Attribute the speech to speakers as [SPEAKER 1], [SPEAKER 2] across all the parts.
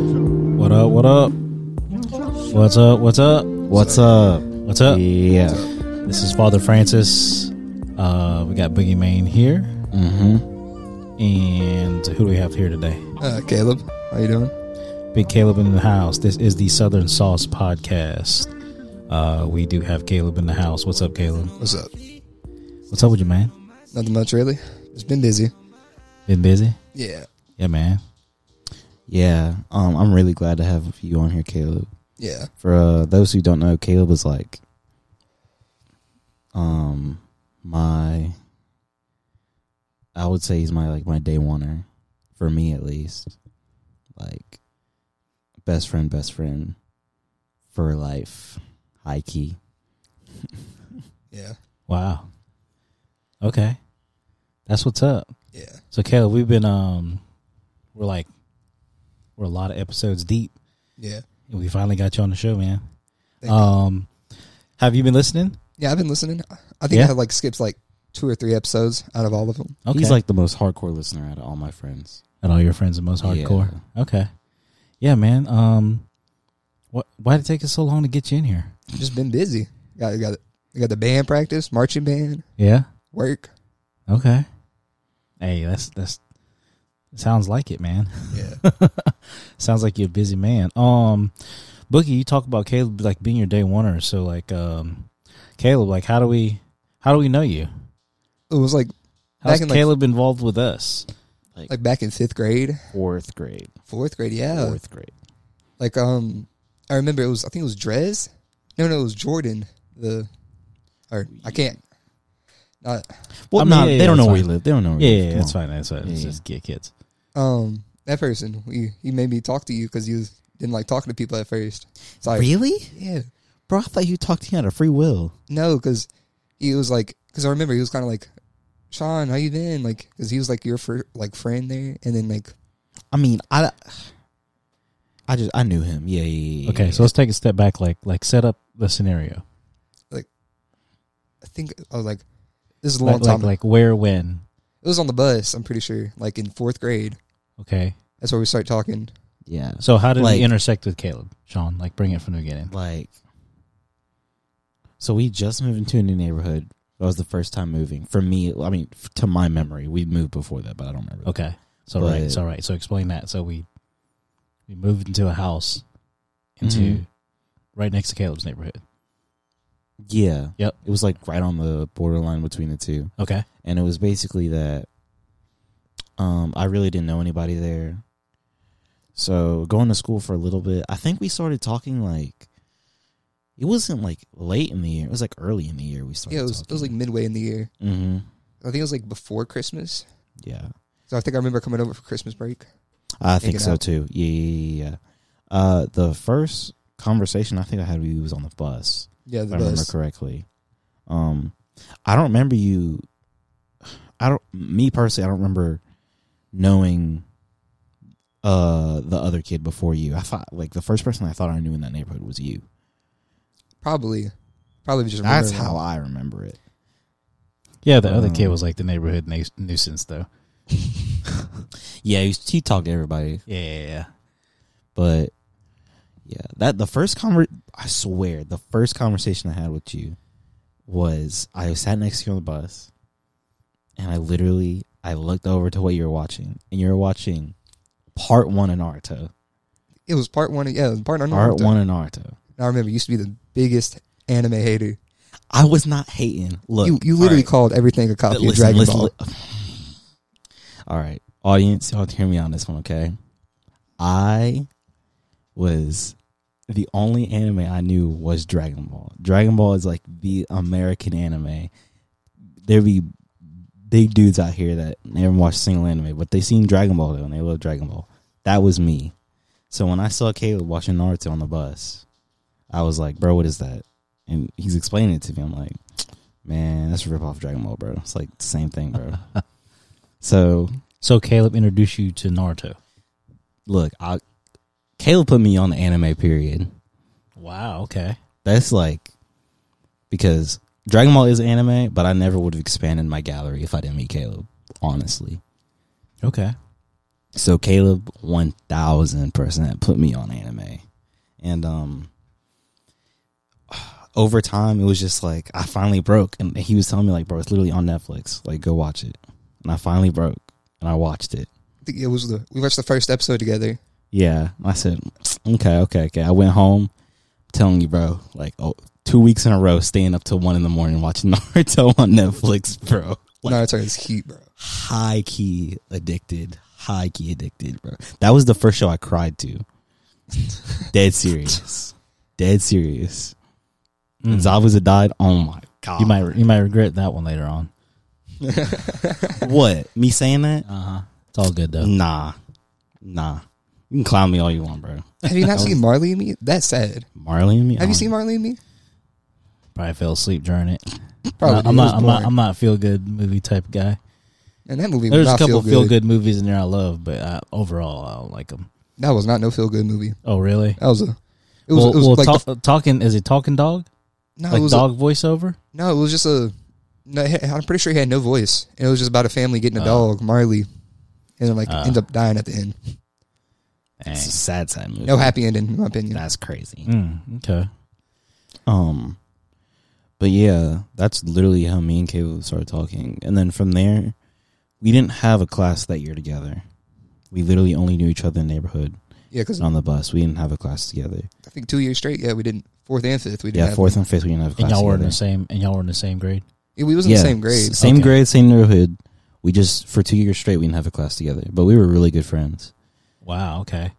[SPEAKER 1] What up? What up? What's up? What's up?
[SPEAKER 2] What's up?
[SPEAKER 1] What's up?
[SPEAKER 2] Yeah.
[SPEAKER 1] This is Father Francis. Uh, we got Boogie Main here,
[SPEAKER 2] Mm-hmm.
[SPEAKER 1] and who do we have here today?
[SPEAKER 3] Uh, Caleb, how you doing?
[SPEAKER 1] Big Caleb in the house. This is the Southern Sauce Podcast. Uh, we do have Caleb in the house. What's up, Caleb?
[SPEAKER 3] What's up?
[SPEAKER 1] What's up with you, man?
[SPEAKER 3] Nothing much really. It's been busy.
[SPEAKER 1] Been busy?
[SPEAKER 3] Yeah,
[SPEAKER 1] Yeah, man.
[SPEAKER 2] Yeah. Um, I'm really glad to have you on here, Caleb.
[SPEAKER 3] yeah.
[SPEAKER 2] For uh, those who don't know, Caleb is like, um, my. I would say he's my like my day oneer, for me at least. Like, best friend, best friend, for life, high key.
[SPEAKER 3] Yeah,
[SPEAKER 1] Wow. Okay, that's what's up.
[SPEAKER 3] yeah.
[SPEAKER 1] So, Caleb, we've been um, we're like, we're a lot of episodes deep,
[SPEAKER 3] Yeah.
[SPEAKER 1] and we finally got you on the show, man.
[SPEAKER 3] Thank you.
[SPEAKER 1] Um, have you been listening?
[SPEAKER 3] yeah, I've been listening. I think
[SPEAKER 1] Yeah?
[SPEAKER 3] I like skipped like two or three episodes out of all of them.
[SPEAKER 2] He's like the most hardcore listener out of all my friends.
[SPEAKER 1] and all your friends are most hardcore.
[SPEAKER 2] Yeah.
[SPEAKER 1] Okay, yeah, man. Um, what? Why did it take us so long to get you in here?
[SPEAKER 3] Just been busy. Got got got the band practice, marching band,
[SPEAKER 1] Yeah.
[SPEAKER 3] work.
[SPEAKER 1] Okay. Hey, that's that's sounds like it, man.
[SPEAKER 3] Yeah,
[SPEAKER 1] Sounds like you're a busy man. Um, Bookie, you talk about Caleb like being your day oneer. So like, um, Caleb, like, how do we how do we know you?
[SPEAKER 3] it was like
[SPEAKER 1] How's
[SPEAKER 3] Back in, like-
[SPEAKER 1] Caleb involved with us?
[SPEAKER 3] like back in fifth grade,
[SPEAKER 2] Fourth grade.
[SPEAKER 3] fourth grade. Yeah,
[SPEAKER 2] Fourth grade.
[SPEAKER 3] like um, I remember it was I think it was Drez. No, no, it was Jordan. The or I can't. Not
[SPEAKER 1] Well,
[SPEAKER 2] I'm
[SPEAKER 1] yeah,
[SPEAKER 2] not.
[SPEAKER 1] yeah,
[SPEAKER 2] they don't know
[SPEAKER 1] yeah, it's
[SPEAKER 2] where we
[SPEAKER 1] fine.
[SPEAKER 2] live. They don't know where
[SPEAKER 1] Yeah,
[SPEAKER 2] we
[SPEAKER 1] yeah,
[SPEAKER 2] live. Oh,
[SPEAKER 1] yeah,
[SPEAKER 2] Come
[SPEAKER 1] that's
[SPEAKER 2] on.
[SPEAKER 1] fine. That's fine. It's
[SPEAKER 2] Yeah,
[SPEAKER 1] just get kids.
[SPEAKER 3] um that person. He he made me talk to you because you didn't like talking to people at first. It's like
[SPEAKER 2] Really?
[SPEAKER 3] yeah,
[SPEAKER 2] Bro, I thought you talked to him out of free will.
[SPEAKER 3] no, because he was like because I remember he was kind of like Sean, how you been? Like because he was like your fir- like friend there, and then like
[SPEAKER 2] I mean, I, I just, I knew him. Yeah, yeah, yeah. yeah,
[SPEAKER 1] Okay,
[SPEAKER 2] yeah.
[SPEAKER 1] so let's take a step back. Like like set up the scenario.
[SPEAKER 3] I think I was like this is a long
[SPEAKER 1] Like
[SPEAKER 3] time.
[SPEAKER 1] like, like where when?
[SPEAKER 3] it was on the bus. I'm pretty sure like in fourth grade.
[SPEAKER 1] Okay.
[SPEAKER 3] That's where we started talking.
[SPEAKER 2] yeah,
[SPEAKER 1] So how did
[SPEAKER 2] Like-
[SPEAKER 1] we intersect with Caleb, Sean? Like bring it from the beginning.
[SPEAKER 2] like, so we just moved into a new neighborhood. That was the first time moving for me. I mean, f- to my memory, we moved before that, but I don't remember. that.
[SPEAKER 1] Okay. So
[SPEAKER 2] But-
[SPEAKER 1] right. So right. So explain that. So we we moved into a house into
[SPEAKER 3] Mm-hmm.
[SPEAKER 2] Mhm.
[SPEAKER 1] right next to Caleb's neighborhood.
[SPEAKER 2] Yeah.
[SPEAKER 1] Yep.
[SPEAKER 2] It was like right on the borderline between the two.
[SPEAKER 1] Okay.
[SPEAKER 2] and it was basically that um I really didn't know anybody there. So going to school for a little bit, I think we started talking like it wasn't like late in the year. It was like early in the year we started.
[SPEAKER 3] Yeah, it was it was like midway in the year.
[SPEAKER 2] hmm
[SPEAKER 3] I think it was like before Christmas.
[SPEAKER 2] yeah,
[SPEAKER 3] So I think I remember coming over for Christmas break.
[SPEAKER 2] I think
[SPEAKER 3] Hanging
[SPEAKER 2] so
[SPEAKER 3] out.
[SPEAKER 2] too. Yeah, yeah, yeah, yeah. Uh, the first conversation I think I had with you was on the bus.
[SPEAKER 3] Yeah,
[SPEAKER 2] if
[SPEAKER 3] the
[SPEAKER 2] I remember
[SPEAKER 3] bus.
[SPEAKER 2] correctly. Um, I don't remember you. I don't. Me personally, I don't remember knowing uh the other kid before you. I thought like the first person I thought I knew in that neighborhood was you.
[SPEAKER 3] Probably, probably just
[SPEAKER 2] That's
[SPEAKER 3] remember
[SPEAKER 2] how I remember it.
[SPEAKER 1] Yeah, the other
[SPEAKER 3] Mm.
[SPEAKER 1] kid
[SPEAKER 2] Um,
[SPEAKER 1] was like the neighborhood nu- nuisance though.
[SPEAKER 2] Yeah, he, he talked to everybody,
[SPEAKER 1] Yeah, yeah, yeah.
[SPEAKER 2] but yeah, that the first conver. I swear, the first conversation I had with you was I sat next to you on the bus, and I literally I looked over to what you were watching, and you were watching part one in Naruto.
[SPEAKER 3] It was part one. Of, yeah, it was part one. of
[SPEAKER 2] Part
[SPEAKER 3] Naruto.
[SPEAKER 2] one in Naruto.
[SPEAKER 3] And I remember you used to be the biggest anime hater.
[SPEAKER 2] I was not hating. Look,
[SPEAKER 3] you you literally
[SPEAKER 2] all
[SPEAKER 3] called everything a
[SPEAKER 2] right,
[SPEAKER 3] copy
[SPEAKER 2] but
[SPEAKER 3] of Dragon Ball.
[SPEAKER 2] li- all right, audience, y'all hear me on this one, okay? I was the only anime I knew was Dragon Ball. Dragon Ball is like the American anime. There be big dudes out here that never watched a single anime, but they seen Dragon Ball though, and they love Dragon Ball. That was me. So when I saw Caleb watching Naruto on the bus, I was like, "Bro, what is that?" And he's explaining it to me. I'm like, "Man, that's a rip off Dragon Ball, bro. It's like the same thing, bro." so
[SPEAKER 1] So Caleb introduced you to Naruto.
[SPEAKER 2] look, I Caleb put me on the anime period.
[SPEAKER 1] Wow. Okay.
[SPEAKER 2] That's like because Dragon Ball is anime, but I never would have expanded my gallery if I didn't meet Caleb. Honestly,
[SPEAKER 1] Okay.
[SPEAKER 2] So Caleb one thousand percent put me on anime. And um over time it was just like I finally broke and he was telling me like bro it's literally on Netflix. Like go watch it. And I finally broke and I watched it.
[SPEAKER 3] I think it was the we watched the first episode together.
[SPEAKER 2] Yeah. I said, Okay, okay, okay. I went home I'm telling you, bro, like oh two weeks in a row staying up till one in the morning watching Naruto on Netflix, bro. Like,
[SPEAKER 3] Naruto is cute, bro.
[SPEAKER 2] high key addicted. High key addicted, bro. That was the first show I cried to. Dead serious. Dead serious. And
[SPEAKER 3] Mm.
[SPEAKER 2] Zabuza died. Oh my god.
[SPEAKER 1] You might you might regret that one later on.
[SPEAKER 2] what? Me saying that?
[SPEAKER 1] Uh
[SPEAKER 3] Uh-huh.
[SPEAKER 1] huh. It's all good
[SPEAKER 3] Mm.
[SPEAKER 1] though.
[SPEAKER 2] Nah. Nah. You can clown me all you want, bro.
[SPEAKER 3] Have you not seen Marley and Me? That's sad.
[SPEAKER 2] Marley and me. Oh,
[SPEAKER 3] Have
[SPEAKER 2] I
[SPEAKER 3] you
[SPEAKER 2] don't-
[SPEAKER 3] seen Marley and Me?
[SPEAKER 1] Probably fell asleep during it.
[SPEAKER 3] Probably.
[SPEAKER 1] I'm
[SPEAKER 3] It was
[SPEAKER 1] not. I'm not.
[SPEAKER 3] boring.
[SPEAKER 1] I'm not feel good movie type guy.
[SPEAKER 3] And that movie was
[SPEAKER 1] There's a
[SPEAKER 3] not
[SPEAKER 1] couple
[SPEAKER 3] feel
[SPEAKER 1] feel
[SPEAKER 3] good.
[SPEAKER 1] good movies in there I love, but I, overall I don't like them.
[SPEAKER 3] That was not no feel good movie.
[SPEAKER 1] Oh really?
[SPEAKER 3] That was a. It was,
[SPEAKER 1] well,
[SPEAKER 3] it was
[SPEAKER 1] well,
[SPEAKER 3] like
[SPEAKER 1] talk, uh,
[SPEAKER 3] the,
[SPEAKER 1] talking is it talking dog?
[SPEAKER 3] no, it
[SPEAKER 1] like
[SPEAKER 3] was a-
[SPEAKER 1] dog voiceover?
[SPEAKER 3] no, it was just a. No, it had- I'm pretty sure he had no voice, and it was just about a family getting a
[SPEAKER 1] Oh.
[SPEAKER 3] dog, Marley, and then like
[SPEAKER 1] Oh.
[SPEAKER 3] ends up dying at the end.
[SPEAKER 1] Dang.
[SPEAKER 2] It's a sad, sad movie.
[SPEAKER 3] No happy ending, in my opinion.
[SPEAKER 2] That's crazy.
[SPEAKER 1] Mm, okay.
[SPEAKER 2] Um, but yeah, that's literally how me and Caleb started talking, and then from there, we didn't have a class that year together. We literally only knew each other in the neighborhood
[SPEAKER 3] Yeah, because
[SPEAKER 2] and on the bus. We didn't have a class together.
[SPEAKER 3] I think two years straight. Yeah, we didn't fourth and fifth. We didn't.
[SPEAKER 2] Yeah,
[SPEAKER 3] have
[SPEAKER 2] fourth and fifth, we didn't have a
[SPEAKER 1] And
[SPEAKER 2] class.
[SPEAKER 1] y'all were in
[SPEAKER 2] together.
[SPEAKER 1] the same. And y'all were in the same grade.
[SPEAKER 3] Yeah, we was in
[SPEAKER 2] yeah,
[SPEAKER 3] the same grade.
[SPEAKER 2] s- same
[SPEAKER 1] Okay.
[SPEAKER 2] grade, same neighborhood. We just for two years straight we didn't have a class together, but we were really good friends.
[SPEAKER 1] Wow. Okay.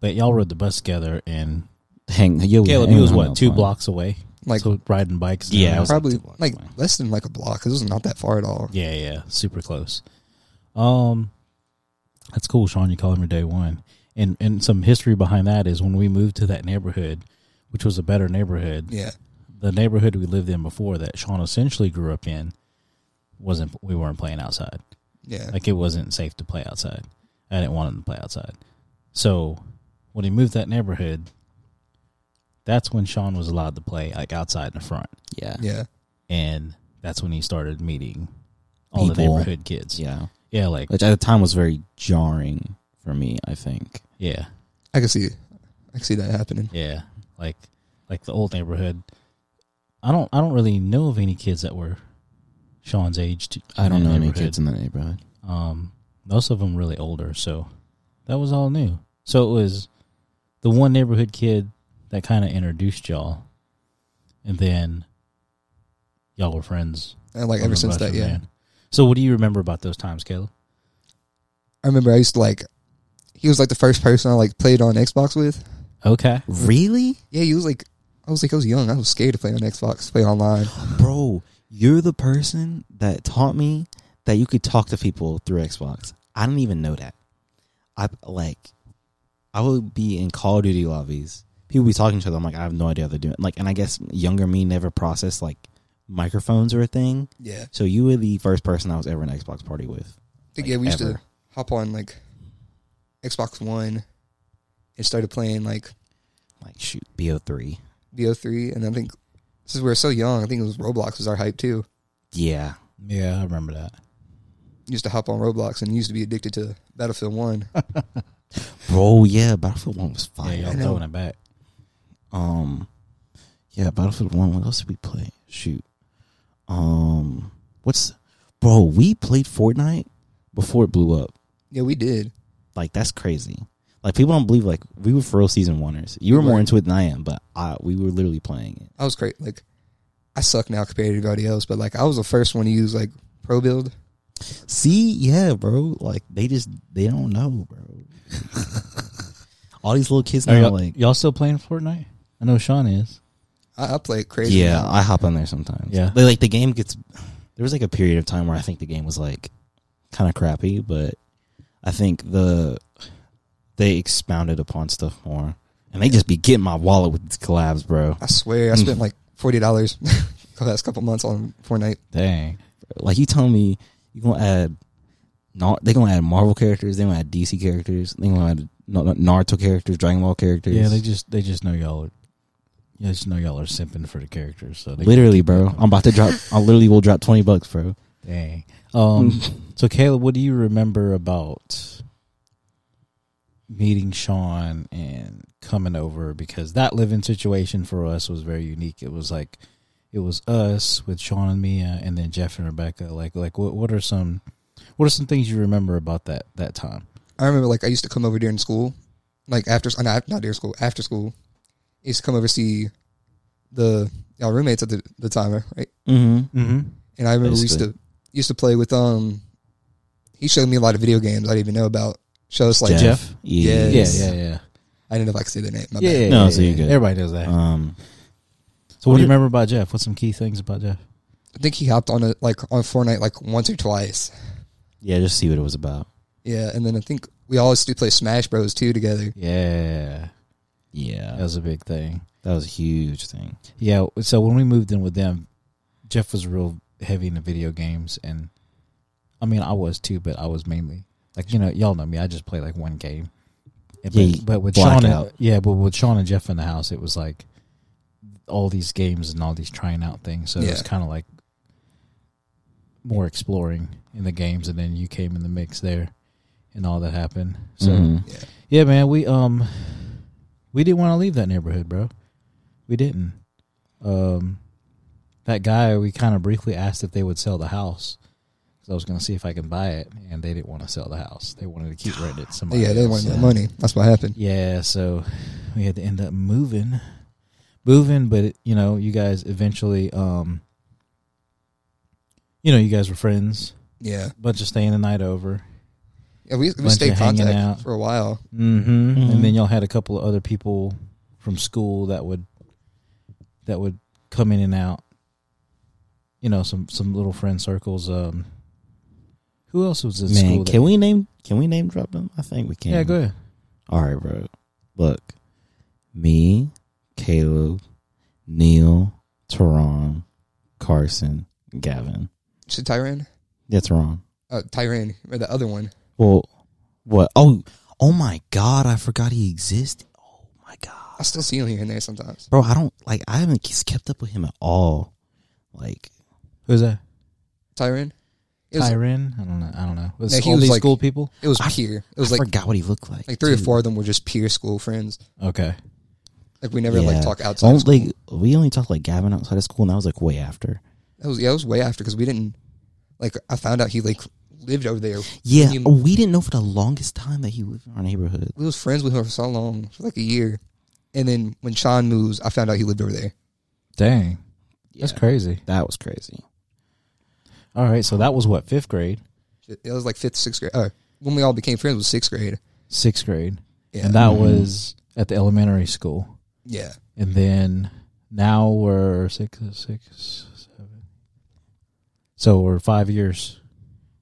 [SPEAKER 1] But y'all rode the bus together, and
[SPEAKER 2] Hang, yo, we
[SPEAKER 1] Caleb,
[SPEAKER 2] hang
[SPEAKER 1] he was
[SPEAKER 2] out
[SPEAKER 1] what
[SPEAKER 2] all
[SPEAKER 1] two
[SPEAKER 2] the time.
[SPEAKER 1] blocks away,
[SPEAKER 3] Like
[SPEAKER 1] so riding bikes.
[SPEAKER 2] Yeah, I was like
[SPEAKER 3] probably
[SPEAKER 2] two blocks
[SPEAKER 3] like
[SPEAKER 2] away.
[SPEAKER 3] less than like a block. 'cause it was not that far at all.
[SPEAKER 1] Yeah, yeah, super close. Um, that's cool, Sean. You call him your day one, and and some history behind that is when we moved to that neighborhood, which was a better neighborhood.
[SPEAKER 3] Yeah,
[SPEAKER 1] The neighborhood we lived in before that Sean essentially grew up in wasn't we weren't playing outside.
[SPEAKER 3] yeah.
[SPEAKER 1] Like it wasn't safe to play outside. I didn't want him to play outside. So when he moved to that neighborhood, that's when Sean was allowed to play like outside in the front,
[SPEAKER 2] Yeah,
[SPEAKER 3] yeah.
[SPEAKER 1] and that's when he started meeting all the
[SPEAKER 2] People.
[SPEAKER 1] neighborhood kids.
[SPEAKER 2] yeah.
[SPEAKER 1] yeah like
[SPEAKER 2] Which at the time was very jarring for me. I think.
[SPEAKER 1] yeah.
[SPEAKER 3] I can see, I can see that happening.
[SPEAKER 1] Yeah, like like the old neighborhood. I don't I don't really know of any kids that were Sean's age. To,
[SPEAKER 2] I don't
[SPEAKER 1] in the
[SPEAKER 2] know any
[SPEAKER 1] neighborhood.
[SPEAKER 2] kids in the neighborhood.
[SPEAKER 1] Um, most of them really older, so that was all new. So it was the one neighborhood kid that kind of introduced y'all, and then y'all were friends
[SPEAKER 3] And like
[SPEAKER 1] on
[SPEAKER 3] ever
[SPEAKER 1] the
[SPEAKER 3] since
[SPEAKER 1] bus
[SPEAKER 3] that,
[SPEAKER 1] from
[SPEAKER 3] yeah.
[SPEAKER 1] then. So what do you remember about those times, Caleb?
[SPEAKER 3] I remember I used to like. He was like the first person I like played on Xbox with.
[SPEAKER 1] Okay,
[SPEAKER 2] Really?
[SPEAKER 3] Yeah, he was like. I was like I was young. I was scared to play on Xbox, play online.
[SPEAKER 2] Bro, you're the person that taught me that you could talk to people through Xbox. I didn't even know that. I like I would be in Call of Duty lobbies. People be talking to each other. I'm like, I have no idea what they're doing. Like, and I guess younger me never processed like microphones or a thing.
[SPEAKER 3] Yeah, I
[SPEAKER 2] So you were the first person I was ever in an Xbox party with. Like,
[SPEAKER 3] think yeah we used
[SPEAKER 2] ever.
[SPEAKER 3] to hop on like Xbox One and started playing like
[SPEAKER 2] Like, shoot, BO3.
[SPEAKER 3] BO3, and I think since we were so young, I think it was Roblox was our hype too.
[SPEAKER 2] Yeah.
[SPEAKER 1] yeah, I remember that.
[SPEAKER 3] Used to hop on Roblox and used to be addicted to Battlefield One.
[SPEAKER 2] Bro, yeah, Battlefield 1 was
[SPEAKER 1] Yeah,
[SPEAKER 2] fire.
[SPEAKER 1] y'all
[SPEAKER 3] I know.
[SPEAKER 1] throwing it back.
[SPEAKER 2] Um, yeah, Battlefield One. What else did we play? Shoot. Um, what's, bro? We played Fortnite before it blew up.
[SPEAKER 3] yeah, we did.
[SPEAKER 2] Like that's crazy. Like people don't believe. Like we were for real season oneers. You were more
[SPEAKER 3] Right.
[SPEAKER 2] into it than I am, but I we were literally playing it.
[SPEAKER 3] I was crazy. Like, I suck now compared to everybody else, but like, I was the first one to use like Pro Build.
[SPEAKER 2] See, yeah, bro. Like they just they don't know, bro. All these little kids
[SPEAKER 1] Are
[SPEAKER 2] now,
[SPEAKER 1] y'all,
[SPEAKER 2] like
[SPEAKER 1] y'all still playing Fortnite? I know Sean is.
[SPEAKER 3] I, I play it crazy.
[SPEAKER 2] yeah,
[SPEAKER 3] now.
[SPEAKER 2] I hop on there sometimes.
[SPEAKER 1] Yeah.
[SPEAKER 2] but, like the game gets. There was like a period of time where I think the game was like kind of crappy, but I think the they expounded upon stuff more, and they just be getting my wallet with these collabs, bro.
[SPEAKER 3] I swear, I
[SPEAKER 2] Mm.
[SPEAKER 3] spent like forty dollars the last couple months on Fortnite.
[SPEAKER 1] Dang.
[SPEAKER 2] Like you tell me you gonna add, Nar- they gonna add Marvel characters, they gonna add DC characters, they gonna add Na- Na- Naruto characters, Dragon Ball characters.
[SPEAKER 1] Yeah, they just they just know y'all are yeah, just know y'all are simping for the characters. So they
[SPEAKER 2] literally, bro. I'm about to drop. I literally will drop twenty bucks, bro.
[SPEAKER 1] Um, dang. Um, so Caleb, what do you remember about meeting Sean and coming over because that living situation for us was very unique. It was like it was us with Sean and Mia and then Jeff and Rebecca. Like like what what are some what are some things you remember about that that time?
[SPEAKER 3] I remember like I used to come over during school, like after uh, not not during school after school. I used to come over see the our roommates at the, the time, right?
[SPEAKER 2] Mm-hmm.
[SPEAKER 1] Mm-hmm.
[SPEAKER 3] And I remember we used to used to play with um. He showed me a lot of video games I didn't even know about. Show us like
[SPEAKER 1] Jeff.
[SPEAKER 3] Yeah,
[SPEAKER 1] Yeah,
[SPEAKER 3] Yes.
[SPEAKER 1] yeah, yeah.
[SPEAKER 3] I didn't know if I could say their name. My
[SPEAKER 1] Yeah,
[SPEAKER 3] bad.
[SPEAKER 1] yeah,
[SPEAKER 2] No,
[SPEAKER 1] yeah,
[SPEAKER 2] so you're
[SPEAKER 1] yeah.
[SPEAKER 2] good.
[SPEAKER 1] Everybody knows that.
[SPEAKER 2] Um,
[SPEAKER 1] so what do you
[SPEAKER 2] what-
[SPEAKER 1] remember about Jeff? What's some key things about Jeff?
[SPEAKER 3] I think he hopped on it like on Fortnite like once or twice.
[SPEAKER 2] yeah, just see what it was about.
[SPEAKER 3] Yeah, and then I think we all used to play Smash Bros. too together.
[SPEAKER 1] Yeah. That
[SPEAKER 2] Yeah,
[SPEAKER 1] was a big thing.
[SPEAKER 2] that was a huge thing.
[SPEAKER 1] Yeah, so when we moved in with them, Jeff was real heavy into video games, and I mean, I was too, but I was mainly like you know, y'all know me. I just play like one game. And
[SPEAKER 2] Yeah, you
[SPEAKER 1] but, but with
[SPEAKER 2] black
[SPEAKER 1] Sean, and,
[SPEAKER 2] out.
[SPEAKER 1] yeah, but with Sean and Jeff in the house, it was like all these games and all these trying out things. So it was
[SPEAKER 3] Yeah.
[SPEAKER 1] kind of like more exploring in the games, and then you came in the mix there, and all that happened. So.
[SPEAKER 2] Mhm.
[SPEAKER 3] Yeah.
[SPEAKER 1] Yeah, man, we um we didn't want to leave that neighborhood, bro. We didn't. Um that guy we kind of briefly asked if they would sell the house. Cuz I was going to see if I can buy it and they didn't want to sell the house. They wanted to keep renting it to somebody.
[SPEAKER 3] yeah, they
[SPEAKER 1] else.
[SPEAKER 3] wanted
[SPEAKER 2] yeah.
[SPEAKER 3] that money. That's what happened.
[SPEAKER 1] Yeah, so we had to end up moving, moving. But you know, you guys eventually, um, you know, you guys were friends.
[SPEAKER 3] Yeah,
[SPEAKER 1] Bunch of staying the night over.
[SPEAKER 3] yeah we we
[SPEAKER 1] Bunch
[SPEAKER 3] stayed
[SPEAKER 1] of
[SPEAKER 3] in
[SPEAKER 1] hanging
[SPEAKER 3] contact
[SPEAKER 1] out.
[SPEAKER 3] for a while.
[SPEAKER 1] Mm-hmm.
[SPEAKER 2] Mhm.
[SPEAKER 1] And then y'all had a couple of other people from school that would that would come in and out. You know, some some little friend circles. Um, who else was at
[SPEAKER 2] Man,
[SPEAKER 1] school?
[SPEAKER 2] can
[SPEAKER 1] that,
[SPEAKER 2] we name? Can we name drop them? I think we can.
[SPEAKER 1] Yeah, go ahead.
[SPEAKER 2] All right, bro. Look, me, Caleb, Neil, Teron, Carson, Gavin.
[SPEAKER 3] Should Tyron?
[SPEAKER 2] Yeah, Teron.
[SPEAKER 3] Uh, Tyron or the other one?
[SPEAKER 2] Well, what? Oh, oh my God! I forgot he existed. Oh my
[SPEAKER 3] I
[SPEAKER 2] God,
[SPEAKER 3] still see him here and there sometimes.
[SPEAKER 2] bro! I don't like. I haven't k- kept up with him at all. Like,
[SPEAKER 1] Who's that?
[SPEAKER 3] Tyron. It was
[SPEAKER 1] Tyron? I don't know. I don't know. Was
[SPEAKER 3] No,
[SPEAKER 1] it
[SPEAKER 3] he
[SPEAKER 1] all
[SPEAKER 3] was
[SPEAKER 1] these
[SPEAKER 3] like-
[SPEAKER 1] school people?
[SPEAKER 3] it was
[SPEAKER 2] I-
[SPEAKER 3] peer. It
[SPEAKER 2] I
[SPEAKER 3] was like
[SPEAKER 2] forgot what he looked like.
[SPEAKER 3] like three or
[SPEAKER 2] dude.
[SPEAKER 3] four of them were just peer school friends.
[SPEAKER 1] Okay.
[SPEAKER 3] Like we never
[SPEAKER 2] Yeah.
[SPEAKER 3] like talk outside. of
[SPEAKER 2] Only,
[SPEAKER 3] school.
[SPEAKER 2] like we only talked like Gavin outside of school, and that was like way after.
[SPEAKER 3] That was yeah, it was way after because we didn't like. I found out he like lived over there.
[SPEAKER 2] Yeah,
[SPEAKER 3] You-
[SPEAKER 2] we didn't know for the longest time that he lived in our neighborhood.
[SPEAKER 3] We was friends with him for so long, for like a year, and then when Sean moves, I found out he lived over there.
[SPEAKER 1] Dang, that's
[SPEAKER 2] Yeah,
[SPEAKER 1] crazy.
[SPEAKER 2] That was crazy.
[SPEAKER 1] All right, so that was what fifth grade,
[SPEAKER 3] It was like fifth, sixth grade. Or when we all became friends was sixth grade.
[SPEAKER 1] sixth grade,
[SPEAKER 3] Yeah,
[SPEAKER 1] and that
[SPEAKER 2] Mhm.
[SPEAKER 1] was at the elementary school.
[SPEAKER 3] yeah.
[SPEAKER 1] And then now we're six, six, seven. So we're five years,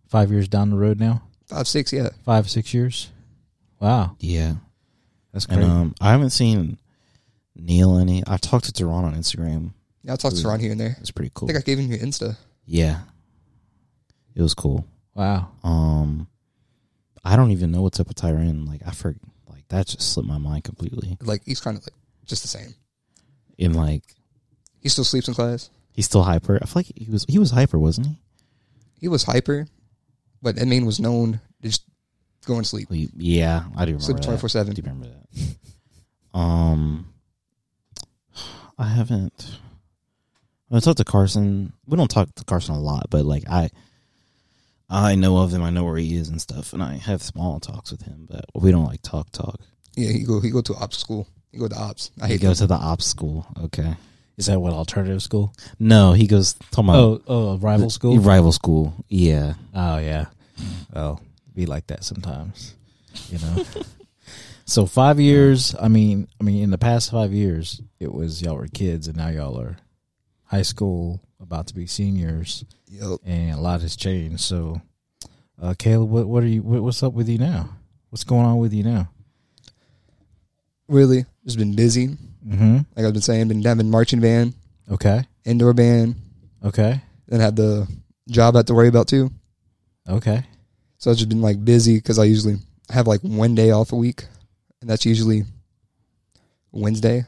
[SPEAKER 1] five years down the road now.
[SPEAKER 3] Five, six, yeah.
[SPEAKER 1] Five, six years. Wow, uh,
[SPEAKER 2] Yeah,
[SPEAKER 1] that's
[SPEAKER 2] and
[SPEAKER 1] crazy.
[SPEAKER 2] um, I haven't seen Neil any. I talked to Teron on Instagram.
[SPEAKER 3] yeah I talked to Ron here and there.
[SPEAKER 2] It's pretty
[SPEAKER 3] I
[SPEAKER 2] cool.
[SPEAKER 3] think I gave him your Insta.
[SPEAKER 2] yeah, it was cool.
[SPEAKER 1] wow.
[SPEAKER 2] Um, I don't even know what's up with Tyron. Like I for like that just slipped my mind completely.
[SPEAKER 3] Like he's kind of like just the same.
[SPEAKER 2] And like
[SPEAKER 3] He still sleeps in class.
[SPEAKER 2] he's still hyper. I feel like he was he was hyper, wasn't he?
[SPEAKER 3] He was hyper, but I mean was known to just go and sleep,
[SPEAKER 2] Well, you- yeah, I do remember.
[SPEAKER 3] sleep
[SPEAKER 2] that.
[SPEAKER 3] twenty four
[SPEAKER 2] I
[SPEAKER 3] seven.
[SPEAKER 2] do remember that. um, I haven't. I talked to Carson. We don't talk to Carson a lot, but like I, I know of him. I know where he is and stuff, and I have small talks with him, but we don't like talk talk.
[SPEAKER 3] Yeah, he go he go to ops school. He go to ops. I
[SPEAKER 2] he
[SPEAKER 3] hate
[SPEAKER 2] goes to the ops school. Okay.
[SPEAKER 1] Is that what alternative school?
[SPEAKER 2] No, he goes. Talking about
[SPEAKER 1] oh, oh, rival school.
[SPEAKER 2] Rival school. Yeah.
[SPEAKER 1] Oh yeah. Well, be oh, like that sometimes, you know. so five years. I mean, I mean, in the past five years, it was y'all were kids, and now y'all are high school, about to be seniors.
[SPEAKER 3] them. Yup.
[SPEAKER 1] and a lot has changed. So, uh, Caleb, what what are you? What, what's up with you now? What's going on with you now?
[SPEAKER 3] Really, just been busy.
[SPEAKER 1] Mm-hmm.
[SPEAKER 3] Like I've been saying, been having marching band,
[SPEAKER 1] Okay.
[SPEAKER 3] indoor band,
[SPEAKER 1] Okay.
[SPEAKER 3] then had the job I had to worry about too.
[SPEAKER 1] Okay.
[SPEAKER 3] So I've just been like busy because I usually have like one day off a week, and that's usually Wednesday.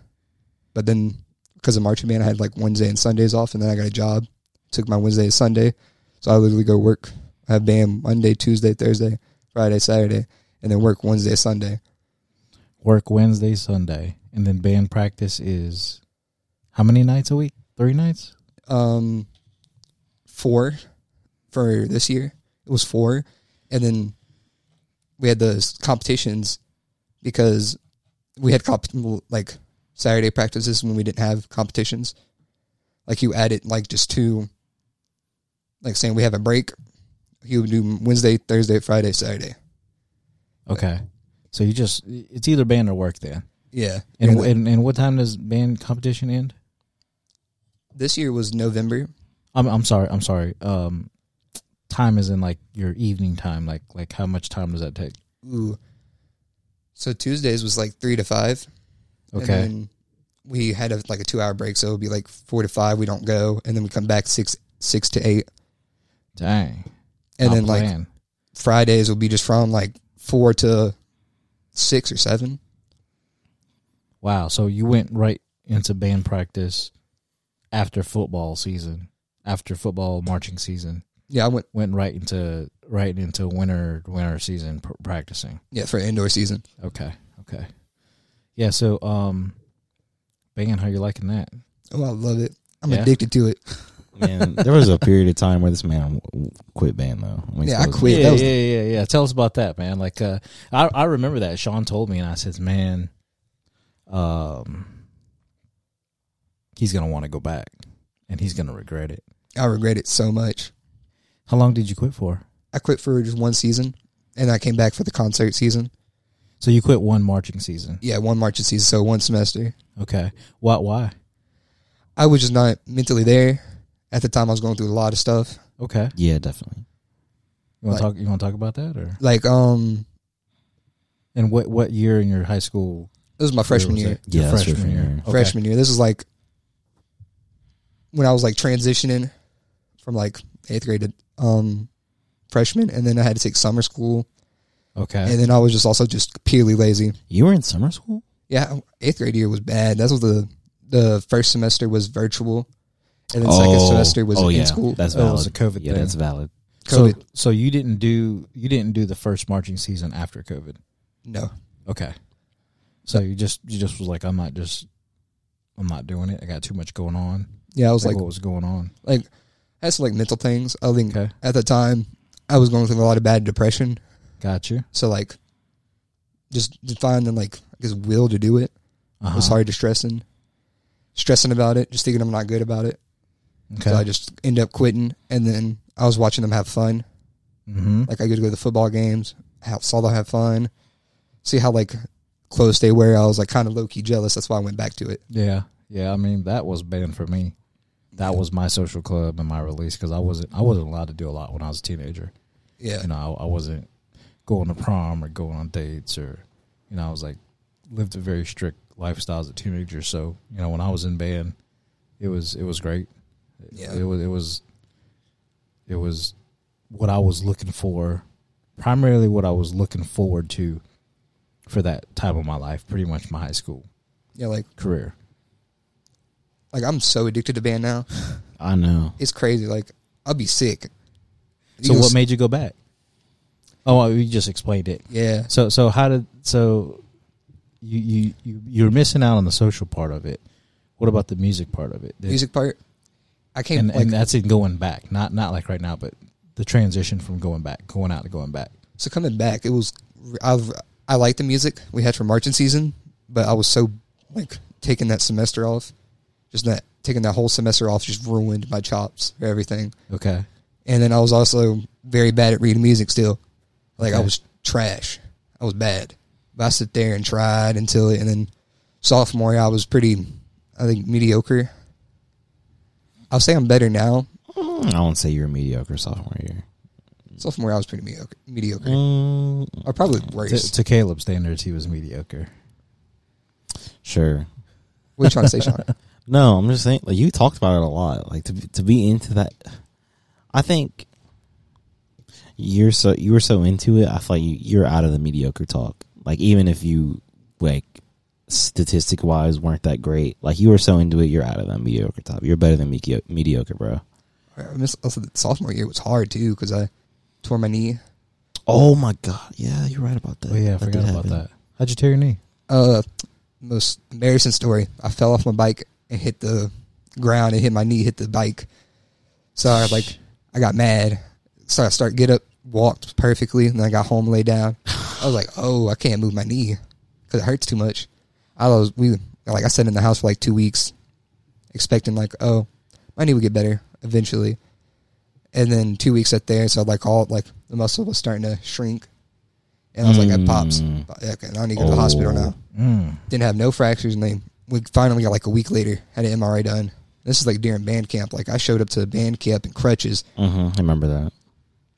[SPEAKER 3] But then because of marching band, I had like Wednesday and Sundays off, and then I got a job. Took my Wednesday to Sunday, so I literally go work. I have band Monday, Tuesday, Thursday, Friday, Saturday, and then work Wednesday, Sunday.
[SPEAKER 1] work Wednesday, Sunday, and then band practice is how many nights a week? Three nights?
[SPEAKER 3] um, four for this year. It was four, and then we had those competitions because we had comp- like Saturday practices when we didn't have competitions. Like you added like just two, like saying we have a break. He would do Wednesday, Thursday, Friday, Saturday.
[SPEAKER 1] Okay. So you just it's either band or work then.
[SPEAKER 3] Yeah,
[SPEAKER 1] And
[SPEAKER 3] and,
[SPEAKER 1] wh- and, and what time does band competition end?
[SPEAKER 3] this year was November.
[SPEAKER 1] I'm I'm sorry. I'm sorry. Um, time is in like your evening time. Like like how much time does that take?
[SPEAKER 3] Ooh, so Tuesdays was like three to five.
[SPEAKER 1] Okay.
[SPEAKER 3] And then we had a, like a two hour break, so it would be like four to five. We don't go, and then we come back six six to eight,
[SPEAKER 1] Dang.
[SPEAKER 3] and
[SPEAKER 1] Not
[SPEAKER 3] then like
[SPEAKER 1] playing.
[SPEAKER 3] Fridays will be just from like four to six or seven.
[SPEAKER 1] wow. So you went right into band practice after football season, after football marching season.
[SPEAKER 3] Yeah, I went
[SPEAKER 1] Went right into right into winter winter season pr- practicing.
[SPEAKER 3] yeah for indoor season.
[SPEAKER 1] Okay. Okay. Yeah. So um, band, how you liking that?
[SPEAKER 3] Oh, I love it. I'm
[SPEAKER 1] Yeah.
[SPEAKER 3] addicted to it.
[SPEAKER 2] Man, there was a period of time where this man w- quit band though. I mean,
[SPEAKER 3] Yeah, I
[SPEAKER 2] so-
[SPEAKER 3] quit. Wait,
[SPEAKER 1] yeah,
[SPEAKER 3] that was-
[SPEAKER 1] yeah, yeah, yeah. Tell us about that, man. Like, uh, I I remember that Sean told me, and I said, man, um, he's gonna want to go back, and he's gonna regret it.
[SPEAKER 3] I regret it so much.
[SPEAKER 1] How long did you quit for?
[SPEAKER 3] I quit for just one season, and I came back for the concert season.
[SPEAKER 1] So you quit one marching season,
[SPEAKER 3] Yeah, one marching season, so one semester.
[SPEAKER 1] okay? Why? Why?
[SPEAKER 3] I was just not mentally there at the time. I was going through a lot of stuff.
[SPEAKER 1] Okay.
[SPEAKER 2] Yeah, definitely.
[SPEAKER 1] You want
[SPEAKER 3] Like-
[SPEAKER 1] to talk? You want to talk about that, or
[SPEAKER 3] Like um,
[SPEAKER 1] and what what year in your high school?
[SPEAKER 3] it was my freshman
[SPEAKER 1] was
[SPEAKER 3] year.
[SPEAKER 1] it?
[SPEAKER 2] Yeah,
[SPEAKER 1] Your
[SPEAKER 2] that's freshman year.
[SPEAKER 1] Okay.
[SPEAKER 3] freshman year. This is like when I was like transitioning from like eighth grade to um, freshman, and then I had to take summer school,
[SPEAKER 1] Okay.
[SPEAKER 3] and then I was just also just purely lazy.
[SPEAKER 2] You were in summer school?
[SPEAKER 3] Yeah, eighth grade year was bad. That's what the the first semester was virtual, and then second semester was in
[SPEAKER 2] Oh, yeah,
[SPEAKER 3] school.
[SPEAKER 2] That's
[SPEAKER 1] Oh, it
[SPEAKER 2] valid.
[SPEAKER 1] was a COVID
[SPEAKER 2] yeah,
[SPEAKER 1] thing.
[SPEAKER 2] that's valid.
[SPEAKER 1] so
[SPEAKER 3] COVID.
[SPEAKER 1] so you didn't do you didn't do the first marching season after COVID.
[SPEAKER 3] no,
[SPEAKER 1] Okay. So you just you just was like, I'm not just I'm not doing it. I got too much going on.
[SPEAKER 3] yeah, I was
[SPEAKER 1] Like,
[SPEAKER 3] like,
[SPEAKER 1] what was going on?
[SPEAKER 3] like I had some like mental things. I think
[SPEAKER 1] Okay.
[SPEAKER 3] at the time I was going through a lot of bad depression,
[SPEAKER 1] Got you.
[SPEAKER 3] so like just finding like his will to do it.
[SPEAKER 1] Uh-huh.
[SPEAKER 3] It was hard to stressing, stressing about it, just thinking I'm not good about it.
[SPEAKER 1] Okay.
[SPEAKER 3] So I just end up quitting, and then I was watching them have fun.
[SPEAKER 1] mm-hmm.
[SPEAKER 3] Like I go to go to the football games, how, saw them have fun, see how like close they were. I was like kind of low key jealous. That's why I went back to it.
[SPEAKER 1] yeah. Yeah. I mean, that was banned for me. That was my social club and my release because I wasn't I wasn't allowed to do a lot when I was a teenager.
[SPEAKER 3] Yeah,
[SPEAKER 1] You know, I, I wasn't going to prom or going on dates or you know, I was like lived a very strict lifestyle as a teenager. So, you know, when I was in band, it was it was great.
[SPEAKER 3] yeah,
[SPEAKER 1] It was it was it was what I was looking for, primarily what I was looking forward to for that time of my life, pretty much my high school
[SPEAKER 3] yeah. Like
[SPEAKER 1] career.
[SPEAKER 3] like I'm so addicted to band now.
[SPEAKER 2] I know.
[SPEAKER 3] It's crazy. Like I'll be sick.
[SPEAKER 1] So
[SPEAKER 3] You
[SPEAKER 1] what
[SPEAKER 3] s-
[SPEAKER 1] made you go back? Oh, well, you just explained it.
[SPEAKER 3] Yeah,
[SPEAKER 1] So so how did so you you you you're missing out on the social part of it. What about the music part of it? Did-
[SPEAKER 3] music part. I came
[SPEAKER 1] and,
[SPEAKER 3] like
[SPEAKER 1] and that's in going back, not not like right now, but the transition from going back, going out to going back.
[SPEAKER 3] So coming back, it was I I liked the music we had for marching season, but I was so like taking that semester off, just that taking that whole semester off just ruined my chops for everything.
[SPEAKER 1] Okay.
[SPEAKER 3] And then I was also very bad at reading music still, like I
[SPEAKER 1] Okay.
[SPEAKER 3] was trash. I was bad, but I sit there and tried until it. And then sophomore, year, I was pretty, I think mediocre. I'll say I'm better now.
[SPEAKER 2] Mm, I won't say you were mediocre sophomore year.
[SPEAKER 3] Sophomore, year, I was pretty mediocre. Mediocre,
[SPEAKER 2] Mm,
[SPEAKER 3] or probably
[SPEAKER 1] To,
[SPEAKER 3] worse.
[SPEAKER 1] to Caleb standards, he was mediocre.
[SPEAKER 2] sure.
[SPEAKER 3] What are you trying to say, Sean?
[SPEAKER 2] No, I'm just saying. Like you talked about it a lot. Like to be- to be into that, I think you're so you were so into it. I feel like you, you're out of the mediocre talk. Like even if you like statistic wise weren't that great, like you were so into it, you're out of that mediocre talk. You're better than medio- mediocre, bro.
[SPEAKER 3] I miss, also the sophomore year was hard too because I tore my knee.
[SPEAKER 2] Oh my god, yeah, you're right about that.
[SPEAKER 1] Oh yeah, I
[SPEAKER 2] That did
[SPEAKER 1] forgot about
[SPEAKER 2] happen.
[SPEAKER 1] that. How'd you tear your knee?
[SPEAKER 3] Uh, most embarrassing story. I fell off my bike and hit the ground and hit my knee, hit the bike. So I like, I got mad. So I start get up, walked perfectly, and then I got home, lay down. I was like, oh, I can't move my knee because it hurts too much. I was we like I sat in the house for like two weeks, expecting like, oh, my knee would get better eventually. And then two weeks at there, so like all like the muscle was starting to shrink, and I was like, that pops.
[SPEAKER 2] Mm.
[SPEAKER 3] Okay, I need to go to the hospital now
[SPEAKER 1] Mm.
[SPEAKER 3] didn't have no fractures, and they we finally got like a week later had an MRI done. This is like during band camp. Like I showed up to band camp in crutches
[SPEAKER 2] hmm I remember that.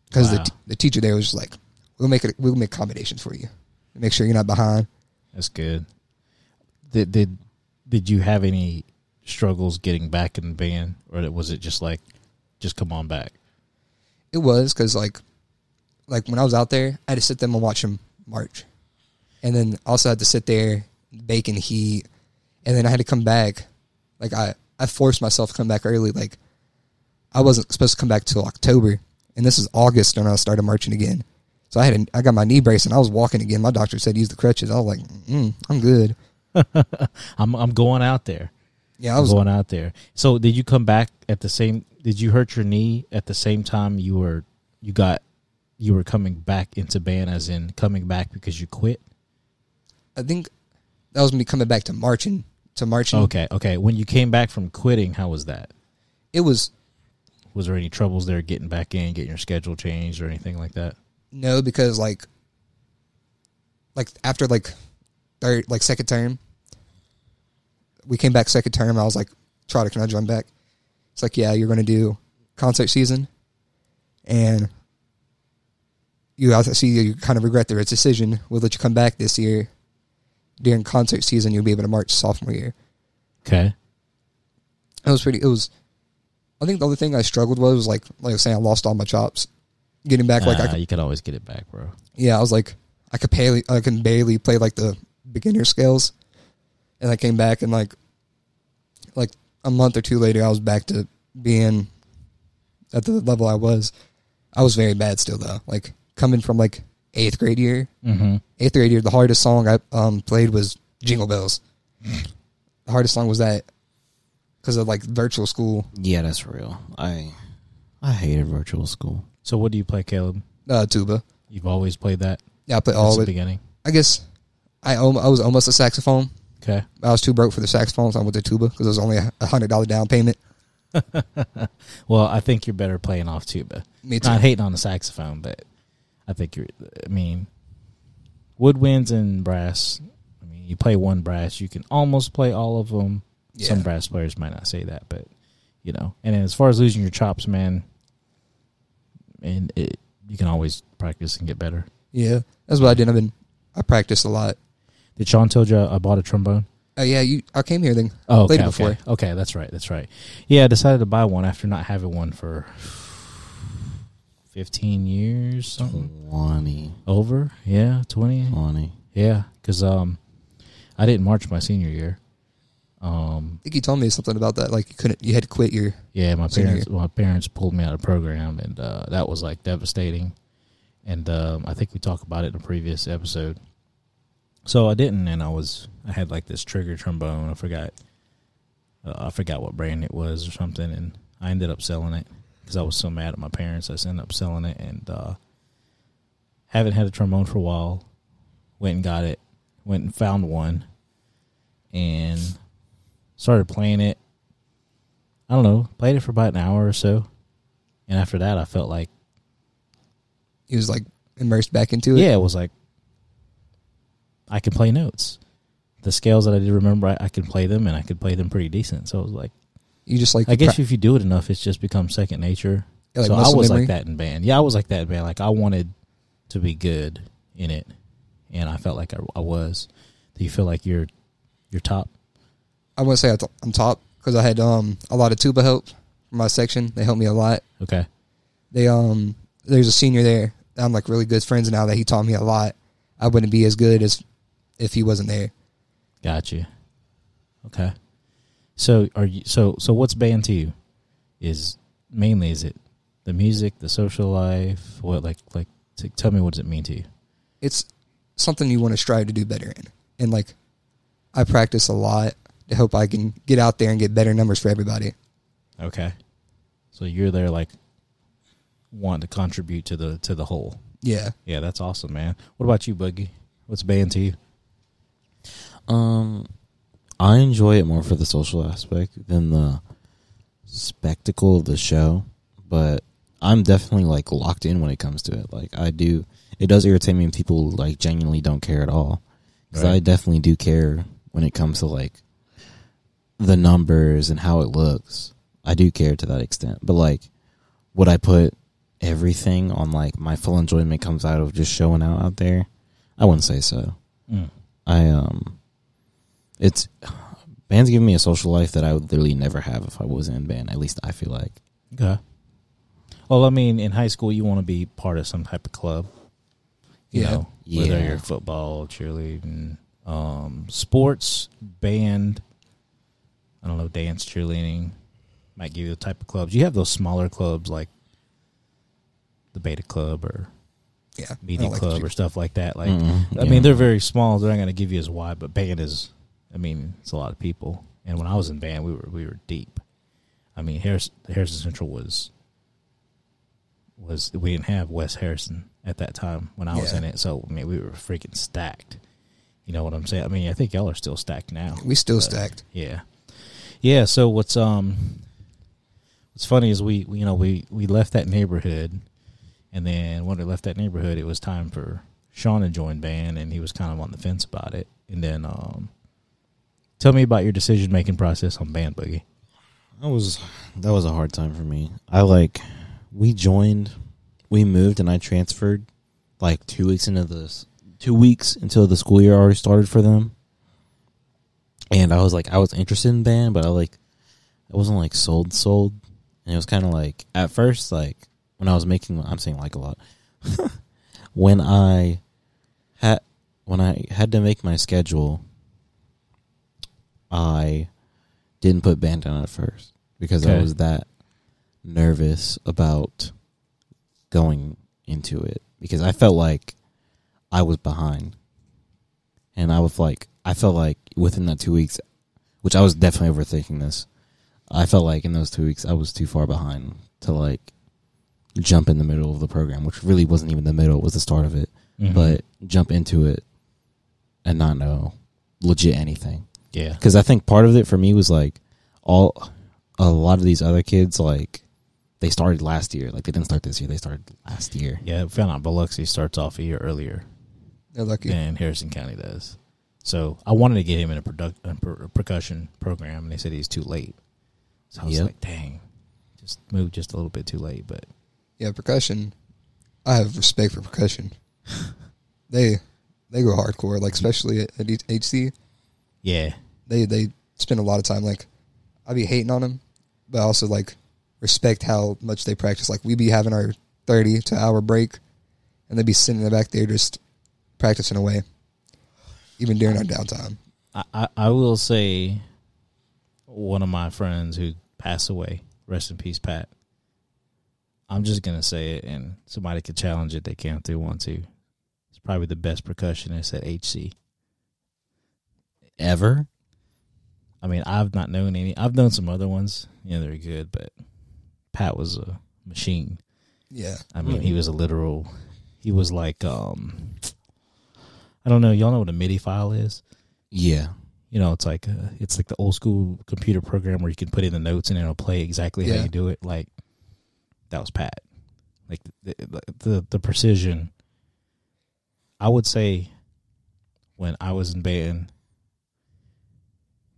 [SPEAKER 3] because the
[SPEAKER 1] Wow.
[SPEAKER 3] the the teacher there was just like, "We'll make it. We'll make accommodations for you. Make sure you're not behind."
[SPEAKER 1] That's good. Did did did you have any struggles getting back in the band, or was it just like, just come on back?
[SPEAKER 3] It was because like, like when I was out there, I had to sit them and watch them march, and then also had to sit there bake and heat, and then I had to come back. Like I, I forced myself to come back early. Like I wasn't supposed to come back till October, and this is August when I started marching again. So I had, a, I got my knee brace and I was walking again. My doctor said use the crutches. I was like, mm, I'm good.
[SPEAKER 1] I'm I'm going out there.
[SPEAKER 3] Yeah, I
[SPEAKER 1] I'm
[SPEAKER 3] was.
[SPEAKER 1] going out there. So did you come back at the same? Did you hurt your knee at the same time you were you got you were coming back into band, as in coming back because you quit?
[SPEAKER 3] I think that was me coming back to marching. To marching,
[SPEAKER 1] Okay, okay. When you came back from quitting, how was that?
[SPEAKER 3] it was
[SPEAKER 1] Was there any troubles there getting back in, getting your schedule changed, or anything like that?
[SPEAKER 3] No, because like, like after like third, like second term, we came back second term. I was like, Trotter, can I join back? It's like, yeah, you're going to do concert season, and you also see you kind of regret their decision. We'll let you come back this year during concert season. You'll be able to march sophomore year.
[SPEAKER 1] Okay.
[SPEAKER 3] It was pretty. It was. I think the only thing I struggled was, was like like I was saying, I lost all my chops. Getting back, like I
[SPEAKER 1] Ah, you could always get it back, bro.
[SPEAKER 3] yeah, I was like, I could barely, I can barely play like the beginner scales, and I came back and like, like a month or two later, I was back to being at the level I was. I was very bad still though, like coming from like eighth grade year,
[SPEAKER 1] Mm-hmm.
[SPEAKER 3] eighth grade year. The hardest song I um played was Jingle Bells. the hardest song was that because of like virtual school,
[SPEAKER 2] Yeah, that's real. I I hated virtual school.
[SPEAKER 1] So what do you play, Caleb?
[SPEAKER 3] uh, tuba.
[SPEAKER 1] You've always played that
[SPEAKER 3] Yeah, I played
[SPEAKER 1] since
[SPEAKER 3] all
[SPEAKER 1] the
[SPEAKER 3] of it.
[SPEAKER 1] beginning.
[SPEAKER 3] I guess I om- I was almost a saxophone.
[SPEAKER 1] Okay.
[SPEAKER 3] I was too broke for the saxophones. I went to tuba because it was only a hundred dollar down payment.
[SPEAKER 1] Well, I think you're better playing off tuba.
[SPEAKER 3] Me too.
[SPEAKER 1] Not hating on the saxophone, but I think you're. I mean, woodwinds and brass. I mean, you play one brass, you can almost play all of them.
[SPEAKER 3] yeah.
[SPEAKER 1] Some brass players might not say that, but you know. And then as far as losing your chops, man, and it you can always practice and get better.
[SPEAKER 3] yeah, that's what I did. I've been I practiced a lot.
[SPEAKER 1] Did Sean tell you I bought a trombone?
[SPEAKER 3] Oh yeah, you. I came here then.
[SPEAKER 1] Oh,
[SPEAKER 3] Played
[SPEAKER 1] okay,
[SPEAKER 3] it before.
[SPEAKER 1] okay, okay, that's right, that's right. Yeah, I decided to buy one after not having one for fifteen years, something
[SPEAKER 2] Twenty.
[SPEAKER 1] over. Yeah, twenty.
[SPEAKER 2] Twenty.
[SPEAKER 1] Yeah, because um, I didn't march my senior year. Um,
[SPEAKER 3] I think you told me something about that. Like you couldn't, you had to quit your.
[SPEAKER 1] yeah, my
[SPEAKER 3] Senior
[SPEAKER 1] parents my parents pulled me out of the program, and uh, that was like devastating. And um, I think we talked about it in a previous episode. So I didn't, and I was I had like this trigger trombone. I forgot, uh, I forgot what brand it was or something, and I ended up selling it because I was so mad at my parents. I just ended up selling it, and uh, haven't had a trombone for a while. Went and got it, went and found one, and started playing it. I don't know, played it for about an hour or so, and after that, I felt like
[SPEAKER 3] You was like immersed back into it.
[SPEAKER 1] yeah, it was like I can play notes. The scales that I did remember, I, I could play them, and I could play them pretty decent. So it was like,
[SPEAKER 3] You just like
[SPEAKER 1] I guess if you do it enough, it's just become second nature.
[SPEAKER 3] Yeah, like
[SPEAKER 1] so I
[SPEAKER 3] muscle
[SPEAKER 1] was
[SPEAKER 3] memory.
[SPEAKER 1] like that in band. Yeah, I was like that in band. Like I wanted to be good in it, and I felt like I, I was. Do you feel like you're you're top?
[SPEAKER 3] I wouldn't say I th- I'm top because I had um a lot of tuba help from my section. They helped me a lot.
[SPEAKER 1] Okay.
[SPEAKER 3] They um there's a senior there. that I'm like really good friends now that he taught me a lot. I wouldn't be as good as if he wasn't there.
[SPEAKER 1] Gotcha. Okay. So are you so so what's band to you? Is mainly is it the music, the social life, what like like t tell me what does it mean to you?
[SPEAKER 3] it's something you want to strive to do better in and like I practice a lot to hope I can get out there and get better numbers for everybody.
[SPEAKER 1] Okay. So you're there like wanting to contribute to the to the whole.
[SPEAKER 3] Yeah.
[SPEAKER 1] Yeah, that's awesome, man. What about you, Buggy? What's band to you?
[SPEAKER 2] Um, I enjoy it more for the social aspect than the spectacle of the show, but I'm definitely like locked in when it comes to it. Like I do, it does irritate me when people like genuinely don't care at all, because I
[SPEAKER 1] Right.
[SPEAKER 2] definitely do care when it comes to like the numbers and how it looks. I do care to that extent, but like, would I put everything on like my full enjoyment comes out of just showing out out there? I wouldn't say so.
[SPEAKER 1] Mm.
[SPEAKER 2] I um, it's band's giving me a social life that I would literally never have if I wasn't in band. At least I feel like.
[SPEAKER 1] Okay. Well, I mean, in high school, you want to be part of some type of club. You
[SPEAKER 3] Yeah.
[SPEAKER 1] know, whether
[SPEAKER 2] Yeah.
[SPEAKER 1] you're football, cheerleading, um, sports, band, I don't know, dance, cheerleading, might give you the type of clubs. You have those smaller clubs like the Beta Club or
[SPEAKER 3] Yeah. I
[SPEAKER 1] Media
[SPEAKER 3] don't like
[SPEAKER 1] Club
[SPEAKER 3] you-
[SPEAKER 1] or stuff like that. Like,
[SPEAKER 2] Mm,
[SPEAKER 1] I
[SPEAKER 2] yeah.
[SPEAKER 1] mean, they're very small. They're not going to give you as wide, but band is. I mean, it's a lot of people. And when I was in band, we were we were deep. I mean, Harris, Harrison Central was was we didn't have Wes Harrison at that time when I was
[SPEAKER 3] Yeah.
[SPEAKER 1] in it. So I mean, we were freaking stacked. You know what I'm saying? I mean, I think y'all are still stacked now.
[SPEAKER 3] we still
[SPEAKER 1] but-
[SPEAKER 3] stacked.
[SPEAKER 1] Yeah, yeah. So what's um, what's funny is we we, you know we we left that neighborhood, and then when we left that neighborhood, it was time for Sean to join band, and he was kind of on the fence about it. And then um, tell me about your decision making process on band boogie.
[SPEAKER 2] That was that was a hard time for me. I like we joined, we moved, and I transferred like two weeks into this two weeks until the school year already started for them. And I was like, I was interested in band, but I like, I wasn't like sold sold, and it was kind of like at first like when I was making I'm saying like a lot when I had when I had to make my schedule, I didn't put band down at first because I
[SPEAKER 1] Okay.
[SPEAKER 2] was that nervous about going into it because I felt like I was behind. And I was like I felt like within that 2 weeks which I was definitely overthinking this. I felt like in those 2 weeks I was too far behind to like jump in the middle of the program, which really wasn't even the middle, it was the start of it. But jump into it and not know legit anything
[SPEAKER 1] yeah,
[SPEAKER 2] because I think part of it for me was like all a lot of these other kids like they started last year like they didn't start this year they started last year
[SPEAKER 1] yeah, found out Biloxi starts off a year earlier
[SPEAKER 3] They're lucky.
[SPEAKER 1] than Harrison County does. So I wanted to get him in a, produc- a per- percussion program, and they said he's too late. So I was
[SPEAKER 2] Yep.
[SPEAKER 1] like, dang, just moved just a little bit too late, but.
[SPEAKER 3] Yeah, percussion. I have respect for percussion. they they go hardcore, like especially at, at HC.
[SPEAKER 1] Yeah,
[SPEAKER 3] They they spend a lot of time. Like I be hating on them, but I also like respect how much they practice. Like we be having our thirty to hour break, and they be sitting in the back there just practicing away, even during our downtime.
[SPEAKER 1] I, I, I will say one of my friends who passed away, rest in peace, Pat. I'm just gonna say it, and somebody could challenge it. They can if they want to. It's probably the best percussionist at HC.
[SPEAKER 2] ever
[SPEAKER 1] I mean, I've not known any. I've known some other ones. Yeah, they're good, but Pat was a machine.
[SPEAKER 3] Yeah,
[SPEAKER 1] I mean,
[SPEAKER 2] Mhm.
[SPEAKER 1] he was a literal. He was like, um, I don't know. Y'all know what a MIDI file is?
[SPEAKER 2] yeah
[SPEAKER 1] you know, it's like uh it's like the old school computer program where you can put in the notes and it'll play exactly how
[SPEAKER 3] Yeah.
[SPEAKER 1] you do it. Like that was Pat. Like the, the the precision. I would say when I was in band,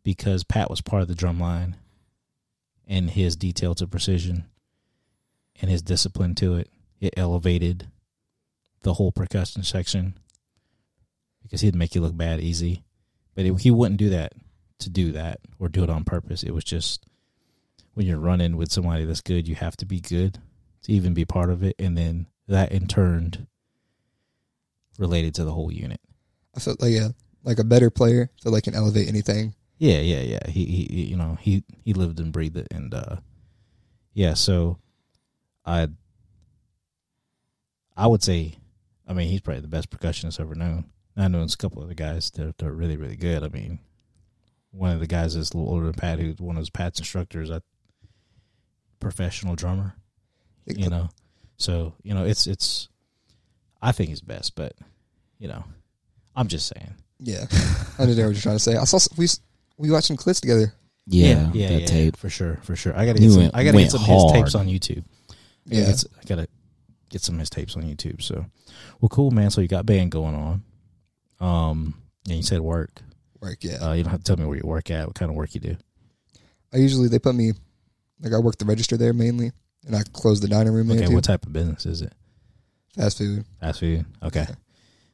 [SPEAKER 1] because Pat was part of the drum line, and his detail to precision, and his discipline to it, it elevated the whole percussion section. Because he'd make you look bad easy but it, he wouldn't do that to do that or do it on purpose. It was just when you're running with somebody that's good, you have to be good to even be part of it, and then that in turn related to the whole unit.
[SPEAKER 3] I felt like yeah, like a better player I feel like can elevate anything.
[SPEAKER 1] Yeah, yeah, yeah. He, he, he- you know, he he lived and breathed it, and uh, yeah. So, I, I would say, I mean, he's probably the best percussionist I've ever known. I know it's a couple other guys that are, that are really, really good. I mean, the guys that's a little older than Pat, who's one of his Pat's instructors, a professional drummer. You know, so you know it's it's. I think it's best, but you know, I'm just saying.
[SPEAKER 3] Yeah, I understand what you're trying to say. I saw s- we s- we watched some clips together.
[SPEAKER 2] Yeah, that tape.
[SPEAKER 1] for sure, for sure. I gotta
[SPEAKER 2] He
[SPEAKER 1] get some.
[SPEAKER 2] went-
[SPEAKER 1] I gotta
[SPEAKER 2] went
[SPEAKER 1] get some
[SPEAKER 2] hard.
[SPEAKER 1] of his tapes on YouTube. I gotta
[SPEAKER 3] Yeah,
[SPEAKER 1] get s- I gotta get some of his tapes on YouTube. So, well, cool, man. So you got band going on, um, and you said work.
[SPEAKER 3] work. Yeah,
[SPEAKER 1] Uh, you don't have to tell me where you work at, what kind of work you do.
[SPEAKER 3] I usually they put me like I work the register there mainly, and I close the dining room there
[SPEAKER 1] Okay,
[SPEAKER 3] too.
[SPEAKER 1] what type of business is it?
[SPEAKER 3] Fast food.
[SPEAKER 1] Fast food. Okay,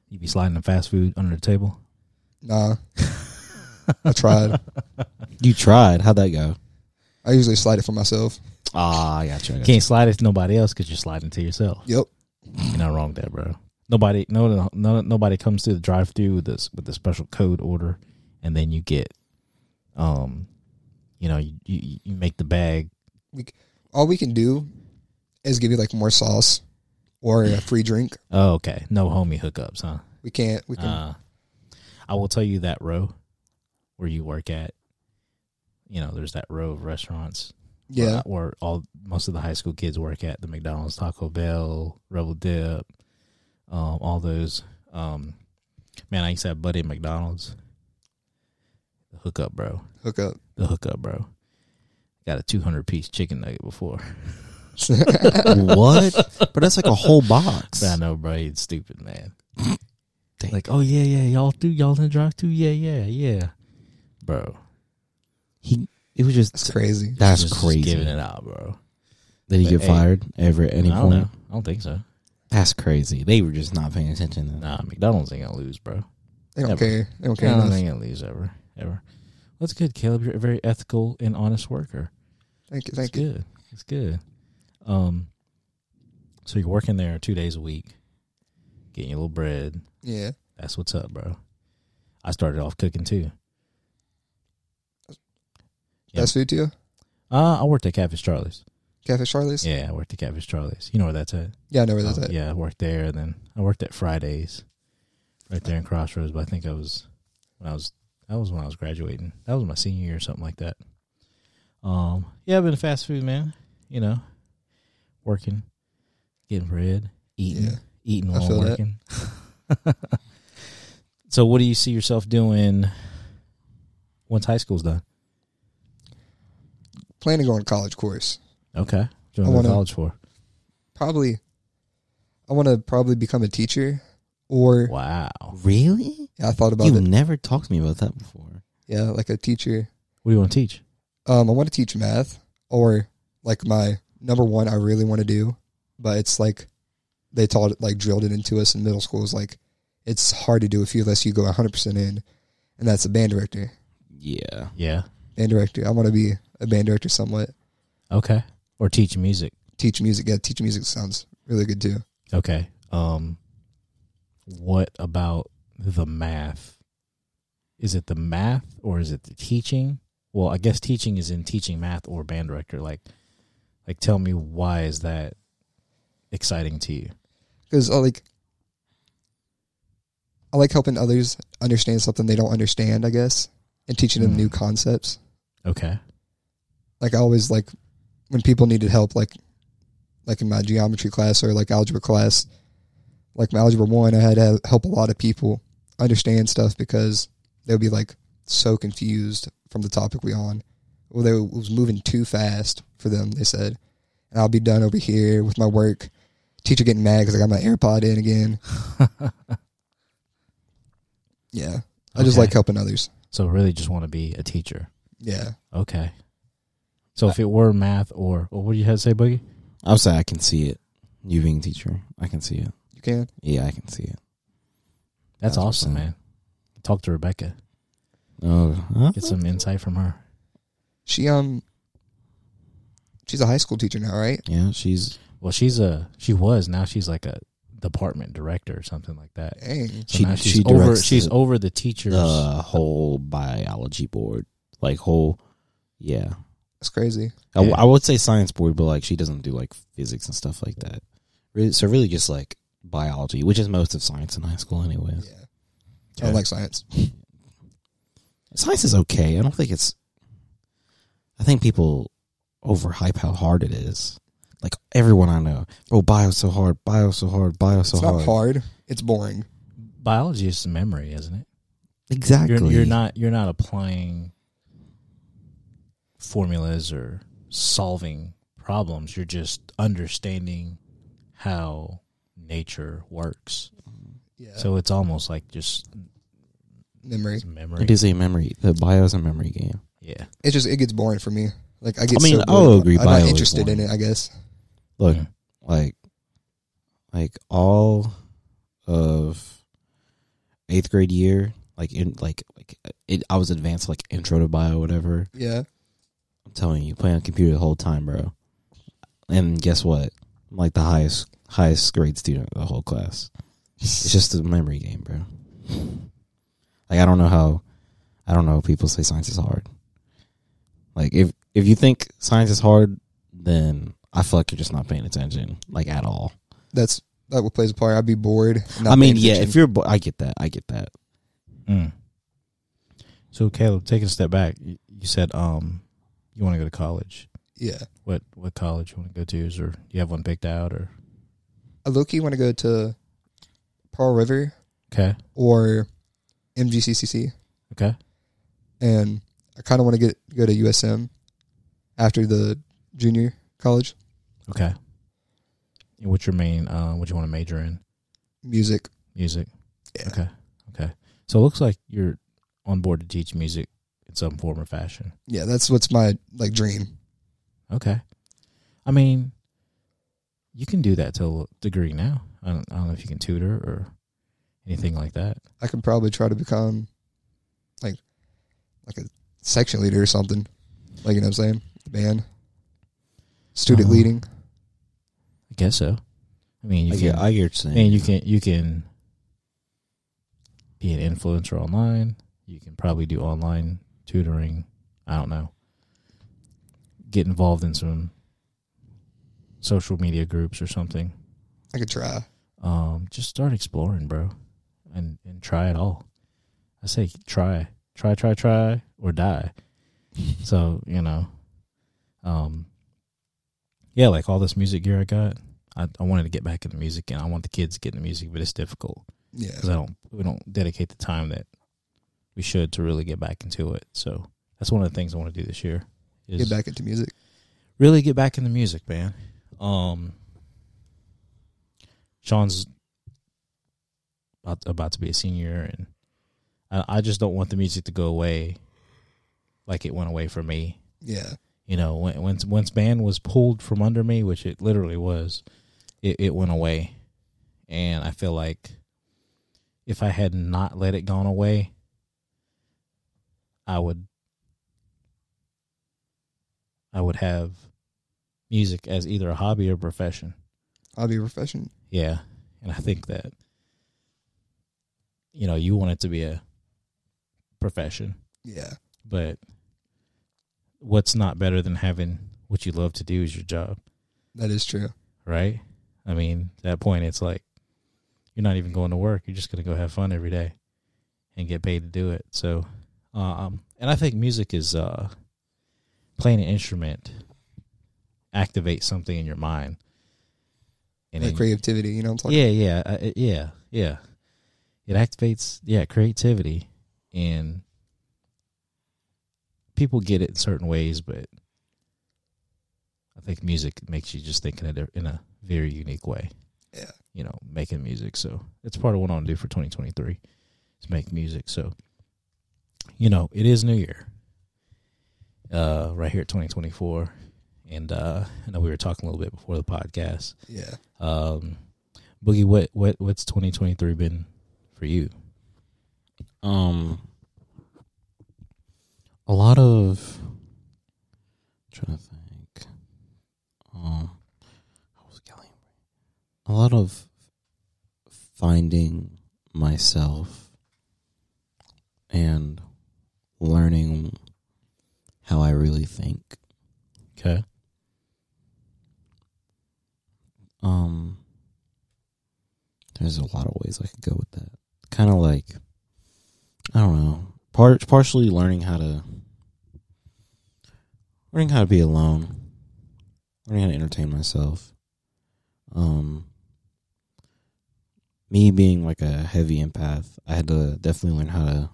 [SPEAKER 1] you be sliding the fast food under the table.
[SPEAKER 3] Nah, I tried.
[SPEAKER 2] You tried. How'd that go?
[SPEAKER 3] I usually slide it for myself.
[SPEAKER 2] Ah, I got you. I got you.
[SPEAKER 1] Can't slide it to nobody else because you're sliding to yourself.
[SPEAKER 3] Yep.
[SPEAKER 1] You're not wrong there, bro. Nobody, no, no, no nobody comes through the drive-through with this with the special code order, and then you get, um, you know, you you, you make the bag.
[SPEAKER 3] All we can do is give you like more sauce or a free drink.
[SPEAKER 1] Oh, okay, no homie hookups, huh?
[SPEAKER 3] We can't. We can.
[SPEAKER 1] Uh, I will tell you that row where you work at. You know, there's that row of restaurants.
[SPEAKER 3] yeah.
[SPEAKER 1] where, where all most of the high school kids work at the McDonald's, Taco Bell, Rebel Dip, um, all those. Um, man, I used to have buddy at McDonald's. The hookup, bro.
[SPEAKER 3] hook up.
[SPEAKER 1] The hookup, bro. Got a two hundred piece chicken nugget before.
[SPEAKER 2] what? But that's like a whole box.
[SPEAKER 1] I know, bro. He's stupid, man.
[SPEAKER 2] Dang.
[SPEAKER 1] Like, oh yeah, yeah, y'all do y'all in the drive through, yeah, yeah, yeah, bro.
[SPEAKER 2] He it was just
[SPEAKER 3] That's crazy.
[SPEAKER 2] that's
[SPEAKER 1] Just
[SPEAKER 2] crazy.
[SPEAKER 1] giving it out, bro.
[SPEAKER 2] Did he
[SPEAKER 1] But,
[SPEAKER 2] get
[SPEAKER 1] hey,
[SPEAKER 2] fired ever at any
[SPEAKER 1] I don't
[SPEAKER 2] point?
[SPEAKER 1] know. I don't think so.
[SPEAKER 2] That's crazy. They were just not paying attention. Then.
[SPEAKER 1] Nah, McDonald's ain't gonna lose, bro.
[SPEAKER 3] They don't
[SPEAKER 1] Never.
[SPEAKER 3] care. They don't
[SPEAKER 1] Okay,
[SPEAKER 3] care.
[SPEAKER 1] I don't
[SPEAKER 3] enough.
[SPEAKER 1] think I'll lose ever, ever. That's good, Caleb. You're a very ethical and honest worker.
[SPEAKER 3] Thank you.
[SPEAKER 1] That's
[SPEAKER 3] Thank you.
[SPEAKER 1] good. It's good. Um, so you're working there two days a week, getting your little bread.
[SPEAKER 3] Yeah.
[SPEAKER 1] That's what's up, bro. I started off cooking too. Yeah.
[SPEAKER 3] Fast food to you.
[SPEAKER 1] Uh, I worked at Catfish Charlie's.
[SPEAKER 3] Cafe Charlie's. Yeah.
[SPEAKER 1] Yeah, I worked at Catfish Charlie's. You know where that's at?
[SPEAKER 3] I know where that's
[SPEAKER 1] Oh,
[SPEAKER 3] at.
[SPEAKER 1] Yeah, I worked there, and then I worked at Fridays, right there in Crossroads. But I think I was when I was that was when I was graduating. That was my senior year or something like that. Um, yeah, I've been a fast food man. You know, working, getting bread, eating,
[SPEAKER 3] Yeah.
[SPEAKER 1] eating
[SPEAKER 3] I
[SPEAKER 1] while
[SPEAKER 3] feel that.
[SPEAKER 1] working. so, what do you see yourself doing once high school's done?
[SPEAKER 3] Plan to go on a college course.
[SPEAKER 1] Okay, do you
[SPEAKER 3] I
[SPEAKER 1] want to go to
[SPEAKER 3] wanna-
[SPEAKER 1] college for?
[SPEAKER 3] Probably. I want to probably become a teacher, or
[SPEAKER 1] Wow,
[SPEAKER 2] Really?
[SPEAKER 3] I thought about
[SPEAKER 2] You've
[SPEAKER 3] it.
[SPEAKER 2] never talked to me about that before.
[SPEAKER 3] Yeah, like a teacher.
[SPEAKER 1] what do you want to teach?
[SPEAKER 3] um, I want to teach math, or like my number one I really want to do, but it's like they taught it, like drilled it into us in middle school. Is like it's hard to do if you unless you go 100 percent in, and that's a band director.
[SPEAKER 2] Yeah.
[SPEAKER 1] Yeah,
[SPEAKER 3] Band director. I want to be a band director somewhat.
[SPEAKER 1] okay, or teach music.
[SPEAKER 3] Teach music. Yeah, teach music sounds really good too.
[SPEAKER 1] Okay. Um what about the math? Is it the math or is it the teaching? Well, I guess teaching is in teaching math or band director. Like like tell me why is that exciting to you?
[SPEAKER 3] Because I like I like helping others understand something they don't understand. I guess and teaching them
[SPEAKER 1] Hmm.
[SPEAKER 3] new concepts.
[SPEAKER 1] Okay.
[SPEAKER 3] like I always like when people needed help, like like in my geometry class or like algebra class, like my algebra one, I had to have- help a lot of people understand stuff because they would be like so confused from the topic we on. Well, they it was moving too fast for them. They said, and I'll be done over here with my work. Teacher getting mad because I got my AirPod in again. yeah, I just
[SPEAKER 1] Okay.
[SPEAKER 3] like helping others.
[SPEAKER 1] So really just want to be a teacher.
[SPEAKER 3] Yeah,
[SPEAKER 1] Okay. So if it were math or or what do you have to say, Boogie?
[SPEAKER 2] I would say I can see it. You being a teacher. I can see it.
[SPEAKER 3] you can.
[SPEAKER 2] Yeah, I can see it. That's
[SPEAKER 1] That's,
[SPEAKER 2] what I'm
[SPEAKER 1] awesome,
[SPEAKER 2] saying.
[SPEAKER 1] man. Talk to Rebecca.
[SPEAKER 2] Oh, huh?
[SPEAKER 1] Get some insight from her.
[SPEAKER 3] She um she's a high school teacher now, right?
[SPEAKER 2] yeah. She's
[SPEAKER 1] Well, she's a she was now she's like a department director or something like that.
[SPEAKER 3] Dang.
[SPEAKER 1] So
[SPEAKER 2] She-
[SPEAKER 1] now she's
[SPEAKER 2] she
[SPEAKER 1] over.
[SPEAKER 2] directs Uh,
[SPEAKER 1] She's
[SPEAKER 2] the-
[SPEAKER 1] over the teachers.
[SPEAKER 2] the whole biology board, like whole. Yeah.
[SPEAKER 3] That's crazy.
[SPEAKER 2] I,
[SPEAKER 1] Yeah.
[SPEAKER 2] I would say science board, but like she doesn't do like physics and stuff like that. Really, so really, just like biology, which is most of science in high school, anyways.
[SPEAKER 3] Yeah. I don't like science.
[SPEAKER 2] Science is okay. I don't think it's. I think people overhype how hard it is. Like everyone I know, oh, bio's so hard, bio's so hard, bio's so
[SPEAKER 3] it's
[SPEAKER 2] hard.
[SPEAKER 3] not hard. It's boring.
[SPEAKER 1] Biology is just memory, isn't it?
[SPEAKER 2] Exactly.
[SPEAKER 1] You're, you're not you're not applying formulas or solving problems. You're just understanding how nature works.
[SPEAKER 3] Yeah.
[SPEAKER 1] So it's almost like just
[SPEAKER 3] memory.
[SPEAKER 1] it's memory.
[SPEAKER 2] It is a memory. The bio's a memory game.
[SPEAKER 1] Yeah.
[SPEAKER 3] It just it gets boring for me. Like I get.
[SPEAKER 2] I mean,
[SPEAKER 3] so
[SPEAKER 2] I'll
[SPEAKER 3] bored.
[SPEAKER 2] agree
[SPEAKER 3] I'm
[SPEAKER 2] bio
[SPEAKER 3] not
[SPEAKER 2] is
[SPEAKER 3] interested in
[SPEAKER 2] boring.
[SPEAKER 3] it. I guess.
[SPEAKER 2] Look,
[SPEAKER 1] Yeah.
[SPEAKER 2] like, like all of eighth grade year, like in like like it, I was advanced like intro to bio, whatever.
[SPEAKER 3] Yeah.
[SPEAKER 2] I'm telling you, playing on computer the whole time, bro. And guess what? I'm like the highest highest grade student of the whole class. It's just a memory game, bro. Like I don't know how I don't know how people say science is hard. Like if if you think science is hard, then I feel like you're just not paying attention, like at all.
[SPEAKER 3] That's that what plays a part. I'd be bored. not
[SPEAKER 2] I mean,
[SPEAKER 3] paying
[SPEAKER 2] yeah,
[SPEAKER 3] attention.
[SPEAKER 2] if you're, bo- I get that, I get that.
[SPEAKER 1] Mm. So Caleb, taking a step back, you, you said um you want to go to college.
[SPEAKER 3] yeah.
[SPEAKER 1] What what college you want to go to? Is or you have one picked out or
[SPEAKER 3] I low key want to go to Pearl River
[SPEAKER 1] okay
[SPEAKER 3] or MGCCC,
[SPEAKER 1] okay
[SPEAKER 3] and I kind of want to get go to USM after the junior college
[SPEAKER 1] okay. And what's your main? Uh, what you want to major in?
[SPEAKER 3] music.
[SPEAKER 1] Music.
[SPEAKER 3] Yeah.
[SPEAKER 1] Okay. Okay. So it looks like you're on board to teach music in some form or fashion.
[SPEAKER 3] Yeah, that's what's my like dream.
[SPEAKER 1] Okay. I mean, you can do that to a degree now. I don't, I don't know if you can tutor or anything like that.
[SPEAKER 3] I could probably try to become like like a section leader or something. Like you know what I'm saying? Band. Student
[SPEAKER 1] Uh-huh.
[SPEAKER 3] leading.
[SPEAKER 1] I guess so. I mean, you can.
[SPEAKER 2] I get what
[SPEAKER 1] I
[SPEAKER 2] you're
[SPEAKER 1] mean, you can. You can be an influencer online. You can probably do online tutoring. I don't know. Get involved in some social media groups or something.
[SPEAKER 3] I could try.
[SPEAKER 1] um, just start exploring, bro, and and try it all. I say try, try, try, try, or die. so you know, um, yeah, like all this music gear I got, I, I wanted to get back into music, and I want the kids to get into music, but it's difficult
[SPEAKER 3] Yeah.
[SPEAKER 1] because I don't we don't dedicate the time that we should to really get back into it. So that's one of the things I want to do this year. Is
[SPEAKER 3] Get back into music.
[SPEAKER 1] really get back into music, man. Um, Sean's about, about to be a senior, and I, I just don't want the music to go away like it went away for me.
[SPEAKER 3] Yeah.
[SPEAKER 1] You know, when, once once band was pulled from under me, which it literally was, it, it went away, and I feel like if I had not let it gone away, I would I would have music as either a hobby or profession.
[SPEAKER 3] I'll be a profession.
[SPEAKER 1] Yeah. And I think that, you know, you want it to be a profession,
[SPEAKER 3] Yeah.
[SPEAKER 1] but what's not better than having what you love to do as your job,
[SPEAKER 3] That is true.
[SPEAKER 1] right? I mean, at that point, it's like you're not even going to work. You're just going to go have fun every day and get paid to do it. So, um, and I think music is uh, playing an instrument activates something in your mind. And
[SPEAKER 3] Like
[SPEAKER 1] in-
[SPEAKER 3] creativity, you know what I'm talking
[SPEAKER 1] yeah, yeah, uh, it- yeah, yeah. It activates yeah creativity, and people get it in certain ways, but I think music makes you just think in a di- in a very unique way.
[SPEAKER 3] Yeah.
[SPEAKER 1] you know, making music. So it's part of what I want to do for 2023 is make music. So you know, it is New Year. Uh, right here at 2024, and uh, I know we were talking a little bit before the podcast.
[SPEAKER 3] Yeah.
[SPEAKER 1] Um, Boogie, what what what's twenty twenty three been for you?
[SPEAKER 2] Um, a lot of trying to think. Um, how was Kelly? A lot of finding myself and learning how I really think.
[SPEAKER 1] Okay,
[SPEAKER 2] Um, there's a lot of ways I could go with that. Kind of like, I don't know, Par- partially learning how to learning how to be alone, learning how to entertain myself. Um, me being like a heavy empath, I had to definitely learn how to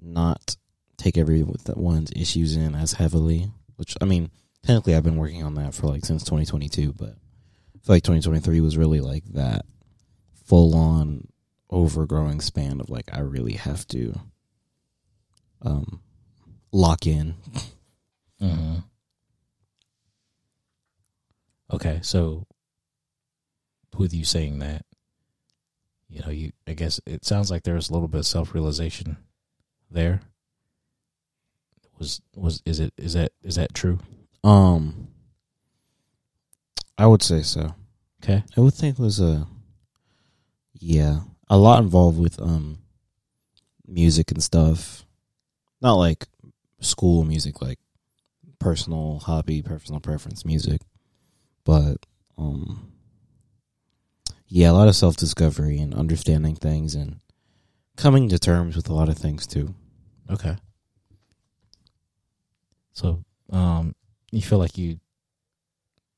[SPEAKER 2] not take everyone's issues in as heavily. Which I mean, technically, I've been working on that for like since 2022, but I feel like 2023 was really like that full on overgrowing span of like I really have to um lock in.
[SPEAKER 1] Mm-hmm. Okay, so with you saying that, you know, you I guess it sounds like there's a little bit of self realization there. Was was is it is that is that true?
[SPEAKER 2] Um I would say so.
[SPEAKER 1] Okay.
[SPEAKER 2] I would think it was a yeah, a lot involved with um music and stuff. Not like school music like personal hobby, personal preference music, but um yeah, a lot of self-discovery and understanding things and coming to terms with a lot of things too.
[SPEAKER 1] Okay. So, um, you feel like you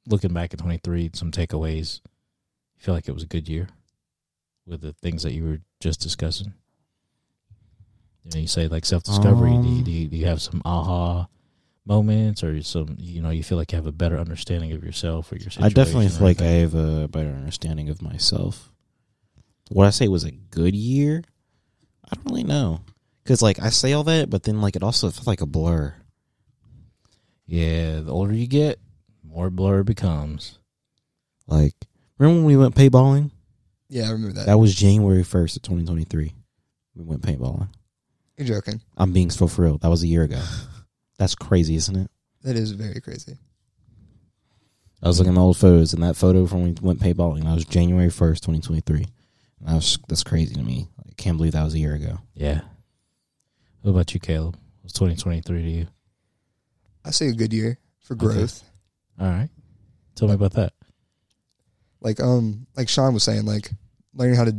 [SPEAKER 1] looking back at twenty three, some takeaways. You feel like it was a good year with the things that you were just discussing. You, know, you say like self discovery. do, you,
[SPEAKER 2] Um,
[SPEAKER 1] do, you, do you have some aha moments, or some you know you feel like you have a better understanding of yourself or your situation?
[SPEAKER 2] I definitely
[SPEAKER 1] or
[SPEAKER 2] feel like I
[SPEAKER 1] anything?
[SPEAKER 2] have a better understanding of myself. What I say was a good year. I don't really know because like I say all that, but then like it also felt like a blur.
[SPEAKER 1] yeah. The older you get, more blur it becomes.
[SPEAKER 2] Like remember when we went paintballing?
[SPEAKER 3] Yeah, I remember that.
[SPEAKER 2] That was January first of twenty twenty three. We went paintballing.
[SPEAKER 3] You're joking.
[SPEAKER 2] I'm being so for real. That was a year ago. That's crazy, isn't it?
[SPEAKER 3] That is very crazy.
[SPEAKER 2] I was looking at my old photos, and that photo from when we went paintballing that was January first, twenty twenty three. And I was that's crazy to me. I can't believe that was a year ago.
[SPEAKER 1] Yeah. What about you, Caleb? Was twenty twenty three to you?
[SPEAKER 3] I say a good year for
[SPEAKER 1] Okay.
[SPEAKER 3] growth.
[SPEAKER 1] All right. Tell me about that.
[SPEAKER 3] Like um, like Sean was saying, like learning how to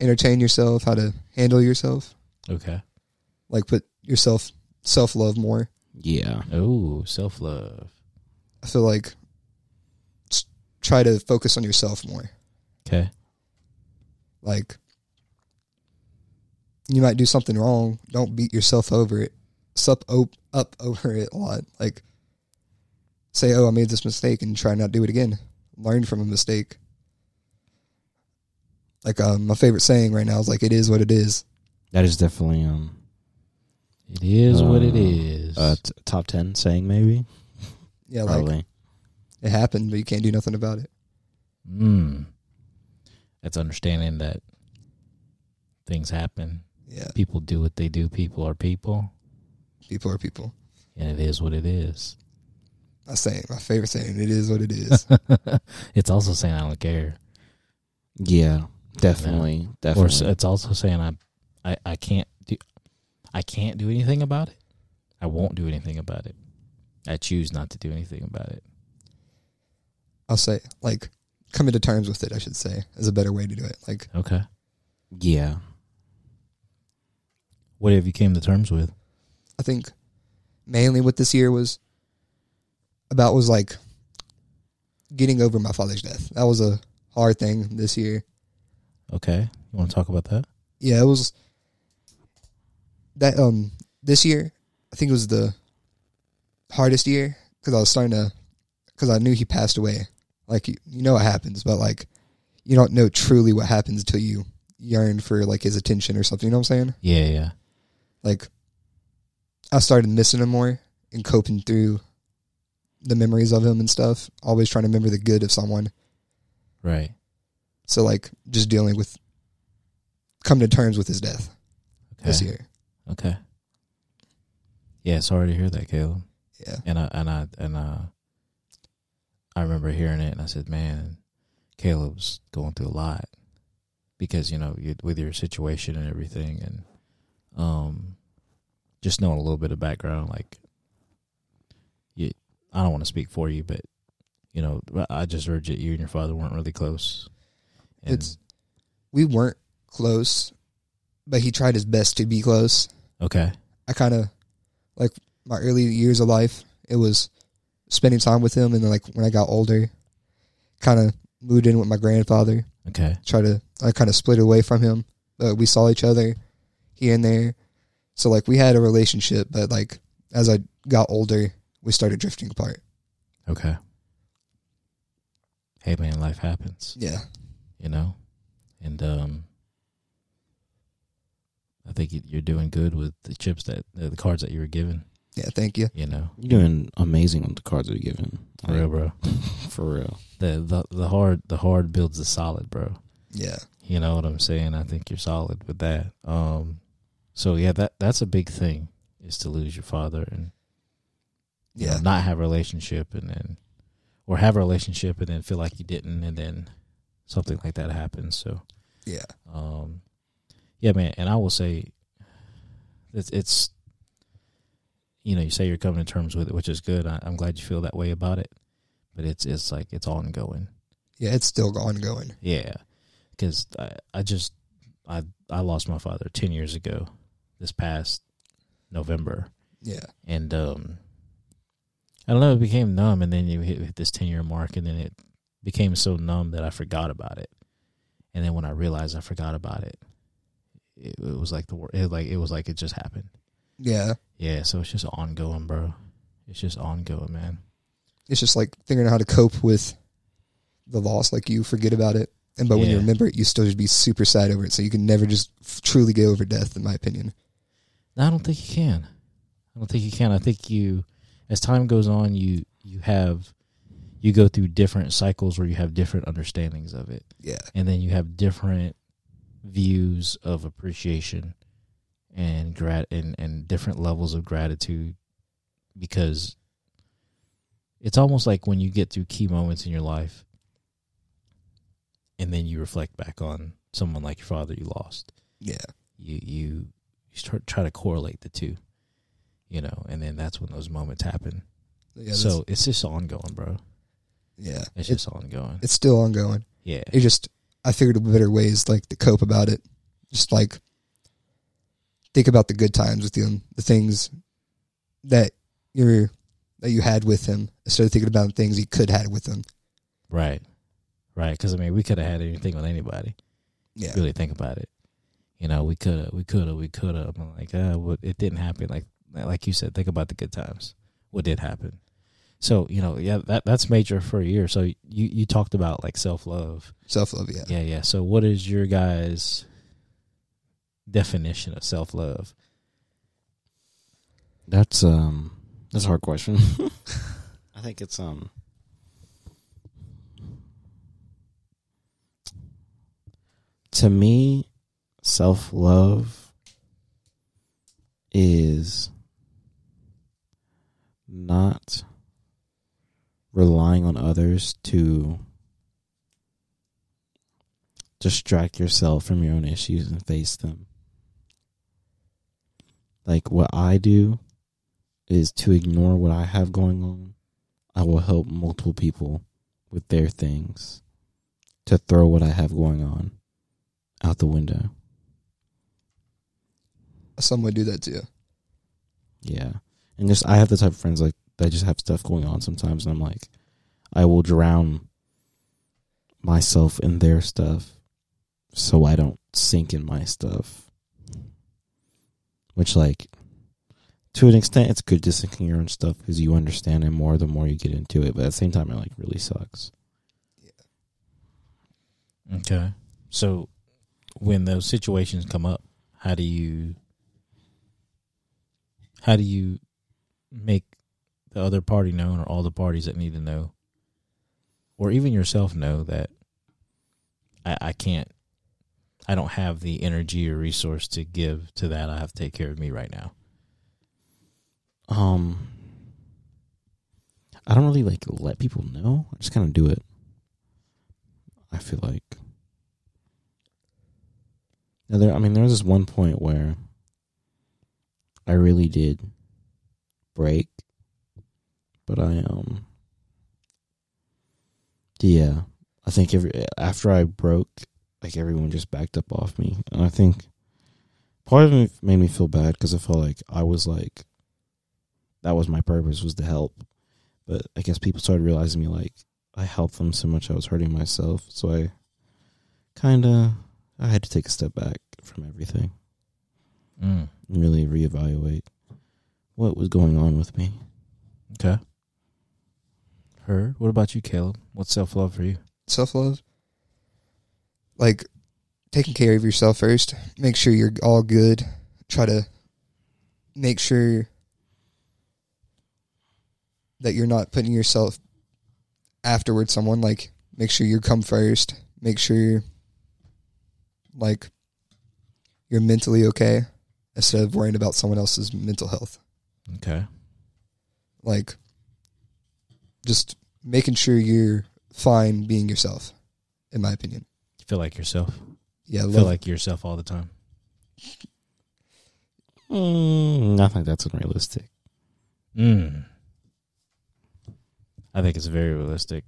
[SPEAKER 3] entertain yourself, how to handle yourself,
[SPEAKER 1] Okay.
[SPEAKER 3] like put yourself self love more.
[SPEAKER 2] Yeah.
[SPEAKER 1] Oh, self love.
[SPEAKER 3] I feel like s- try to focus on yourself more.
[SPEAKER 1] Okay.
[SPEAKER 3] Like you might do something wrong, don't beat yourself over it. Sup op- up over it a lot. Like say, "Oh, I made this mistake," and try not to do it again. Learn from a mistake. Like um, my favorite saying right now is like, "It is what it is."
[SPEAKER 2] That is definitely um
[SPEAKER 1] It is what it
[SPEAKER 2] Uh,
[SPEAKER 1] is.
[SPEAKER 2] uh, t- top 10 saying maybe
[SPEAKER 3] Yeah, like
[SPEAKER 2] probably
[SPEAKER 3] it happened, but you can't do nothing about it.
[SPEAKER 1] mm. That's understanding that things happen.
[SPEAKER 3] Yeah,
[SPEAKER 1] People do what they do. People are people,
[SPEAKER 3] people are people.
[SPEAKER 1] and it is what it is.
[SPEAKER 3] I say my favorite saying, "It is what it is."
[SPEAKER 1] it's also saying I don't care,
[SPEAKER 2] yeah definitely
[SPEAKER 1] or
[SPEAKER 2] definitely
[SPEAKER 1] s- uh, it's also saying I, I, I can't do, I can't do anything about it. I won't do anything about it. I choose not to do anything about it.
[SPEAKER 3] I'll say like coming to terms with it. I should say is a better way to do it. Like
[SPEAKER 1] Okay.
[SPEAKER 2] yeah
[SPEAKER 1] What have you came to terms with?
[SPEAKER 3] I think mainly what this year was about was like getting over my father's death. That was a hard thing this year.
[SPEAKER 1] Okay. You want to talk about that?
[SPEAKER 3] Yeah, it was that um this year I think it was the hardest year cuz I was starting to cuz I knew he passed away. Like you, you know what happens, but like you don't know truly what happens until you yearn for like his attention or something, you know what I'm saying?
[SPEAKER 1] Yeah. Yeah.
[SPEAKER 3] like I started missing him more and coping through the memories of him and stuff. Always trying to remember the good of someone.
[SPEAKER 1] Right.
[SPEAKER 3] So like just dealing with coming to terms with his death
[SPEAKER 1] Okay.
[SPEAKER 3] this year.
[SPEAKER 1] Okay. Yeah, sorry to hear that, Caleb.
[SPEAKER 3] Yeah.
[SPEAKER 1] And I and I and uh I remember hearing it and I said, Man, Caleb's going through a lot because, you know, you, with your situation and everything and um just knowing a little bit of background, like you I don't want to speak for you, but you know, I just heard that you and your father weren't really close. And
[SPEAKER 3] It's- We weren't close but he tried his best to be close.
[SPEAKER 1] Okay.
[SPEAKER 3] I kind of like my early years of life. It was spending time with him, and then like when I got older, kind of moved in with my grandfather.
[SPEAKER 1] Okay.
[SPEAKER 3] Try to I kind of split away from him, but we saw each other here and there. So like we had a relationship, but like as I got older, we started drifting apart.
[SPEAKER 1] Okay. Hey man, life happens,
[SPEAKER 3] Yeah,
[SPEAKER 1] you know? And um I think you- you're doing good with the chips that uh, the cards that you were given,
[SPEAKER 3] yeah. Thank you.
[SPEAKER 1] you know.
[SPEAKER 2] You're doing amazing on the cards you're given.
[SPEAKER 1] For real, bro.
[SPEAKER 2] For real.
[SPEAKER 1] The the the hard the hard builds the solid, bro.
[SPEAKER 3] Yeah,
[SPEAKER 1] You know what I'm saying? I think you're solid with that. Um, so yeah, that that's a big thing is to lose your father and you know,
[SPEAKER 3] yeah,
[SPEAKER 1] not have a relationship and then or have a relationship and then feel like you didn't and then something like that happens. So
[SPEAKER 3] yeah,
[SPEAKER 1] um, yeah, man. And I will say it's it's you know you say you're coming to terms with it, which is good. I, I'm glad you feel that way about it, but it's it's like it's ongoing.
[SPEAKER 3] yeah. It's still ongoing.
[SPEAKER 1] Yeah, because I, I just I I lost my father ten years ago, this past November,
[SPEAKER 3] Yeah,
[SPEAKER 1] and um, I don't know. It became numb, and then you hit, hit this ten year mark, and then it became so numb that I forgot about it. And then when I realized I forgot about it, it, it was like the wor- it like it was like it just happened.
[SPEAKER 3] yeah.
[SPEAKER 1] Yeah, so it's just ongoing, bro. It's just ongoing, man.
[SPEAKER 3] It's just like figuring out how to cope with the loss. Like you forget about it, and but when you
[SPEAKER 1] Yeah.
[SPEAKER 3] remember it, you still just be super sad over it. So you can never just f- truly get over death, in my opinion.
[SPEAKER 1] No, I don't think you can. I don't think you can. I think you, as time goes on, you you have, you go through different cycles where you have different understandings of it,
[SPEAKER 3] Yeah,
[SPEAKER 1] and then you have different views of appreciation and grat and and different levels of gratitude because it's almost like when you get through key moments in your life and then you reflect back on someone like your father you lost
[SPEAKER 3] yeah,
[SPEAKER 1] you you you start try to correlate the two, you know, and then that's when those moments happen.
[SPEAKER 3] yeah.
[SPEAKER 1] so it's just ongoing, bro.
[SPEAKER 3] yeah,
[SPEAKER 1] It's
[SPEAKER 3] it's
[SPEAKER 1] just ongoing.
[SPEAKER 3] it's still ongoing.
[SPEAKER 1] yeah,
[SPEAKER 3] It just I figured better ways like to cope about it. Just like think about the good times with him, the things that you're that you had with him, instead of thinking about the things he could had with him.
[SPEAKER 1] right, right. Because I mean, we could have had anything with anybody.
[SPEAKER 3] Yeah,
[SPEAKER 1] Really think about it. You know, we could have, we could have, we could have. I'm like, ah, what? It didn't happen. Like, like you said, think about the good times. What did happen? So you know, yeah, that that's major for a year. So you you talked about like self love.
[SPEAKER 3] self love. Yeah.
[SPEAKER 1] Yeah, yeah. So, what is your guys' definition of self love?
[SPEAKER 2] That's um that's a hard question. I think it's um to me self love is not relying on others to distract yourself from your own issues and face them. Like what I do is to ignore what I have going on. I will help multiple people with their things to throw what I have going on out the window.
[SPEAKER 3] Some would do that too.
[SPEAKER 2] Yeah. And just I have the type of friends like that just have stuff going on sometimes and I'm like I will drown myself in their stuff so I don't sink in my stuff. Which like to an extent it's good to sink in your own stuff because you understand it more the more you get into it, but at the same time it like really sucks.
[SPEAKER 1] Okay. So, when those situations come up, how do you how do you make the other party known, or all the parties that need to know, or even yourself know that I, I can't, I don't have the energy or resource to give to that. I have to take care of me right now.
[SPEAKER 2] Um I don't really like let people know. I just kind of do it. I feel like now there I mean there was this one point where I really did break but I um yeah, I think every after I broke like everyone just backed up off me and I think part of it made me feel bad because I felt like I was like, that was my purpose was to help, but I guess people started realizing me like I helped them so much I was hurting myself, so I kind of I had to take a step back from everything
[SPEAKER 1] Mm.
[SPEAKER 2] and really reevaluate what was going on with me.
[SPEAKER 1] Okay. Heard. What about you, Caleb? What's self love for you?
[SPEAKER 3] self love, like taking care of yourself first. Make sure you're all good. Try to make sure that you're not putting yourself afterward someone. Like make sure you come first. Make sure like you're mentally okay instead of worrying about someone else's mental health.
[SPEAKER 1] Okay.
[SPEAKER 3] Like just making sure you're fine being yourself, in my opinion.
[SPEAKER 1] You feel like yourself.
[SPEAKER 3] Yeah,
[SPEAKER 1] You
[SPEAKER 3] love
[SPEAKER 1] feel like yourself all the time.
[SPEAKER 2] Mm, I think that's unrealistic.
[SPEAKER 1] Mm. I think it's very realistic.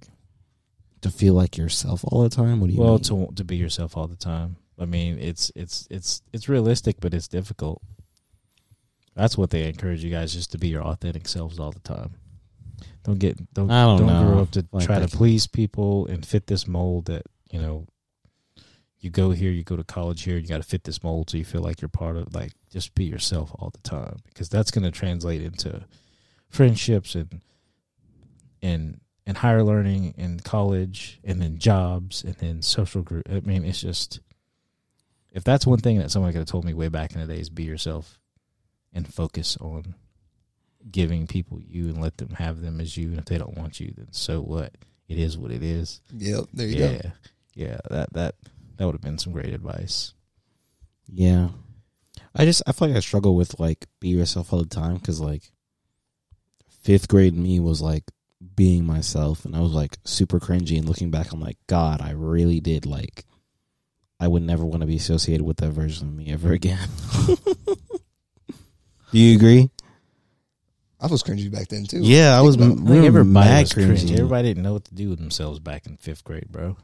[SPEAKER 2] To feel like yourself all the time. What do you
[SPEAKER 1] Well,
[SPEAKER 2] mean?
[SPEAKER 1] to to be yourself all the time. I mean, it's it's it's it's realistic, but it's difficult. That's what they encourage you guys just to be your authentic selves all the time. Don't get don't
[SPEAKER 2] I don't know.
[SPEAKER 1] grow up to
[SPEAKER 2] Like,
[SPEAKER 1] try to
[SPEAKER 2] like-
[SPEAKER 1] please people and fit this mold that you know. You go here, you go to college here, you got to fit this mold so you feel like you're part of. Like, just be yourself all the time because that's going to translate into friendships and and and higher learning and college and then jobs and then social group. I mean, it's just if that's one thing that someone could have told me way back in the day is be yourself and focus on giving people you and let them have them as you. And if they don't want you, then so what? It is what it is.
[SPEAKER 3] Yep, there you
[SPEAKER 1] Yeah,
[SPEAKER 3] go.
[SPEAKER 1] yeah. That that that would have been some great advice.
[SPEAKER 2] Yeah. I just, I feel like I struggle with like be yourself all the time because like fifth grade me was like being myself and I was like super cringy. And looking back, I'm like, God, I really did like, I would never want to be associated with that version of me ever again. Do you agree?
[SPEAKER 3] I was cringy back then too.
[SPEAKER 2] Yeah, I was.
[SPEAKER 3] Think
[SPEAKER 2] we
[SPEAKER 1] I
[SPEAKER 3] about
[SPEAKER 1] think
[SPEAKER 2] were
[SPEAKER 1] everybody
[SPEAKER 2] mad
[SPEAKER 1] was cringe.
[SPEAKER 2] cringy.
[SPEAKER 1] Everybody didn't know what to do with themselves back in fifth grade, bro.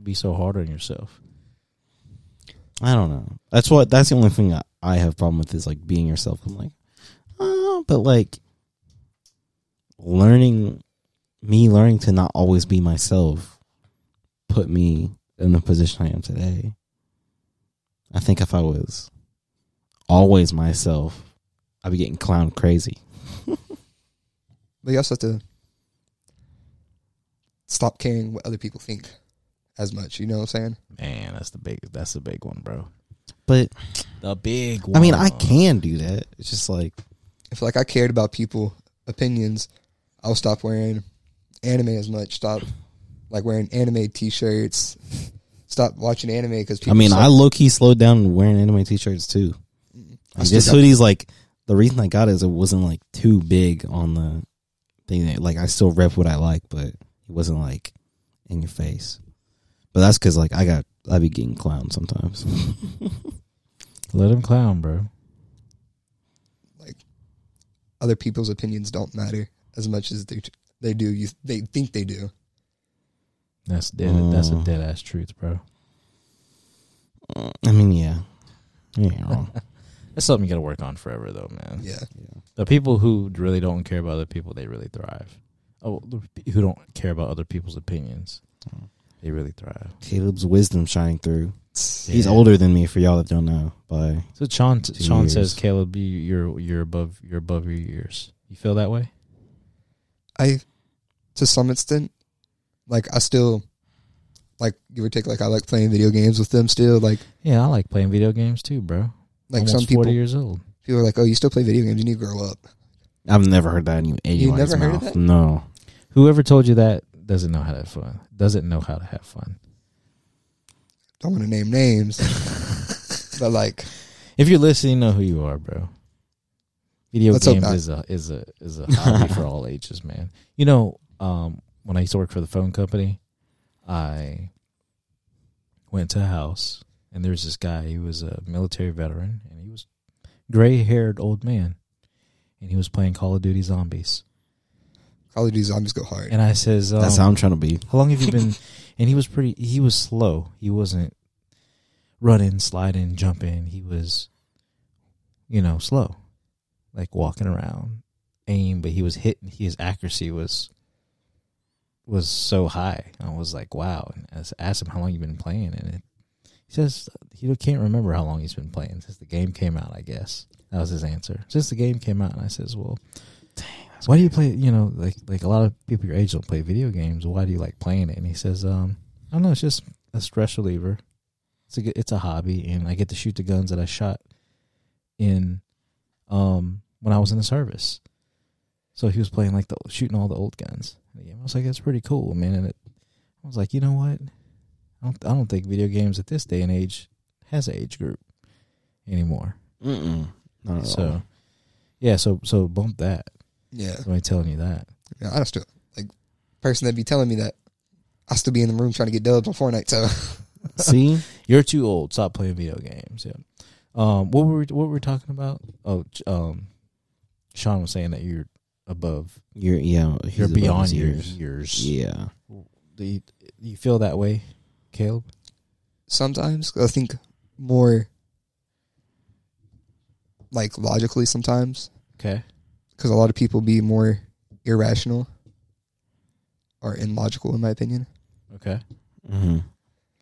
[SPEAKER 1] Be so hard on yourself.
[SPEAKER 2] I don't know. That's what. That's the only thing that I have problem with is like being yourself. I'm like, oh, but like learning, me learning to not always be myself, put me in the position I am today. I think if I was always myself, I'd be getting clown crazy.
[SPEAKER 3] But you also have to stop caring what other people think as much. You know what I'm saying?
[SPEAKER 1] Man, that's the big that's the big one, bro.
[SPEAKER 2] But
[SPEAKER 1] The big one.
[SPEAKER 2] I mean, I can do that. It's just like
[SPEAKER 3] If like I cared about people opinions, I'll stop wearing anime as much. Stop like wearing anime T-shirts. Stop watching anime because people.
[SPEAKER 2] I mean,
[SPEAKER 3] start-
[SPEAKER 2] I low key slowed down wearing anime t shirts too.
[SPEAKER 3] I
[SPEAKER 2] Like,
[SPEAKER 3] still
[SPEAKER 2] this
[SPEAKER 3] got-
[SPEAKER 2] hoodie's like the reason I got it is it wasn't like too big on the thing. That, like I still rep what I like, but it wasn't like in your face. But that's because like I got I be getting clowned sometimes.
[SPEAKER 1] Let him clown, bro.
[SPEAKER 3] other people's opinions don't matter as much as they they do. You they think they do.
[SPEAKER 1] That's dead. That's a
[SPEAKER 2] Mm.
[SPEAKER 1] dead ass truth, bro.
[SPEAKER 2] I mean, yeah, you ain't wrong.
[SPEAKER 1] That's something you got to work on forever, though, man.
[SPEAKER 3] Yeah,
[SPEAKER 2] yeah.
[SPEAKER 1] The people who really don't care about other people, they really thrive. Oh, the pe- who don't care about other people's opinions,
[SPEAKER 2] Mm.
[SPEAKER 1] they really thrive.
[SPEAKER 2] Caleb's wisdom shining through. He's
[SPEAKER 1] Yeah.
[SPEAKER 2] older than me. For y'all that don't know, by
[SPEAKER 1] So Sean,
[SPEAKER 2] Two
[SPEAKER 1] Sean
[SPEAKER 2] years.
[SPEAKER 1] says, Caleb, you- you're you're above you're above your years. You feel that way?
[SPEAKER 3] I to some extent, like I still like give or take. Like I like playing video games with them still. Like
[SPEAKER 1] Yeah, I like playing video games too, bro.
[SPEAKER 3] like
[SPEAKER 1] Almost
[SPEAKER 3] some people
[SPEAKER 1] forty years old.
[SPEAKER 3] people are like, "Oh, you still play video games? You need to grow up."
[SPEAKER 2] I've never heard that in anyone's
[SPEAKER 3] never heard
[SPEAKER 2] mouth.
[SPEAKER 3] of that?
[SPEAKER 2] No,
[SPEAKER 1] Whoever told you that doesn't know how to have fun. Doesn't know how to have fun.
[SPEAKER 3] Don't want to name names, but like,
[SPEAKER 1] If you're listening, you know who you are, bro. Video
[SPEAKER 3] Let's hope
[SPEAKER 1] games
[SPEAKER 3] not.
[SPEAKER 1] is a is a is a hobby for all ages, man. You know, um, when I used to work for the phone company, I went to a house and there was this guy. He was a military veteran and he was gray haired old man, and he was playing Call of Duty Zombies.
[SPEAKER 3] Call of Duty zombies go hard.
[SPEAKER 1] And I says, um,
[SPEAKER 2] that's how I'm trying to be.
[SPEAKER 1] how long have you been? and he was pretty. He was slow. He wasn't running, sliding, jumping. He was you know, slow, like walking around, aim. But he was hitting. His accuracy was was so high. I was like, wow. And I s- asked him how long you been playing, and it, he says he can't remember how long he's been playing since the game came out. I guess that was his answer. Since the game came out, and I says, well. Why do you play? You know, like like a lot of people your age don't play video games. Why do you like playing it? And he says, um, I don't know. It's just a stress reliever. It's a good- it's a hobby, and I get to shoot the guns that I shot in um when I was in the service. So he was playing like the shooting all the old guns. in the game. I was like, that's pretty cool, man. And it, I was like, you know what? I don't I don't think video games at this day and age has an age group anymore.
[SPEAKER 2] Mm-mm. Not at all.
[SPEAKER 1] So yeah, so so bump that.
[SPEAKER 3] Yeah.
[SPEAKER 1] Somebody telling you that.
[SPEAKER 3] yeah I don't still like person that be telling me that I still be in the room trying to get dubs on Fortnite. So
[SPEAKER 2] See,
[SPEAKER 1] You're too old. Stop playing video games. Yeah. Um. What were we, what were we talking about? Oh, j- um, Sean was saying that you're above.
[SPEAKER 2] you're yeah,
[SPEAKER 1] you're
[SPEAKER 2] he's above
[SPEAKER 1] beyond
[SPEAKER 2] his
[SPEAKER 1] your
[SPEAKER 2] years.
[SPEAKER 1] years.
[SPEAKER 2] Yeah,
[SPEAKER 1] Do you, do you feel that way, Caleb?
[SPEAKER 3] sometimes I think more like logically sometimes
[SPEAKER 1] Okay.
[SPEAKER 3] because a lot of people be more irrational or illogical in my opinion.
[SPEAKER 1] Okay.
[SPEAKER 2] hmm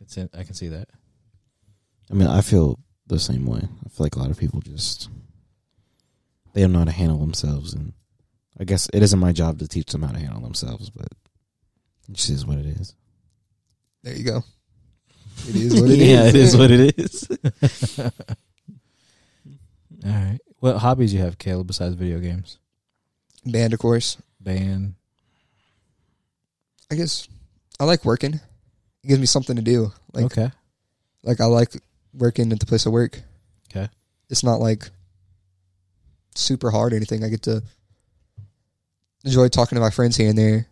[SPEAKER 1] It's in, I can see that.
[SPEAKER 2] I mean, I feel the same way. I feel like a lot of people just they don't know how to handle themselves, and I guess it isn't my job to teach them how to handle themselves, but it just is what it is.
[SPEAKER 3] There you go. It is what it is.
[SPEAKER 2] yeah, it is what it is.
[SPEAKER 1] All right. What hobbies you have, Caleb, besides video games?
[SPEAKER 3] Band, of course.
[SPEAKER 1] Band.
[SPEAKER 3] I guess I like working. It gives me something to do. Like
[SPEAKER 1] okay.
[SPEAKER 3] like I like working at the place I work.
[SPEAKER 1] Okay.
[SPEAKER 3] It's not like super hard or anything. I get to enjoy talking to my friends here and there.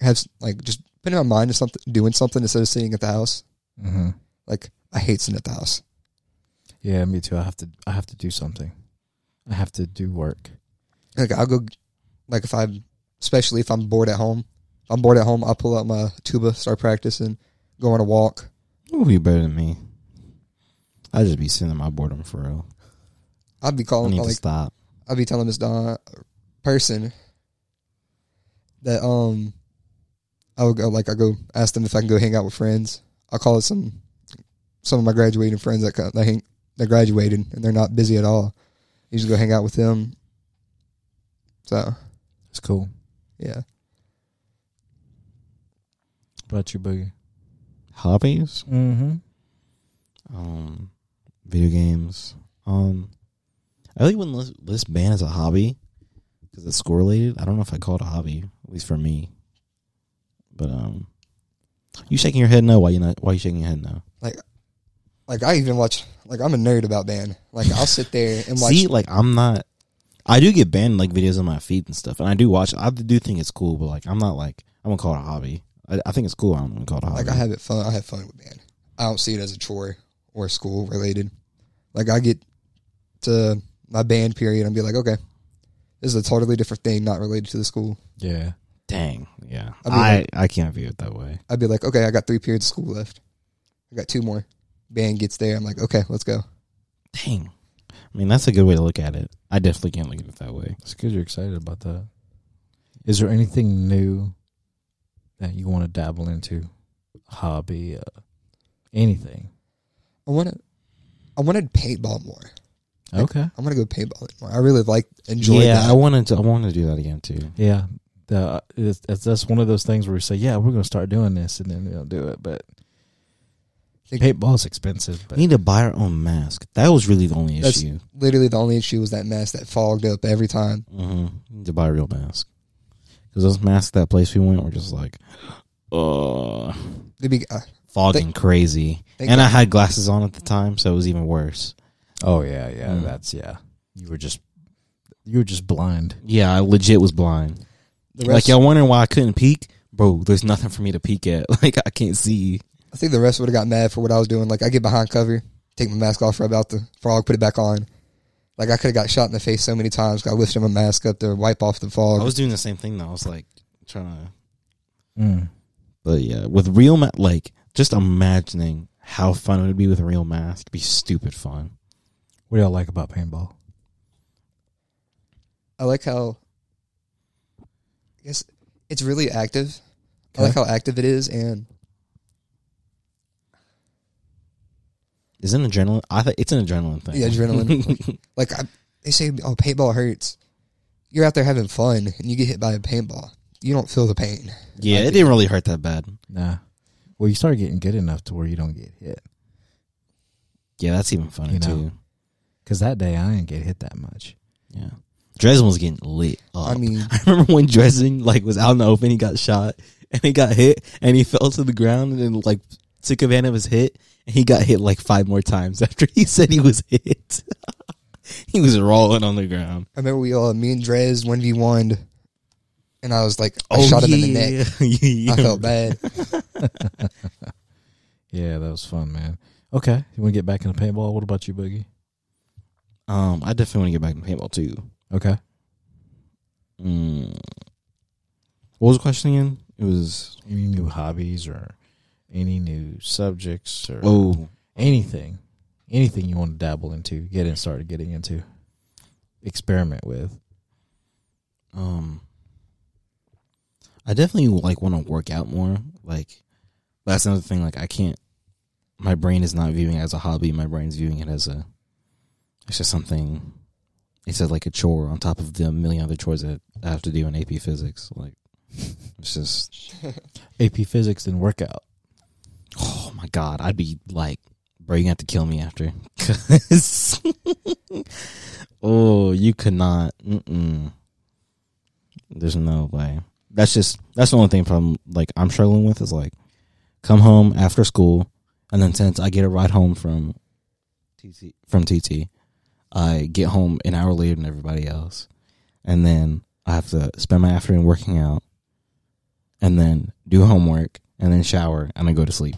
[SPEAKER 3] Have s- like just putting my mind to something, doing something instead of sitting at the house.
[SPEAKER 1] Mm-hmm.
[SPEAKER 3] Like I hate sitting at the house.
[SPEAKER 1] Yeah, me too. I have to. I have to do something. I have to do work.
[SPEAKER 3] Like I'll go, like if I'm, especially if I'm bored at home. If I'm bored at home. I'll pull out my tuba, start practicing, go on a walk.
[SPEAKER 2] Ooh, you better than me. I just be sending my boredom for real.
[SPEAKER 3] I'll be
[SPEAKER 2] I
[SPEAKER 3] calling
[SPEAKER 2] need
[SPEAKER 3] Oh, like
[SPEAKER 2] to stop.
[SPEAKER 3] I'll be telling this Don person that um I would go like I go ask them if I can go hang out with friends. I'll call some some of my graduating friends that co- that hang that graduated and they're not busy at all. You just go hang out with them. So
[SPEAKER 1] It's cool.
[SPEAKER 3] yeah.
[SPEAKER 1] What about you, Boogie?
[SPEAKER 2] Hobbies,
[SPEAKER 1] Mm-hmm.
[SPEAKER 2] um, video games. Um, I really wouldn't list, list band as a hobby because it's correlated. I don't know if I call it a hobby, at least for me. But um, you shaking your head no? Why you not? Why you shaking your head no?
[SPEAKER 3] Like I even watch like I'm a nerd about band. Like I'll sit there and watch
[SPEAKER 2] See, like I'm not. I do get banned like videos on my feed and stuff, and I do watch. I do think it's cool, but like I'm not like I'm gonna call it a hobby. I, I think it's cool. I'm gonna call it a hobby.
[SPEAKER 3] like I have it fun I have fun with band. I don't see it as a chore or school related. Like I get to my band period and be like, okay, this is a totally different thing, not related to the school.
[SPEAKER 1] Yeah.
[SPEAKER 2] Dang, yeah.
[SPEAKER 3] I
[SPEAKER 2] I
[SPEAKER 3] mean,
[SPEAKER 2] I, can't view it that way.
[SPEAKER 3] I'd be like, okay, I got three periods of school left. I got two more. Band gets there, I'm like, okay, let's go.
[SPEAKER 2] Dang. I mean, that's a good way to look at it. I definitely can't look at it that way.
[SPEAKER 1] It's good you're excited about that. Is there anything new that you want to dabble into? Hobby, uh, anything?
[SPEAKER 3] I want to. I wanted paintball more.
[SPEAKER 1] Okay.
[SPEAKER 3] I want to go paintballing more. I really like enjoy
[SPEAKER 2] yeah,
[SPEAKER 3] that.
[SPEAKER 2] I wanted to. I wanted to do that again too.
[SPEAKER 1] Yeah. The, uh, it's, it's, that's one of those things where we say, yeah, we're going to start doing this, and then we don't do it. But
[SPEAKER 3] Think-
[SPEAKER 1] paintball's expensive. But
[SPEAKER 2] We need to buy our own mask. That was really the only
[SPEAKER 3] That's-
[SPEAKER 2] issue.
[SPEAKER 3] Literally, the only issue was that mess that fogged up every time.
[SPEAKER 2] hmm Need to buy a real mask because those masks that place we went were just like, uh,
[SPEAKER 3] It'd be- uh,
[SPEAKER 2] fogging crazy.
[SPEAKER 3] thank
[SPEAKER 2] and I
[SPEAKER 3] God.
[SPEAKER 2] had glasses on at the time, so it was even worse.
[SPEAKER 1] oh yeah, yeah,
[SPEAKER 2] Mm.
[SPEAKER 1] that's yeah. You were just you were just blind.
[SPEAKER 2] Yeah, I legit was blind.
[SPEAKER 3] the
[SPEAKER 2] like
[SPEAKER 3] rest,
[SPEAKER 2] y'all wondering why I couldn't peek, bro. There's nothing for me to peek at. Like I can't see.
[SPEAKER 3] I think the rest would have got mad for what I was doing. Like I get behind cover, take my mask off, rub out the frog, put it back on. Like I could have got shot in the face so many times. 'cause I lifted my mask up to wipe off the fog.
[SPEAKER 2] I was doing the same thing though. I was like trying to.
[SPEAKER 1] Mm.
[SPEAKER 2] But yeah, with real ma- like just imagining how fun it would be with a real mask, it'd be stupid fun.
[SPEAKER 1] What do y'all like about paintball?
[SPEAKER 3] I like how. I guess it's really active. I like how active it is, and
[SPEAKER 2] Is it an adrenaline? I think it's an adrenaline thing.
[SPEAKER 3] Yeah, adrenaline. like I, they say, oh, paintball hurts. You're out there having fun, and you get hit by a paintball. You don't feel the pain.
[SPEAKER 2] yeah, it didn't really hurt that bad.
[SPEAKER 1] Nah. Well, you start getting good enough to where you don't get hit.
[SPEAKER 2] Yeah, that's even funny
[SPEAKER 1] You know.
[SPEAKER 2] too.
[SPEAKER 1] Because that day I didn't get hit that much.
[SPEAKER 2] Yeah, Dresden was getting lit. Up.
[SPEAKER 3] I mean,
[SPEAKER 2] I remember when Dresden like was out in the open, he got shot and he got hit and he fell to the ground and then like took advantage of his hit and he got hit like five more times after he said he was hit. he was rolling on the ground.
[SPEAKER 3] I remember we all, me and Drez, one v one, and I was like,
[SPEAKER 1] Oh,
[SPEAKER 3] I shot him in the neck.
[SPEAKER 2] Oh, yeah.
[SPEAKER 3] I felt bad.
[SPEAKER 1] Yeah, that was fun, man. Okay. You want to get back into paintball? What about you, Boogie?
[SPEAKER 2] Um, I definitely want to get back to paintball too.
[SPEAKER 1] Okay.
[SPEAKER 2] Mm. What was the question again? It was
[SPEAKER 1] Any new hobbies or any new subjects or
[SPEAKER 2] oh
[SPEAKER 1] anything? Anything you want to dabble into, get in, started getting into, experiment with.
[SPEAKER 2] um. I definitely like want to work out more. Like that's another thing. Like I can't. My brain is not viewing it as a hobby. My brain's viewing it as a. It's just something. It's just like a chore on top of the million other chores that I have to do in AP Physics. Like it's just
[SPEAKER 1] AP Physics and workout.
[SPEAKER 2] Oh my god, I'd be like, bro, you have to kill me after. 'Cause- oh, you could not. Mm-mm. There's no way. That's just that's the only thing from like I'm struggling with is like, come home after school, and then since I get a ride home from TT from TT, I get home an hour later than everybody else, and then I have to spend my afternoon working out, and then do homework, and then shower, and then go to sleep.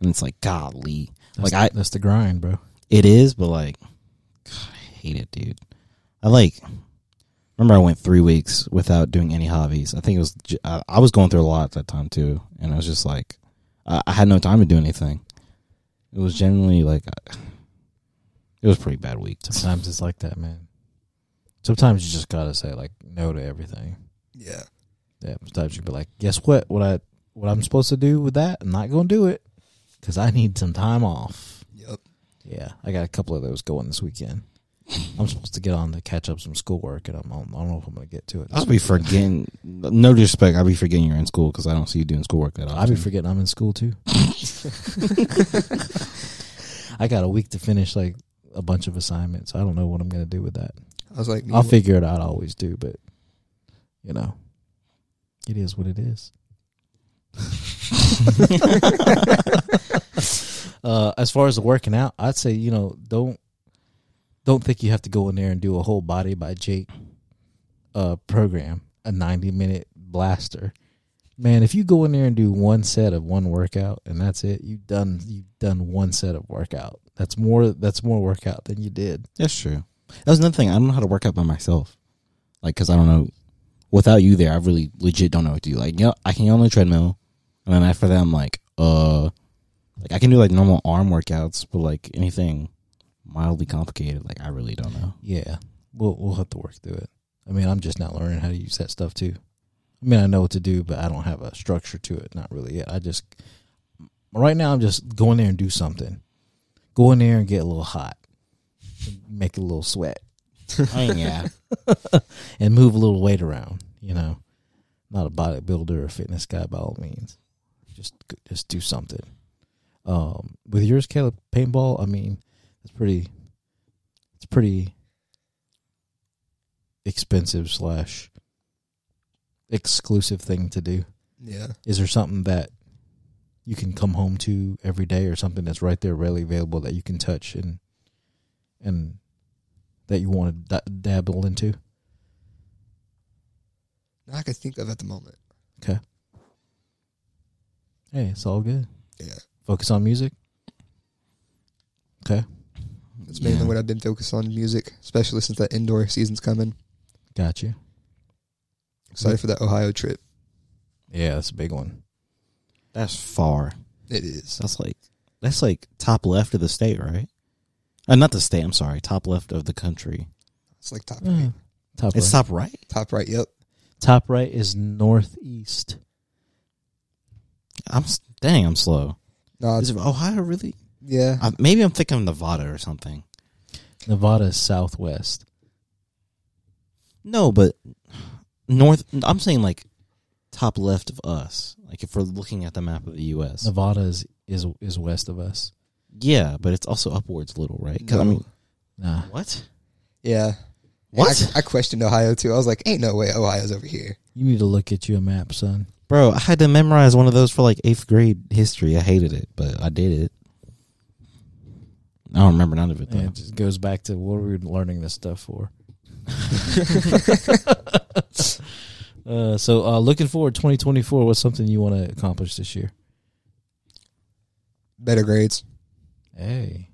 [SPEAKER 2] And it's like, golly,
[SPEAKER 1] That's
[SPEAKER 2] Like,
[SPEAKER 1] the, that's the grind, bro.
[SPEAKER 2] it is, but like, God, I hate it, dude. I like. Remember, I went three weeks without doing any hobbies. I think it was. j- I I was going through a lot at that time too, and I was just like, I, I had no time to do anything. It was generally like, I- it was a pretty bad week.
[SPEAKER 1] Sometimes it's like that, man. Sometimes you just gotta say like no to everything.
[SPEAKER 3] Yeah.
[SPEAKER 1] Yeah, sometimes you be like, guess what? What I what I'm supposed to do with that? I'm not gonna do it because I need some time off.
[SPEAKER 3] Yep.
[SPEAKER 1] Yeah, I got a couple of those going this weekend. I'm supposed to get on to catch up some schoolwork, and I'm I don't know if I'm gonna get to it. this
[SPEAKER 2] I'll be
[SPEAKER 1] weekend.
[SPEAKER 2] forgetting. No disrespect, I'll be forgetting you're in school because I don't see you doing schoolwork that often.
[SPEAKER 1] I'll be forgetting I'm in school too. I got a week to finish like a bunch of assignments. I don't know what I'm gonna do with that.
[SPEAKER 3] I was like,
[SPEAKER 1] I'll figure it out. I always do, but you know, it is what it is. uh, as far as the working out, I'd say you know don't don't think you have to go in there and do a whole body by Jake uh, program, a ninety minute blaster. Man, if you go in there and do one set of one workout and that's it, you've done you've done one set of workout. That's more that's more workout than you did.
[SPEAKER 2] That's true. That was another thing. I don't know how to work out by myself. Like, cause I don't know. Without you there, I really legit don't know what to do. Like, you know, I can get on the treadmill, and then after that, I'm like, uh, like I can do like normal arm workouts, but like anything mildly complicated, like I really don't know.
[SPEAKER 1] Yeah, we'll we'll have to work through it. I mean, I'm just not learning how to use that stuff too. I mean, I know what to do, but I don't have a structure to it. Not really yet. I just right now I'm just go in there and do something. Go in there and get a little hot, make a little sweat,
[SPEAKER 2] I mean, yeah,
[SPEAKER 1] and move a little weight around. You know, not a bodybuilder or fitness guy by all means. Just just do something. Um, with yours, Caleb, paintball. I mean, it's pretty. It's pretty expensive slash exclusive thing to do.
[SPEAKER 3] yeah.
[SPEAKER 1] Is there something that you can come home to every day, or something that's right there, readily available that you can touch and and that you want to d- dabble into?
[SPEAKER 3] Not I can think of at the moment.
[SPEAKER 1] Hey, it's all good.
[SPEAKER 3] Yeah.
[SPEAKER 1] Focus on music. Okay,
[SPEAKER 3] That's mainly
[SPEAKER 2] Yeah.
[SPEAKER 3] what I've been focused on music, especially since that indoor season's coming.
[SPEAKER 1] got you.
[SPEAKER 3] Excited for that Ohio trip.
[SPEAKER 1] Yeah, that's a big one.
[SPEAKER 2] that's far.
[SPEAKER 3] It is.
[SPEAKER 2] That's like that's like top left of the state, right? Uh, not the state. I'm sorry, top left of the country.
[SPEAKER 3] It's like top
[SPEAKER 1] Yeah.
[SPEAKER 3] eight.
[SPEAKER 1] Top
[SPEAKER 2] It's
[SPEAKER 1] right.
[SPEAKER 2] top right.
[SPEAKER 3] Top right. Yep.
[SPEAKER 1] Top right is northeast.
[SPEAKER 2] I'm s- dang. I'm slow.
[SPEAKER 3] No,
[SPEAKER 2] Is it Ohio really?
[SPEAKER 3] yeah.
[SPEAKER 2] I, maybe I'm thinking of Nevada or something.
[SPEAKER 1] Nevada is southwest.
[SPEAKER 2] No, but north. I'm saying like top left of us. Like if we're looking at the map of the U.S.
[SPEAKER 1] Nevada is is, is west of us.
[SPEAKER 2] Yeah, but it's also upwards a little, right? 'Cause I
[SPEAKER 3] No.
[SPEAKER 2] mean,
[SPEAKER 1] Nah.
[SPEAKER 2] what?
[SPEAKER 3] Yeah.
[SPEAKER 2] What?
[SPEAKER 3] I, I questioned Ohio too. I was like, ain't no way Ohio's over here.
[SPEAKER 1] You need to look at your map, son.
[SPEAKER 2] Bro, I had to memorize one of those for like eighth grade history. I hated it, but I did it. I don't remember none of it though.
[SPEAKER 1] And it just goes back to what we were learning this stuff for. uh, so, uh, looking forward, 2024, what's something you want to accomplish this year?
[SPEAKER 3] Better grades.
[SPEAKER 1] Hey.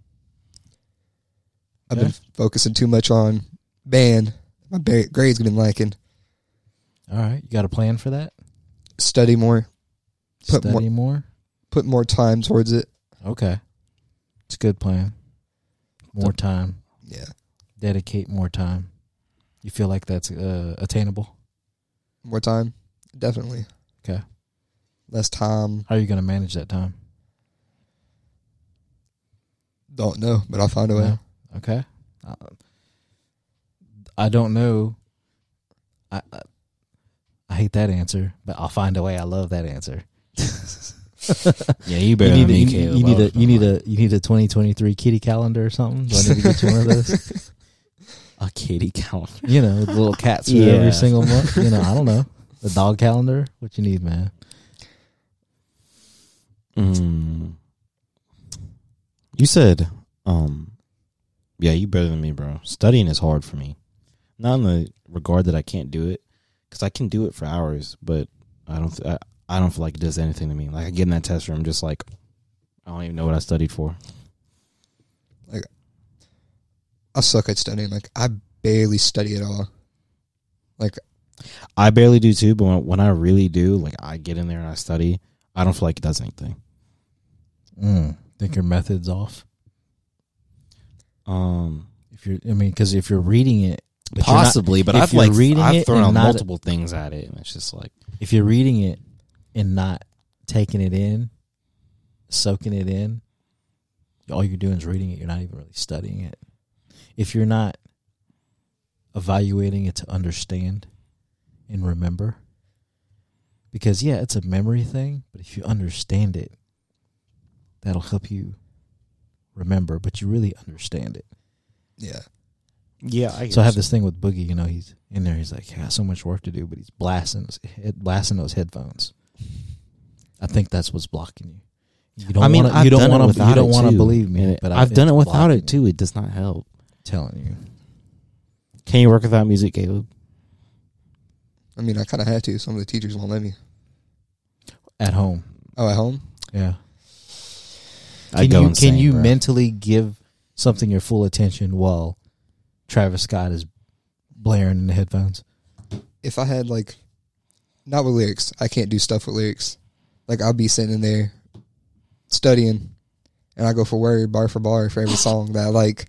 [SPEAKER 3] I've been focusing too much on band. My ba- grades have been lacking.
[SPEAKER 1] All right. You got a plan for that?
[SPEAKER 3] Study more. Put
[SPEAKER 1] Study more?
[SPEAKER 3] Put more time towards it.
[SPEAKER 1] Okay. It's a good plan. More time.
[SPEAKER 3] Yeah.
[SPEAKER 1] Dedicate more time. You feel like that's uh, attainable?
[SPEAKER 3] More time. Definitely.
[SPEAKER 1] Okay.
[SPEAKER 3] Less time.
[SPEAKER 1] How are you going to manage that time?
[SPEAKER 3] Don't know, but I'll find a way.
[SPEAKER 1] No? Okay. Uh, I don't know. I, I I hate that answer, but I'll find a way. I love that answer.
[SPEAKER 2] Yeah, you
[SPEAKER 1] You
[SPEAKER 2] better
[SPEAKER 1] need,
[SPEAKER 2] than
[SPEAKER 1] a-
[SPEAKER 2] me,
[SPEAKER 1] you,
[SPEAKER 2] Caleb.
[SPEAKER 1] you
[SPEAKER 2] I
[SPEAKER 1] need a
[SPEAKER 2] would've been
[SPEAKER 1] you need
[SPEAKER 2] like,
[SPEAKER 1] a you need a twenty twenty three kitty calendar or something. Do I need to get you one of those?
[SPEAKER 2] a kitty calendar.
[SPEAKER 1] You know, with little cats for
[SPEAKER 2] Yeah.
[SPEAKER 1] every single month. You know, I don't know. The dog calendar. What you need, man?
[SPEAKER 2] Mm. You said, um, yeah, you better than me, bro. Studying is hard for me. Not in the regard that I can't do it, because I can do it for hours, but I don't. Th- I, I don't feel like it does anything to me. Like I get in that test room, just like I don't even know what I studied for.
[SPEAKER 3] I suck at studying. Like, I barely study at all.
[SPEAKER 2] I barely do too, but when, when I really do, like I get in there and I study, I don't feel like it does anything.
[SPEAKER 1] Mm. Think your method's off.
[SPEAKER 2] Um,
[SPEAKER 1] If you're, I mean, because if you're reading it, but you're not-
[SPEAKER 2] possibly, but
[SPEAKER 1] if
[SPEAKER 2] I've
[SPEAKER 1] you're
[SPEAKER 2] like
[SPEAKER 1] reading
[SPEAKER 2] I've
[SPEAKER 1] it
[SPEAKER 2] thrown
[SPEAKER 1] and
[SPEAKER 2] out
[SPEAKER 1] not-
[SPEAKER 2] multiple things at it, and it's just like
[SPEAKER 1] if you're reading it and not taking it in, soaking it in, all you're doing is reading it. You're not even really studying it. If you're not evaluating it to understand and remember, because yeah, it's a memory thing, but if you understand it, that'll help you remember, but you really understand it.
[SPEAKER 3] Yeah.
[SPEAKER 2] yeah. I
[SPEAKER 1] So I have this thing with Boogie. You know, he's in there. He's like, I got so much work to do, but he's blasting his head, blasting those headphones. I think that's what's blocking you. You don't.
[SPEAKER 2] I mean,
[SPEAKER 1] wanna,
[SPEAKER 2] I've
[SPEAKER 1] you don't
[SPEAKER 2] done
[SPEAKER 1] wanna-
[SPEAKER 2] it without
[SPEAKER 1] You don't
[SPEAKER 2] it
[SPEAKER 1] wanna
[SPEAKER 2] too.
[SPEAKER 1] believe me,
[SPEAKER 2] And it-
[SPEAKER 1] but I-
[SPEAKER 2] I've done
[SPEAKER 1] it's
[SPEAKER 2] it without
[SPEAKER 1] blocking
[SPEAKER 2] it too. It does not help.
[SPEAKER 1] you. Telling you,
[SPEAKER 2] Can you work without music, Caleb?
[SPEAKER 3] I mean, I kind of had to. Some of the teachers won't let me.
[SPEAKER 1] at home.
[SPEAKER 3] Oh, at home?
[SPEAKER 1] Yeah. Can you can you mentally give something your full attention while Travis Scott is blaring in the headphones?
[SPEAKER 3] if I had like not with lyrics, I can't do stuff with lyrics. Like I'll be sitting in there studying and I go for word, bar for bar for every song that I like.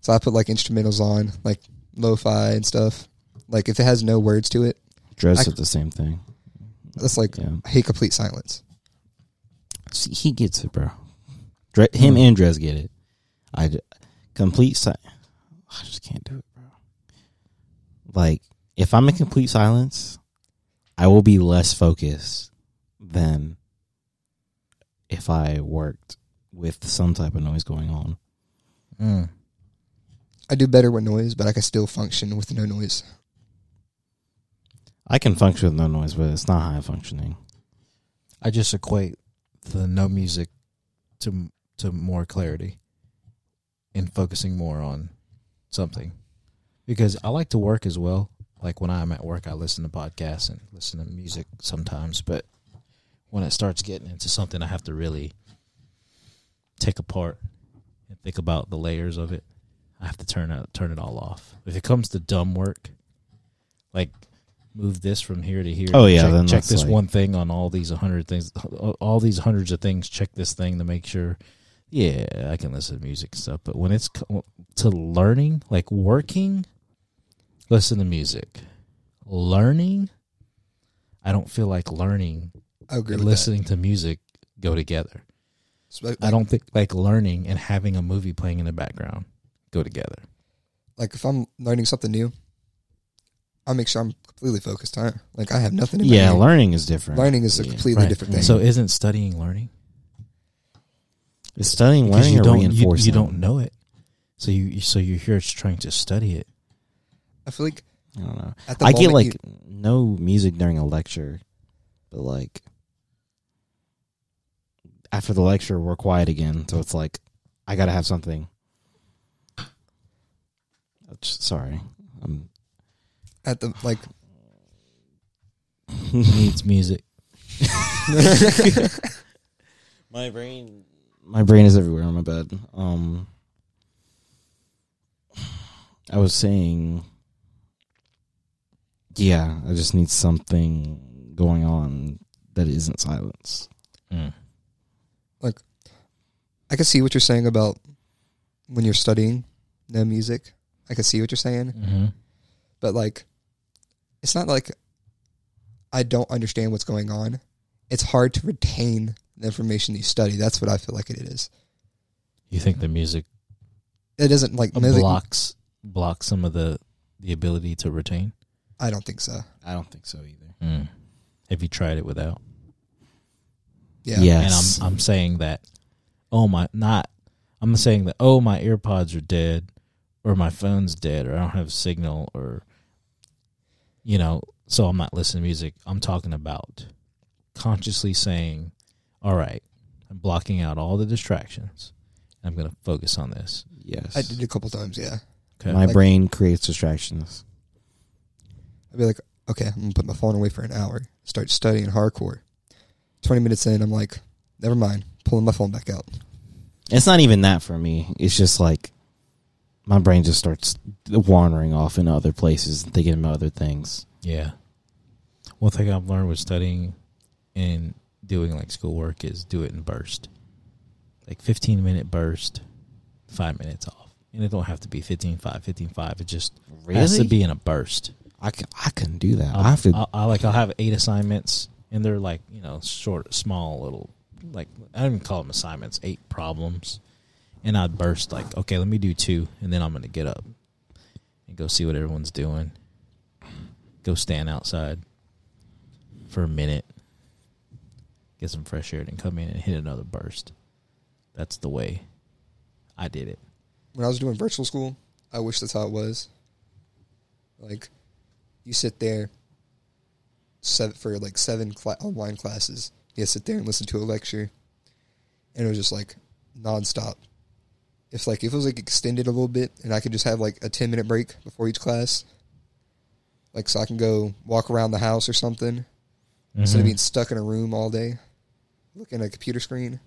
[SPEAKER 3] So I put like instrumentals on, like lo fi and stuff. Like if it has no words to it,
[SPEAKER 2] Dress
[SPEAKER 3] I-
[SPEAKER 2] at the same thing?
[SPEAKER 3] that's like
[SPEAKER 2] Yeah,
[SPEAKER 3] I hate complete silence.
[SPEAKER 2] See, he gets it, bro. Dre, him
[SPEAKER 1] Hmm.
[SPEAKER 2] and Dress get it. I d- complete. Si- I just can't do it, bro. Like if I'm in complete silence, I will be less focused than if I worked with some type of noise going on.
[SPEAKER 1] Mm.
[SPEAKER 3] I do better with noise, but I can still function with no noise.
[SPEAKER 2] I can function with no noise, but it's not high functioning.
[SPEAKER 1] I just equate the no music to to more clarity and focusing more on something because I like to work as well. Like when I'm at work, I listen to podcasts and listen to music sometimes. But when it starts getting into something, I have to really take apart and think about the layers of it. I have to turn out, turn it all off. If it comes to dumb work, like move this from here to here.
[SPEAKER 2] Oh, yeah,
[SPEAKER 1] check,
[SPEAKER 2] then
[SPEAKER 1] check
[SPEAKER 2] that's
[SPEAKER 1] this
[SPEAKER 2] like-
[SPEAKER 1] one thing on all these hundred things, all these hundreds of things. Check this thing to make sure. Yeah, I can listen to music and stuff, but when it's co- to learning, like working, listen to music. Learning, I don't feel like learning
[SPEAKER 3] I agree.
[SPEAKER 1] and
[SPEAKER 3] With that.
[SPEAKER 1] listening to music go together.
[SPEAKER 3] So, like,
[SPEAKER 1] I don't think like learning and having a movie playing in the background go together.
[SPEAKER 3] like if I'm learning something new, I make sure I'm completely focused on it. Like I have nothing. In my
[SPEAKER 2] Yeah,
[SPEAKER 3] head.
[SPEAKER 2] learning is different.
[SPEAKER 3] learning is a
[SPEAKER 2] Yeah,
[SPEAKER 3] completely
[SPEAKER 1] right.
[SPEAKER 3] different thing.
[SPEAKER 1] So isn't studying learning?
[SPEAKER 2] It's studying
[SPEAKER 1] Because
[SPEAKER 2] learning
[SPEAKER 1] you
[SPEAKER 2] or
[SPEAKER 1] don't you,
[SPEAKER 2] reinforcing.
[SPEAKER 1] you don't know it. So you you- so you're here trying to study it.
[SPEAKER 3] I feel like
[SPEAKER 2] I don't know.
[SPEAKER 3] at the
[SPEAKER 2] I get
[SPEAKER 3] moment
[SPEAKER 2] like
[SPEAKER 3] you-
[SPEAKER 2] no music during a lecture, but like after the lecture, we're quiet again. So it's like I gotta have something. That's- Sorry, I'm
[SPEAKER 3] at the like
[SPEAKER 1] Needs music.
[SPEAKER 2] my brain. My brain is everywhere on my bed. Um, I was saying, yeah, I just need something going on that isn't silence.
[SPEAKER 1] Mm.
[SPEAKER 3] I can see what you're saying about when you're studying no music. I can see what you're saying,
[SPEAKER 1] hmm
[SPEAKER 3] but like it's not like I don't understand what's going on. It's hard to retain the information you study. That's what I feel like it is.
[SPEAKER 1] You think the music
[SPEAKER 3] It doesn't like music-
[SPEAKER 1] blocks blocks some of the the ability to retain?
[SPEAKER 3] I don't think so.
[SPEAKER 2] I don't think so either.
[SPEAKER 1] Mm. Have you tried it without?
[SPEAKER 3] Yeah.
[SPEAKER 2] Yes,
[SPEAKER 1] And I'm I'm saying that oh my not I'm saying that oh my earpods are dead or my phone's dead or I don't have signal or you know, so I'm not listening to music. I'm talking about consciously saying, All right, I'm blocking out all the distractions. I'm gonna focus on this.
[SPEAKER 2] yes.
[SPEAKER 3] I did it a couple times. Yeah,
[SPEAKER 1] Okay.
[SPEAKER 2] my
[SPEAKER 3] Like-
[SPEAKER 2] brain creates distractions.
[SPEAKER 3] I'd be like, okay, I'm gonna put my phone away for an hour. Start studying hardcore. Twenty minutes in, I'm like, never mind. Pulling my phone back out.
[SPEAKER 2] It's not even that for me. It's just like my brain just starts wandering off into other places and thinking about other things.
[SPEAKER 1] Yeah. One thing I've learned with studying and doing like schoolwork is do it in burst. Like 15 minute burst, five minutes off. And it don't have to be 15, 5, 15, 5. It just has to be in a burst.
[SPEAKER 2] I can, I couldn't do that.
[SPEAKER 1] I'll,
[SPEAKER 2] I have to.
[SPEAKER 1] I'll, I'll, like, I'll have eight assignments and they're like, you know, short, small little, like, I don't even call them assignments, eight problems. And I'd burst like, okay, let me do two. And then I'm going to get up and go see what everyone's doing. Go stand outside for a minute, get some fresh air, and come in and hit another burst. That's the way I did it.
[SPEAKER 3] when I was doing virtual school, I wish that's how it was. Like, you sit there seven, for like seven cla- online classes. You sit there and listen to a lecture, and it was just like nonstop. If like if it was like extended a little bit, and I could just have like a ten minute break before each class, like so I can go walk around the house or something instead
[SPEAKER 1] Mm-hmm.
[SPEAKER 3] of being stuck in a room all day, looking at a computer screen.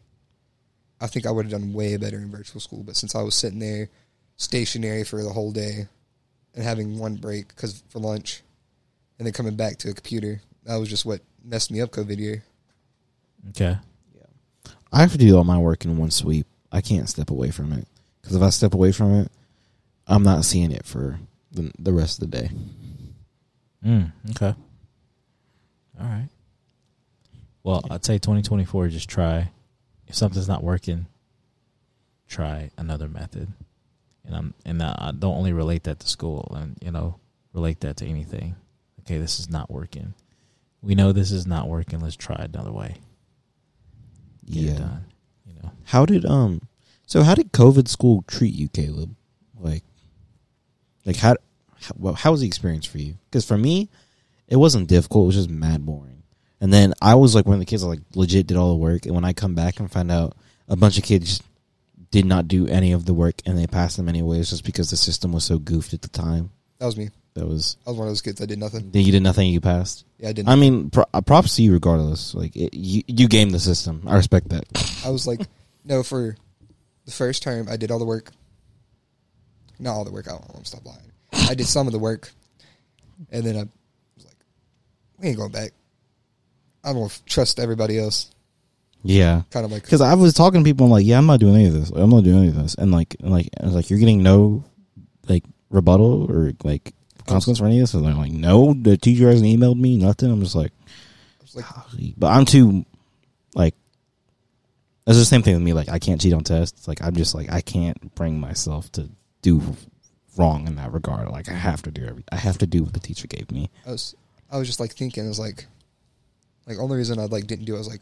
[SPEAKER 3] I think I would have done way better in virtual school, but since I was sitting there stationary for the whole day and having one break because for lunch, and then coming back to a computer, that was just what messed me up COVID year.
[SPEAKER 1] Mm-hmm. Okay.
[SPEAKER 2] I have to do all my work in one sweep. I can't step away from it because if I step away from it, I'm not seeing it for the, the rest of the day.
[SPEAKER 1] Mm, okay. All right. Well, I'd say 2024, just try. If something's not working, try another method. And I'm and I I don't only relate that to school and you know, relate that to anything. Okay, this is not working. We know this is not working. Let's try another way. Get it
[SPEAKER 2] Yeah.
[SPEAKER 1] done. You know.
[SPEAKER 2] How did um? So how did COVID school treat you, Caleb? Like, like how? How, well, how was the experience for you? Because for me, it wasn't difficult. It was just mad boring. And then I was like one of the kids that like legit did all the work. And when I come back and find out a bunch of kids did not do any of the work and they passed them anyways, just because the system was so goofed at the time.
[SPEAKER 3] That was me.
[SPEAKER 2] That was
[SPEAKER 3] I was one of those kids that did nothing.
[SPEAKER 2] that you did nothing. You passed.
[SPEAKER 3] Yeah, I didn't.
[SPEAKER 2] I mean, pro- uh, props to you regardless. Like it, you, you game the system. I respect that.
[SPEAKER 3] I was like, no, for the first term, I did all the work. Not all the work. I don't want to stop lying. I did some of the work, and then I was like, we ain't going back. I don't f- trust everybody else.
[SPEAKER 2] Yeah.
[SPEAKER 3] Kind of like,
[SPEAKER 2] Because I was talking to people, I'm like, yeah, I'm not doing any of this. I'm not doing any of this. And like, and like, I was like, you're getting no like rebuttal or like consequence for any of this? And they're like, no, the teacher hasn't emailed me, nothing. I'm just like,
[SPEAKER 3] It's like-
[SPEAKER 2] golly. but I'm too, like, that's the same thing with me. Like, I can't cheat on tests. Like, I'm just like, I can't bring myself to do wrong in that regard. Like, I have to do every, I have to do what the teacher gave me.
[SPEAKER 3] I was I was just like thinking, it was like like only reason I like didn't do it was like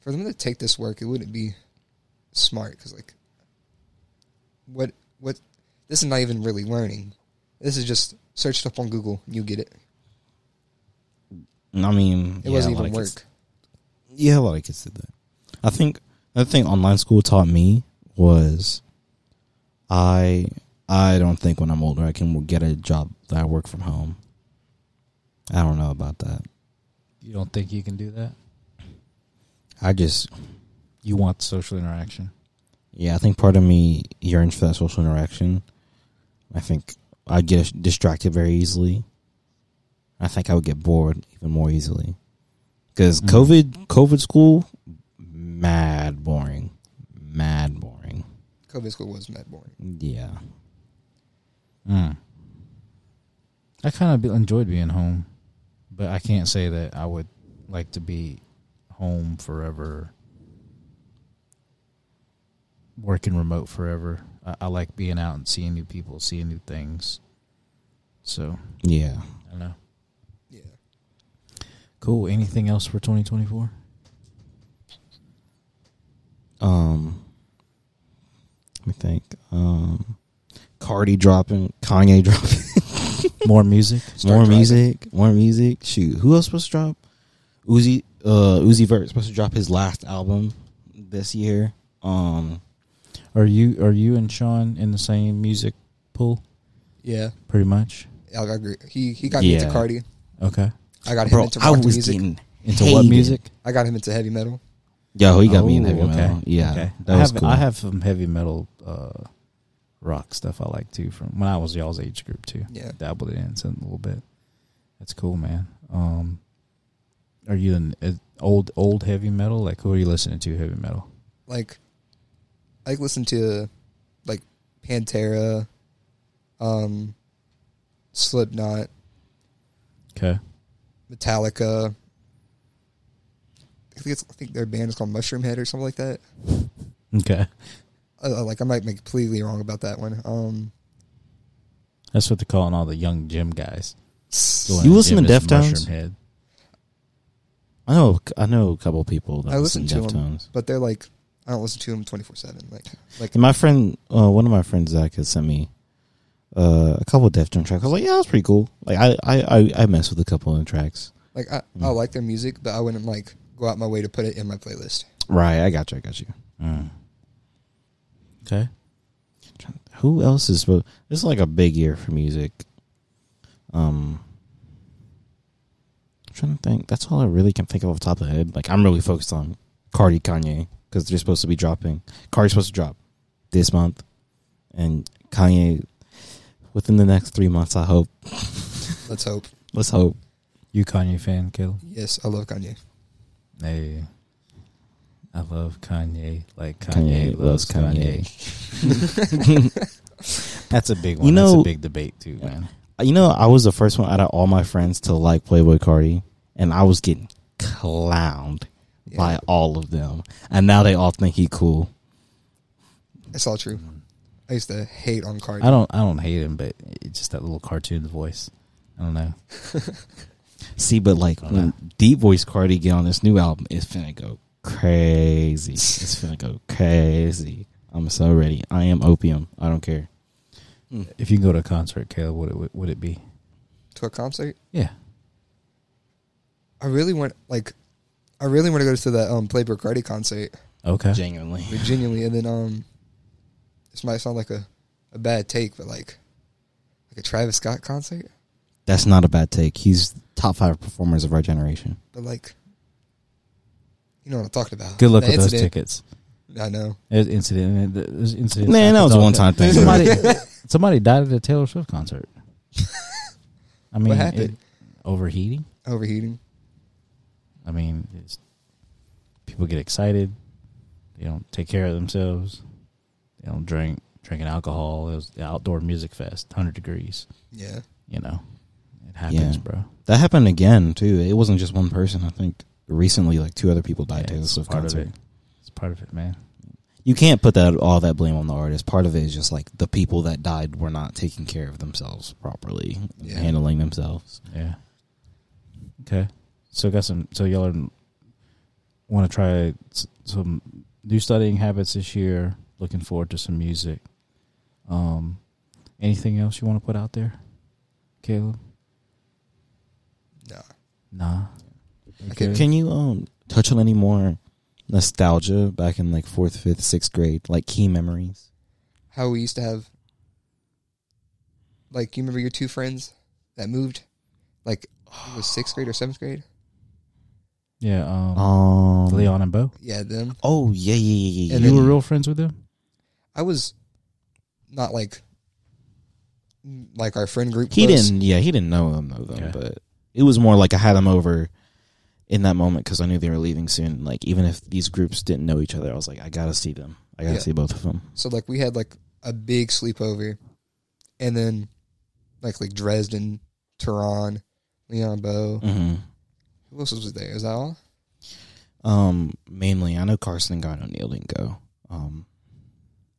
[SPEAKER 3] for them to take this work, it wouldn't be smart because like what what this is not even really learning. This is just search stuff on Google, and you get it.
[SPEAKER 2] And I mean,
[SPEAKER 3] It wasn't
[SPEAKER 2] yeah,
[SPEAKER 3] even
[SPEAKER 2] like, it's-
[SPEAKER 3] work.
[SPEAKER 2] Yeah, a lot of kids did that. I think another thing online school taught me was I I don't think when I'm older I can get a job that I work from home. I don't know about that.
[SPEAKER 1] You don't think you can do that?
[SPEAKER 2] I just
[SPEAKER 1] You want social interaction.
[SPEAKER 2] yeah, I think part of me yearns for that social interaction. I think I get distracted very easily. I think I would get bored even more easily because
[SPEAKER 1] Mhm.
[SPEAKER 2] COVID COVID school mad boring, mad boring.
[SPEAKER 3] COVID school was mad boring.
[SPEAKER 2] Yeah.
[SPEAKER 1] Mm. I kind of be, enjoyed being home, but I can't say that I would like to be home forever, working remote forever. I, I like being out and seeing new people, seeing new things. So
[SPEAKER 2] Yeah.
[SPEAKER 1] I don't know.
[SPEAKER 3] Yeah,
[SPEAKER 1] Cool. Anything else for 2024?
[SPEAKER 2] Um let me think. Um Cardi dropping, Kanye dropping,
[SPEAKER 1] More music.
[SPEAKER 3] Start
[SPEAKER 2] more
[SPEAKER 3] driving.
[SPEAKER 2] music, more music. Shoot, who else supposed to drop? Uzi uh Uzi Vert supposed to drop his last album this year. Um
[SPEAKER 1] Are you are you and Sean in the same music pool?
[SPEAKER 3] yeah.
[SPEAKER 1] Pretty much.
[SPEAKER 3] I got gr- he he got me
[SPEAKER 2] Yeah.
[SPEAKER 3] into Cardi.
[SPEAKER 1] Okay.
[SPEAKER 3] I got him
[SPEAKER 2] bro,
[SPEAKER 3] into
[SPEAKER 2] I
[SPEAKER 3] rock
[SPEAKER 2] was
[SPEAKER 3] music.
[SPEAKER 2] getting
[SPEAKER 1] Into what
[SPEAKER 2] hated.
[SPEAKER 1] music?
[SPEAKER 3] I got him into heavy metal.
[SPEAKER 2] Yo, he got me in
[SPEAKER 1] Oh,
[SPEAKER 2] heavy metal. Yeah.
[SPEAKER 1] okay.
[SPEAKER 2] That
[SPEAKER 1] I
[SPEAKER 2] was
[SPEAKER 1] have
[SPEAKER 2] cool.
[SPEAKER 1] I have some heavy metal uh, rock stuff I like too from when I was y'all's age group too.
[SPEAKER 3] Yeah,
[SPEAKER 1] Dabbled in some a little bit. That's cool, man. Um, are you an uh, old old heavy metal? Like who are you listening to heavy metal?
[SPEAKER 3] like I like listen to like Pantera, um, Slipknot,
[SPEAKER 1] Okay.
[SPEAKER 3] Metallica. I think, it's, I think their band is called Mushroom Head or something like that.
[SPEAKER 1] Okay.
[SPEAKER 3] Uh, like I might be completely wrong about that one. Um,
[SPEAKER 1] That's what they're calling all the young gym guys. Going
[SPEAKER 2] You listen
[SPEAKER 1] gym
[SPEAKER 2] to
[SPEAKER 1] is
[SPEAKER 2] Deftones?
[SPEAKER 1] Mushroom Head.
[SPEAKER 2] I know I know a couple people that
[SPEAKER 3] I
[SPEAKER 2] listen
[SPEAKER 3] listen
[SPEAKER 2] to
[SPEAKER 3] to them,
[SPEAKER 2] Deftones.
[SPEAKER 3] but they're like I don't listen to them twenty four seven. Like like
[SPEAKER 2] And my friend, uh, one of my friends, Zach, has sent me uh, a couple of Def Jam tracks. I was like, yeah, that's pretty cool. Like, I, I, I, I mess with a couple of the tracks.
[SPEAKER 3] like I, I
[SPEAKER 2] Mm.
[SPEAKER 3] like their music, but I wouldn't like go out my way to put it in my playlist.
[SPEAKER 2] Right, I got you, I got you.
[SPEAKER 1] Mm. Okay.
[SPEAKER 2] Who else is supposed? This is like a big year for music. Um, I'm trying to think. That's all I really can think of off the top of the head. Like, I'm really focused on Cardi, Kanye, because they're supposed to be dropping. Cardi's supposed to drop this month, and Kanye within the next three months. I hope.
[SPEAKER 3] Let's hope.
[SPEAKER 2] Let's hope.
[SPEAKER 1] You Kanye fan, Caleb?
[SPEAKER 3] Yes, I love Kanye.
[SPEAKER 1] Hey, I love Kanye. Like Kanye,
[SPEAKER 2] Kanye
[SPEAKER 1] loves
[SPEAKER 2] loves
[SPEAKER 1] Kanye. That's a big one.
[SPEAKER 2] You
[SPEAKER 1] That's
[SPEAKER 2] know-
[SPEAKER 1] a big debate too, man.
[SPEAKER 2] You know, I was the first one out of all my friends to like Playboy Cardi, and I was getting clowned
[SPEAKER 3] Yeah,
[SPEAKER 2] by all of them. And now they all think he cool.
[SPEAKER 3] it's all true. I used to hate on Cardi.
[SPEAKER 1] I don't. I don't hate him, but it's just that little cartoon voice. I don't know.
[SPEAKER 2] See, but like when Deep Voice Cardi get on this new album, it's finna go crazy. It's finna go crazy. I'm so ready. I am opium. I don't care.
[SPEAKER 1] If you can go to a concert, Caleb, would it would, would it be?
[SPEAKER 3] to a concert.
[SPEAKER 1] Yeah.
[SPEAKER 3] I really want like I really want to go to that um Playboy Cardi concert.
[SPEAKER 1] Okay.
[SPEAKER 2] Genuinely.
[SPEAKER 3] Like, genuinely and then um this might sound like a, a bad take, but like like a Travis Scott concert.
[SPEAKER 2] That's not a bad take. He's top five performers of our generation.
[SPEAKER 3] But like you know what I'm talking about.
[SPEAKER 1] Good luck
[SPEAKER 3] That
[SPEAKER 1] with those
[SPEAKER 3] incident.
[SPEAKER 1] tickets.
[SPEAKER 3] I know.
[SPEAKER 1] There's incident. There's incident.
[SPEAKER 2] Man, that was a one time thing.
[SPEAKER 1] Somebody, somebody died at a Taylor Swift concert. I mean,
[SPEAKER 3] what happened?
[SPEAKER 1] it- overheating.
[SPEAKER 3] Overheating.
[SPEAKER 1] I mean, it's, people get excited. They don't take care of themselves. They don't drink drinking alcohol. It was the outdoor music fest, hundred degrees.
[SPEAKER 3] Yeah.
[SPEAKER 1] You know, it happens,
[SPEAKER 2] Yeah.
[SPEAKER 1] bro.
[SPEAKER 2] That happened again too. It wasn't just one person. I think recently, like two other people died
[SPEAKER 1] Yeah,
[SPEAKER 2] yeah, Taylor
[SPEAKER 1] it's
[SPEAKER 2] Swift
[SPEAKER 1] part of
[SPEAKER 2] concert.
[SPEAKER 1] it. It's part of it, man.
[SPEAKER 2] You can't put that all that blame on the artist. Part of it is just like the people that died were not taking care of themselves properly,
[SPEAKER 3] Yeah.
[SPEAKER 2] handling themselves.
[SPEAKER 1] Yeah. Okay. So got some. So y'all want to try s- some new studying habits this year. Looking forward to some music. Um, anything else you want to put out there, Caleb?
[SPEAKER 3] Nah.
[SPEAKER 1] Nah.
[SPEAKER 3] Okay.
[SPEAKER 2] Can you um touch on any more nostalgia back in like fourth, fifth, sixth grade, like key memories?
[SPEAKER 3] How we used to have, like, you remember your two friends that moved, like, it Oh. was sixth grade or seventh grade?
[SPEAKER 1] Yeah. Um,
[SPEAKER 2] Um,
[SPEAKER 1] Leon and Bo.
[SPEAKER 3] Yeah, them.
[SPEAKER 2] Oh yeah, yeah, yeah. yeah,
[SPEAKER 3] And
[SPEAKER 2] yeah.
[SPEAKER 1] You were real friends with them.
[SPEAKER 3] I was not like, like our friend group.
[SPEAKER 2] He
[SPEAKER 3] close.
[SPEAKER 2] didn't. Yeah, he didn't know them though.
[SPEAKER 1] Yeah.
[SPEAKER 2] But it was more like I had them over in that moment because I knew they were leaving soon. Like even if these groups didn't know each other, I was like, I gotta see them. I gotta
[SPEAKER 3] Yeah.
[SPEAKER 2] see both of them.
[SPEAKER 3] So like we had like a big sleepover, and then like like Dresden, Tehran, Leon Bo.
[SPEAKER 2] Mm-hmm.
[SPEAKER 3] Who else was there? Is that all?
[SPEAKER 2] Um, mainly, I know Carson and God O'Neill didn't go. Um,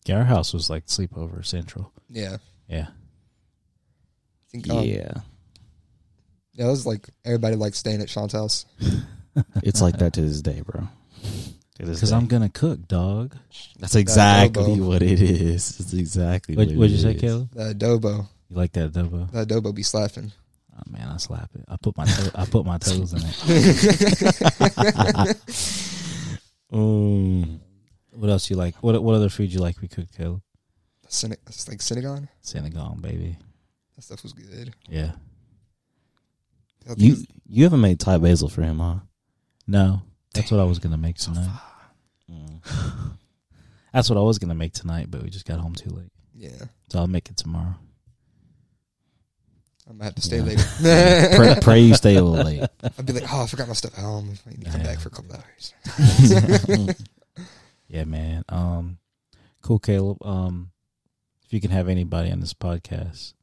[SPEAKER 1] Yeah, our house was like sleepover central.
[SPEAKER 3] Yeah, I
[SPEAKER 1] Yeah.
[SPEAKER 3] think. Um, yeah,
[SPEAKER 2] yeah,
[SPEAKER 3] that was like everybody like staying at Sean's house.
[SPEAKER 2] it's like that to this day, bro. To this
[SPEAKER 1] Because
[SPEAKER 2] day.
[SPEAKER 1] I'm gonna cook, dog.
[SPEAKER 2] That's exactly
[SPEAKER 3] elbow.
[SPEAKER 2] what it is. It's exactly
[SPEAKER 1] What
[SPEAKER 2] what,
[SPEAKER 1] would you
[SPEAKER 2] it
[SPEAKER 1] say,
[SPEAKER 2] is.
[SPEAKER 1] Caleb?
[SPEAKER 3] The adobo,
[SPEAKER 1] You like that adobo?
[SPEAKER 3] the adobo be slapping.
[SPEAKER 1] Oh, man, I slap it. I put my toe, I put my toes in it.
[SPEAKER 2] Mm.
[SPEAKER 1] What else you like? What what other food you like? We cooked, Caleb.
[SPEAKER 3] Sine- it's like Senegon.
[SPEAKER 1] Senegal, baby.
[SPEAKER 3] That stuff was good.
[SPEAKER 1] Yeah.
[SPEAKER 3] I think
[SPEAKER 2] You
[SPEAKER 3] it's-
[SPEAKER 2] you haven't made Thai basil for him, huh?
[SPEAKER 1] No, that's what I was gonna make tonight.
[SPEAKER 2] Mm.
[SPEAKER 1] That's what I was gonna make tonight, but we just got home too late.
[SPEAKER 3] yeah,
[SPEAKER 1] So I'll make it tomorrow.
[SPEAKER 3] I might have to stay
[SPEAKER 2] Yeah.
[SPEAKER 3] later.
[SPEAKER 2] pray, pray you stay a little late.
[SPEAKER 3] I'd be like, oh, I forgot my stuff at home. I need to come
[SPEAKER 1] Yeah.
[SPEAKER 3] back for a couple hours.
[SPEAKER 1] Yeah, man. Um, cool, Caleb. Um, if you can have anybody on this podcast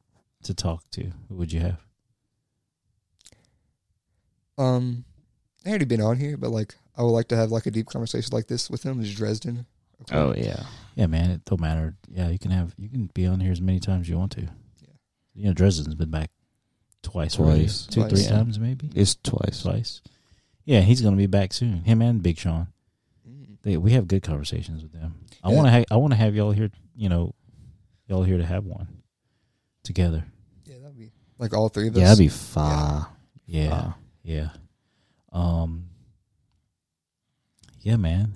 [SPEAKER 1] to talk to, who would you have?
[SPEAKER 3] Um, they already been on here, but like, I would like to have like a deep conversation like this with him. Is Dresden? Okay.
[SPEAKER 2] Oh yeah.
[SPEAKER 1] Yeah, man. It don't matter. Yeah, you can have. You can be on here as many times as you want to. You know, Dresden's been back twice, already.
[SPEAKER 2] Twice.
[SPEAKER 1] two,
[SPEAKER 3] Twice.
[SPEAKER 1] three times, maybe
[SPEAKER 2] It's twice.
[SPEAKER 1] twice. Yeah, he's gonna be back soon. Him and Big Sean.
[SPEAKER 3] Mm.
[SPEAKER 1] they, we have good conversations with them. I
[SPEAKER 3] Yeah.
[SPEAKER 1] want to ha- I want to have y'all here. You know, y'all here to have one together.
[SPEAKER 3] Yeah, that'd be like all three of us.
[SPEAKER 2] Yeah, that'd be far.
[SPEAKER 1] Yeah,
[SPEAKER 2] Far.
[SPEAKER 1] yeah. Um, yeah, man.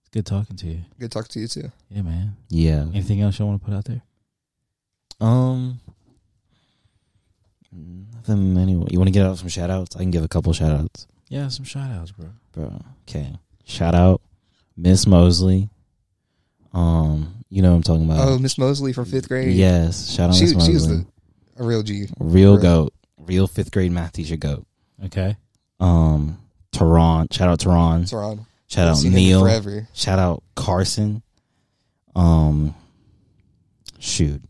[SPEAKER 1] It's good talking to you.
[SPEAKER 3] good talking to you too.
[SPEAKER 1] Yeah, man.
[SPEAKER 2] Yeah.
[SPEAKER 1] Anything else y'all want to put out there?
[SPEAKER 2] Um. Nothing anyway. You want to get out some shout outs? I can give a couple shout outs,
[SPEAKER 1] Yeah, some shout outs, bro.
[SPEAKER 2] bro. Okay. Shout out Miss Mosley. Um, you know what I'm talking about.
[SPEAKER 3] oh, Miss Mosley from fifth grade.
[SPEAKER 2] Yes. Shout out
[SPEAKER 3] she,
[SPEAKER 2] Miss
[SPEAKER 3] she
[SPEAKER 2] Mosley.
[SPEAKER 3] was the, a real G.
[SPEAKER 2] real
[SPEAKER 3] Right.
[SPEAKER 2] goat. Real fifth grade math teacher goat.
[SPEAKER 1] Okay.
[SPEAKER 2] Um, Tehran. Shout out Tehran.
[SPEAKER 3] Saran.
[SPEAKER 2] Shout out
[SPEAKER 3] Seen him
[SPEAKER 2] Neil.
[SPEAKER 3] forever.
[SPEAKER 2] Shout out Carson. Um, shoot.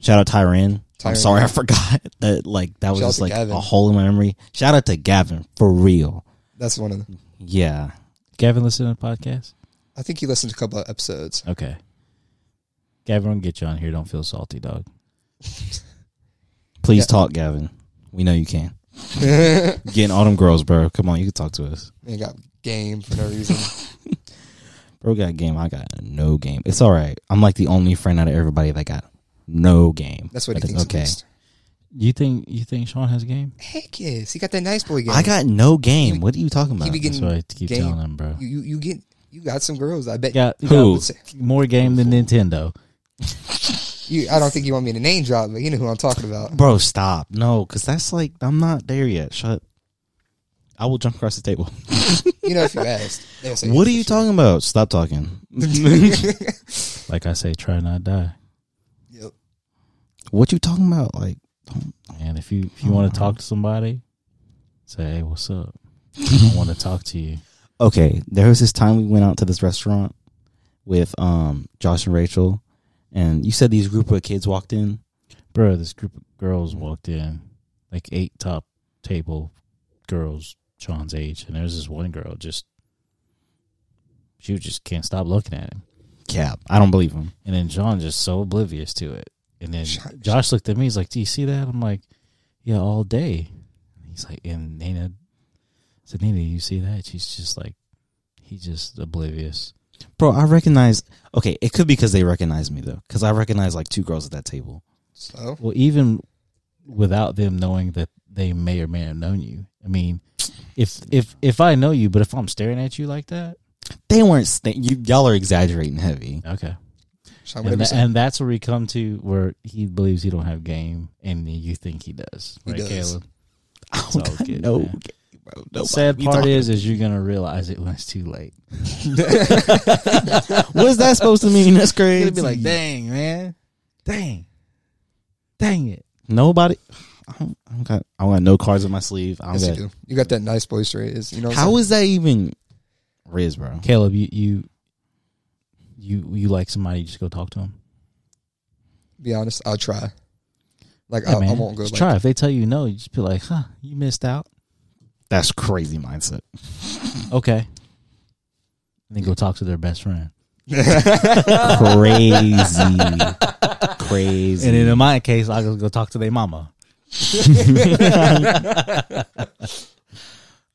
[SPEAKER 2] Shout out Tyran. I'm
[SPEAKER 3] Tyran.
[SPEAKER 2] sorry, I forgot that. Like that was
[SPEAKER 3] Shout out
[SPEAKER 2] just
[SPEAKER 3] to
[SPEAKER 2] like
[SPEAKER 3] Gavin.
[SPEAKER 2] a hole in my memory. Shout out to Gavin for real.
[SPEAKER 3] That's one of them.
[SPEAKER 2] Yeah,
[SPEAKER 1] Gavin, listen to the podcast.
[SPEAKER 3] I think he listened to a couple of episodes.
[SPEAKER 1] Okay. Gavin, we'll get you on here. Don't feel salty, dog.
[SPEAKER 2] please
[SPEAKER 3] Yeah.
[SPEAKER 2] talk, Gavin. We know you can.
[SPEAKER 3] Man,
[SPEAKER 2] Getting all them girls, bro. Come on, you can talk to us.
[SPEAKER 3] got game for no reason.
[SPEAKER 2] Bro got game. I got no game. It's all right. I'm like the only friend out of everybody that got no game.
[SPEAKER 3] That's what he
[SPEAKER 2] Like,
[SPEAKER 3] thinks.
[SPEAKER 2] Okay.
[SPEAKER 3] Okay. Least.
[SPEAKER 1] You think you think Sean has game?
[SPEAKER 3] Heck yes, he got that nice boy game.
[SPEAKER 2] I got no game.
[SPEAKER 3] He-
[SPEAKER 2] What are you talking
[SPEAKER 3] He
[SPEAKER 2] about?
[SPEAKER 3] be
[SPEAKER 1] That's
[SPEAKER 3] getting
[SPEAKER 1] what I keep
[SPEAKER 3] game.
[SPEAKER 1] telling him, bro.
[SPEAKER 3] you, you. You get you got some girls. I bet.
[SPEAKER 1] Got,
[SPEAKER 3] you
[SPEAKER 2] Who?
[SPEAKER 3] got-
[SPEAKER 1] more game than Nintendo.
[SPEAKER 3] You, I don't think you want me to name drop, but you know who I'm talking about.
[SPEAKER 2] Bro, stop. No, because that's like, I'm not there yet. Shut. I will jump across the table.
[SPEAKER 3] You know if you asked. they'll say
[SPEAKER 2] What are
[SPEAKER 3] yes
[SPEAKER 2] you
[SPEAKER 3] for sure.
[SPEAKER 2] talking about? Stop talking.
[SPEAKER 1] Like I say, try not die.
[SPEAKER 3] Yep.
[SPEAKER 2] What you talking about? Like, don't-
[SPEAKER 1] And if you if you want to talk to somebody, say, "Hey, what's up? I want to talk to you."
[SPEAKER 2] okay, there was this time we went out to this restaurant with um Josh and Rachel, and you said these group of kids walked in,
[SPEAKER 1] Bro, this group of girls walked in, like eight top table girls Sean's age, and there's this one girl just she just can't stop looking at him.
[SPEAKER 2] Cap. I don't believe him.
[SPEAKER 1] And then Sean just so oblivious to it. And then
[SPEAKER 3] Sean-
[SPEAKER 1] Josh looked at me, he's like, Do you see that? I'm like, Yeah, all day. He's like, and Nina I said, Nina, you see that? She's just like he's just oblivious.
[SPEAKER 2] Bro, I recognize. Okay, it could be because they recognize me though, because I recognize like two girls at that table.
[SPEAKER 3] So
[SPEAKER 1] Well, even without them knowing that they may or may not have known you. I mean, if if if I know you, but if I'm staring at you like that,
[SPEAKER 2] They weren't. St- you, y'all are exaggerating heavy.
[SPEAKER 1] okay.
[SPEAKER 3] Sean,
[SPEAKER 1] And,
[SPEAKER 3] whatever.
[SPEAKER 1] tha- and that's where we come to where he believes he don't have game, and you think he does,
[SPEAKER 3] He
[SPEAKER 1] right,
[SPEAKER 3] does.
[SPEAKER 1] Caleb?
[SPEAKER 2] I
[SPEAKER 1] It's all good,
[SPEAKER 2] no,
[SPEAKER 1] man.
[SPEAKER 2] bro,
[SPEAKER 1] The
[SPEAKER 2] nobody
[SPEAKER 1] sad
[SPEAKER 2] be
[SPEAKER 1] part
[SPEAKER 2] talking-
[SPEAKER 1] is, is you're gonna realize it when it's too late.
[SPEAKER 2] what's that supposed to mean? That's
[SPEAKER 4] You're
[SPEAKER 2] crazy.
[SPEAKER 4] gonna be like, dang, man, dang, dang it.
[SPEAKER 2] Nobody. I don't, I don't got. I don't got no cards in my sleeve. I don't
[SPEAKER 3] yes, you
[SPEAKER 2] got-
[SPEAKER 3] do. You got that nice boy straight. Is you know what I'm
[SPEAKER 2] How is that even? Riz, bro.
[SPEAKER 1] Caleb, you you you you like somebody, you just go talk to them.
[SPEAKER 3] saying? be honest, I'll try. Like
[SPEAKER 1] Yeah,
[SPEAKER 3] I, I
[SPEAKER 1] man,
[SPEAKER 3] won't go.
[SPEAKER 1] just
[SPEAKER 3] Like,
[SPEAKER 1] try. If they tell you no, you just be like, huh, you missed out.
[SPEAKER 2] That's crazy mindset.
[SPEAKER 1] Okay. And then go talk to their best friend.
[SPEAKER 2] crazy, crazy.
[SPEAKER 1] And then um, in my case, I just go talk to their mama.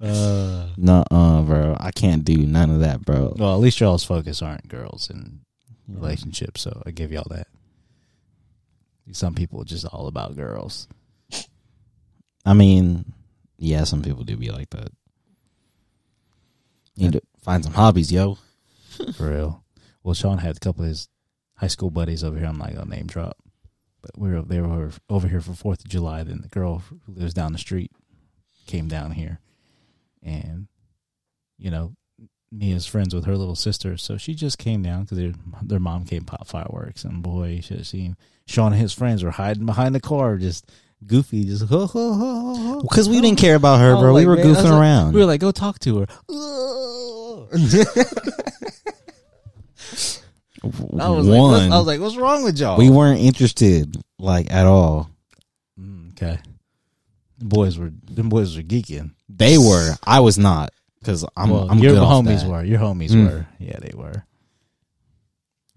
[SPEAKER 1] uh,
[SPEAKER 2] Nuh uh, bro. I can't do none of that, bro.
[SPEAKER 1] well, at least y'all's focus aren't girls and relationships, so I give y'all that. Some people are just all about girls.
[SPEAKER 2] I mean, yeah, some people do be like that. You need to find some hobbies, yo.
[SPEAKER 1] For real. Well, Sean had a couple of his high school buddies over here. I'm not gonna name drop, but we were they were over here for Fourth of July. Then the girl who lives down the street came down here, and you know, Mia's friends with her little sister, so she just came down because their their mom came pop fireworks, and boy, you should have seen Sean and his friends were hiding behind the car, just goofy, just ho ho ho ho. ho.
[SPEAKER 2] Because we didn't care about her,
[SPEAKER 1] Oh,
[SPEAKER 2] bro. we
[SPEAKER 1] like,
[SPEAKER 2] were
[SPEAKER 1] man, that's
[SPEAKER 2] goofing
[SPEAKER 1] a-
[SPEAKER 2] around.
[SPEAKER 1] We were like, go talk to her.
[SPEAKER 4] I was like,
[SPEAKER 2] One,
[SPEAKER 4] what- I was like, what's wrong with y'all?
[SPEAKER 2] we
[SPEAKER 1] oh.
[SPEAKER 2] weren't interested, like at all.
[SPEAKER 1] Mm, okay. The boys were them boys were geeking.
[SPEAKER 2] They were. I was not. Because I'm,
[SPEAKER 1] well,
[SPEAKER 2] I'm
[SPEAKER 1] your
[SPEAKER 2] good off
[SPEAKER 1] homies
[SPEAKER 2] that.
[SPEAKER 1] were. Your homies
[SPEAKER 2] Mm.
[SPEAKER 1] were. Yeah, they were.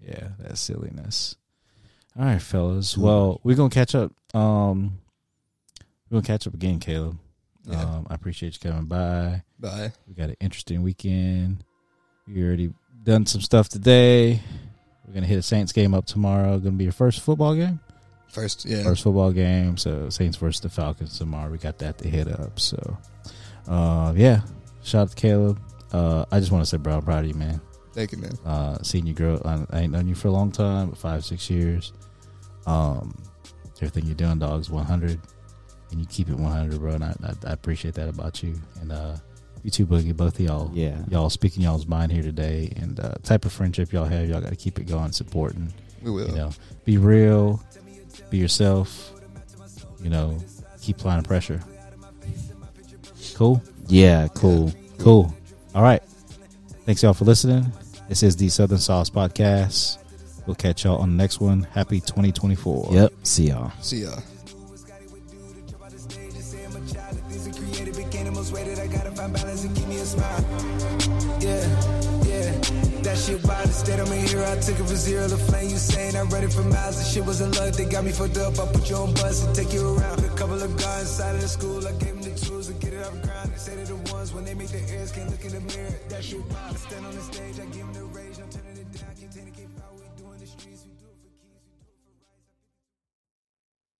[SPEAKER 1] Yeah, that silliness. All right, fellas. Well, we're gonna catch up. Um, we're gonna catch up again, Caleb.
[SPEAKER 3] Yeah.
[SPEAKER 1] Um, I appreciate you coming by.
[SPEAKER 3] Bye.
[SPEAKER 1] We got an interesting weekend. We already done some stuff today. We're gonna hit a Saints game up tomorrow. Gonna be your first football game.
[SPEAKER 3] First, yeah.
[SPEAKER 1] first football game. So Saints versus the Falcons tomorrow. We got that to hit up. So, uh, yeah, shout out to Caleb. Uh, I just want to say, bro, I'm proud of you, man.
[SPEAKER 3] Thank you, man.
[SPEAKER 1] Uh, seeing you grow, I, I ain't known you for a long time, but five, six years. Um, everything you're doing, dog's 100, and you keep it 100, bro. And I, I, I appreciate that about you. And uh, you too, Boogie, both of y'all
[SPEAKER 2] Yeah.
[SPEAKER 1] y'all speaking y'all's mind here today and uh, type of friendship y'all have y'all got to keep it going it's important
[SPEAKER 3] We will.
[SPEAKER 1] you know be real be yourself you know keep applying pressure cool
[SPEAKER 2] Yeah, cool.
[SPEAKER 1] cool all right thanks y'all for listening this is the southern sauce podcast we'll catch y'all on the next one happy 2024
[SPEAKER 2] Yep. See y'all.
[SPEAKER 3] See ya.
[SPEAKER 5] These are creative, big animals waited. I gotta find balance and give me a smile. Yeah, yeah. That shit wild. Instead, I'm a hero. I took it from zero to flame. You saying I'm ready for miles. This shit wasn't luck. They got me fucked up. I put you on bus and take you around. Put a couple of guns inside of the school. I gave them the tools to get it off ground. They say they're the ones when they make their ears. Can't look in the mirror. That shit wild. I stand on the stage. I give them the rage. I'm turning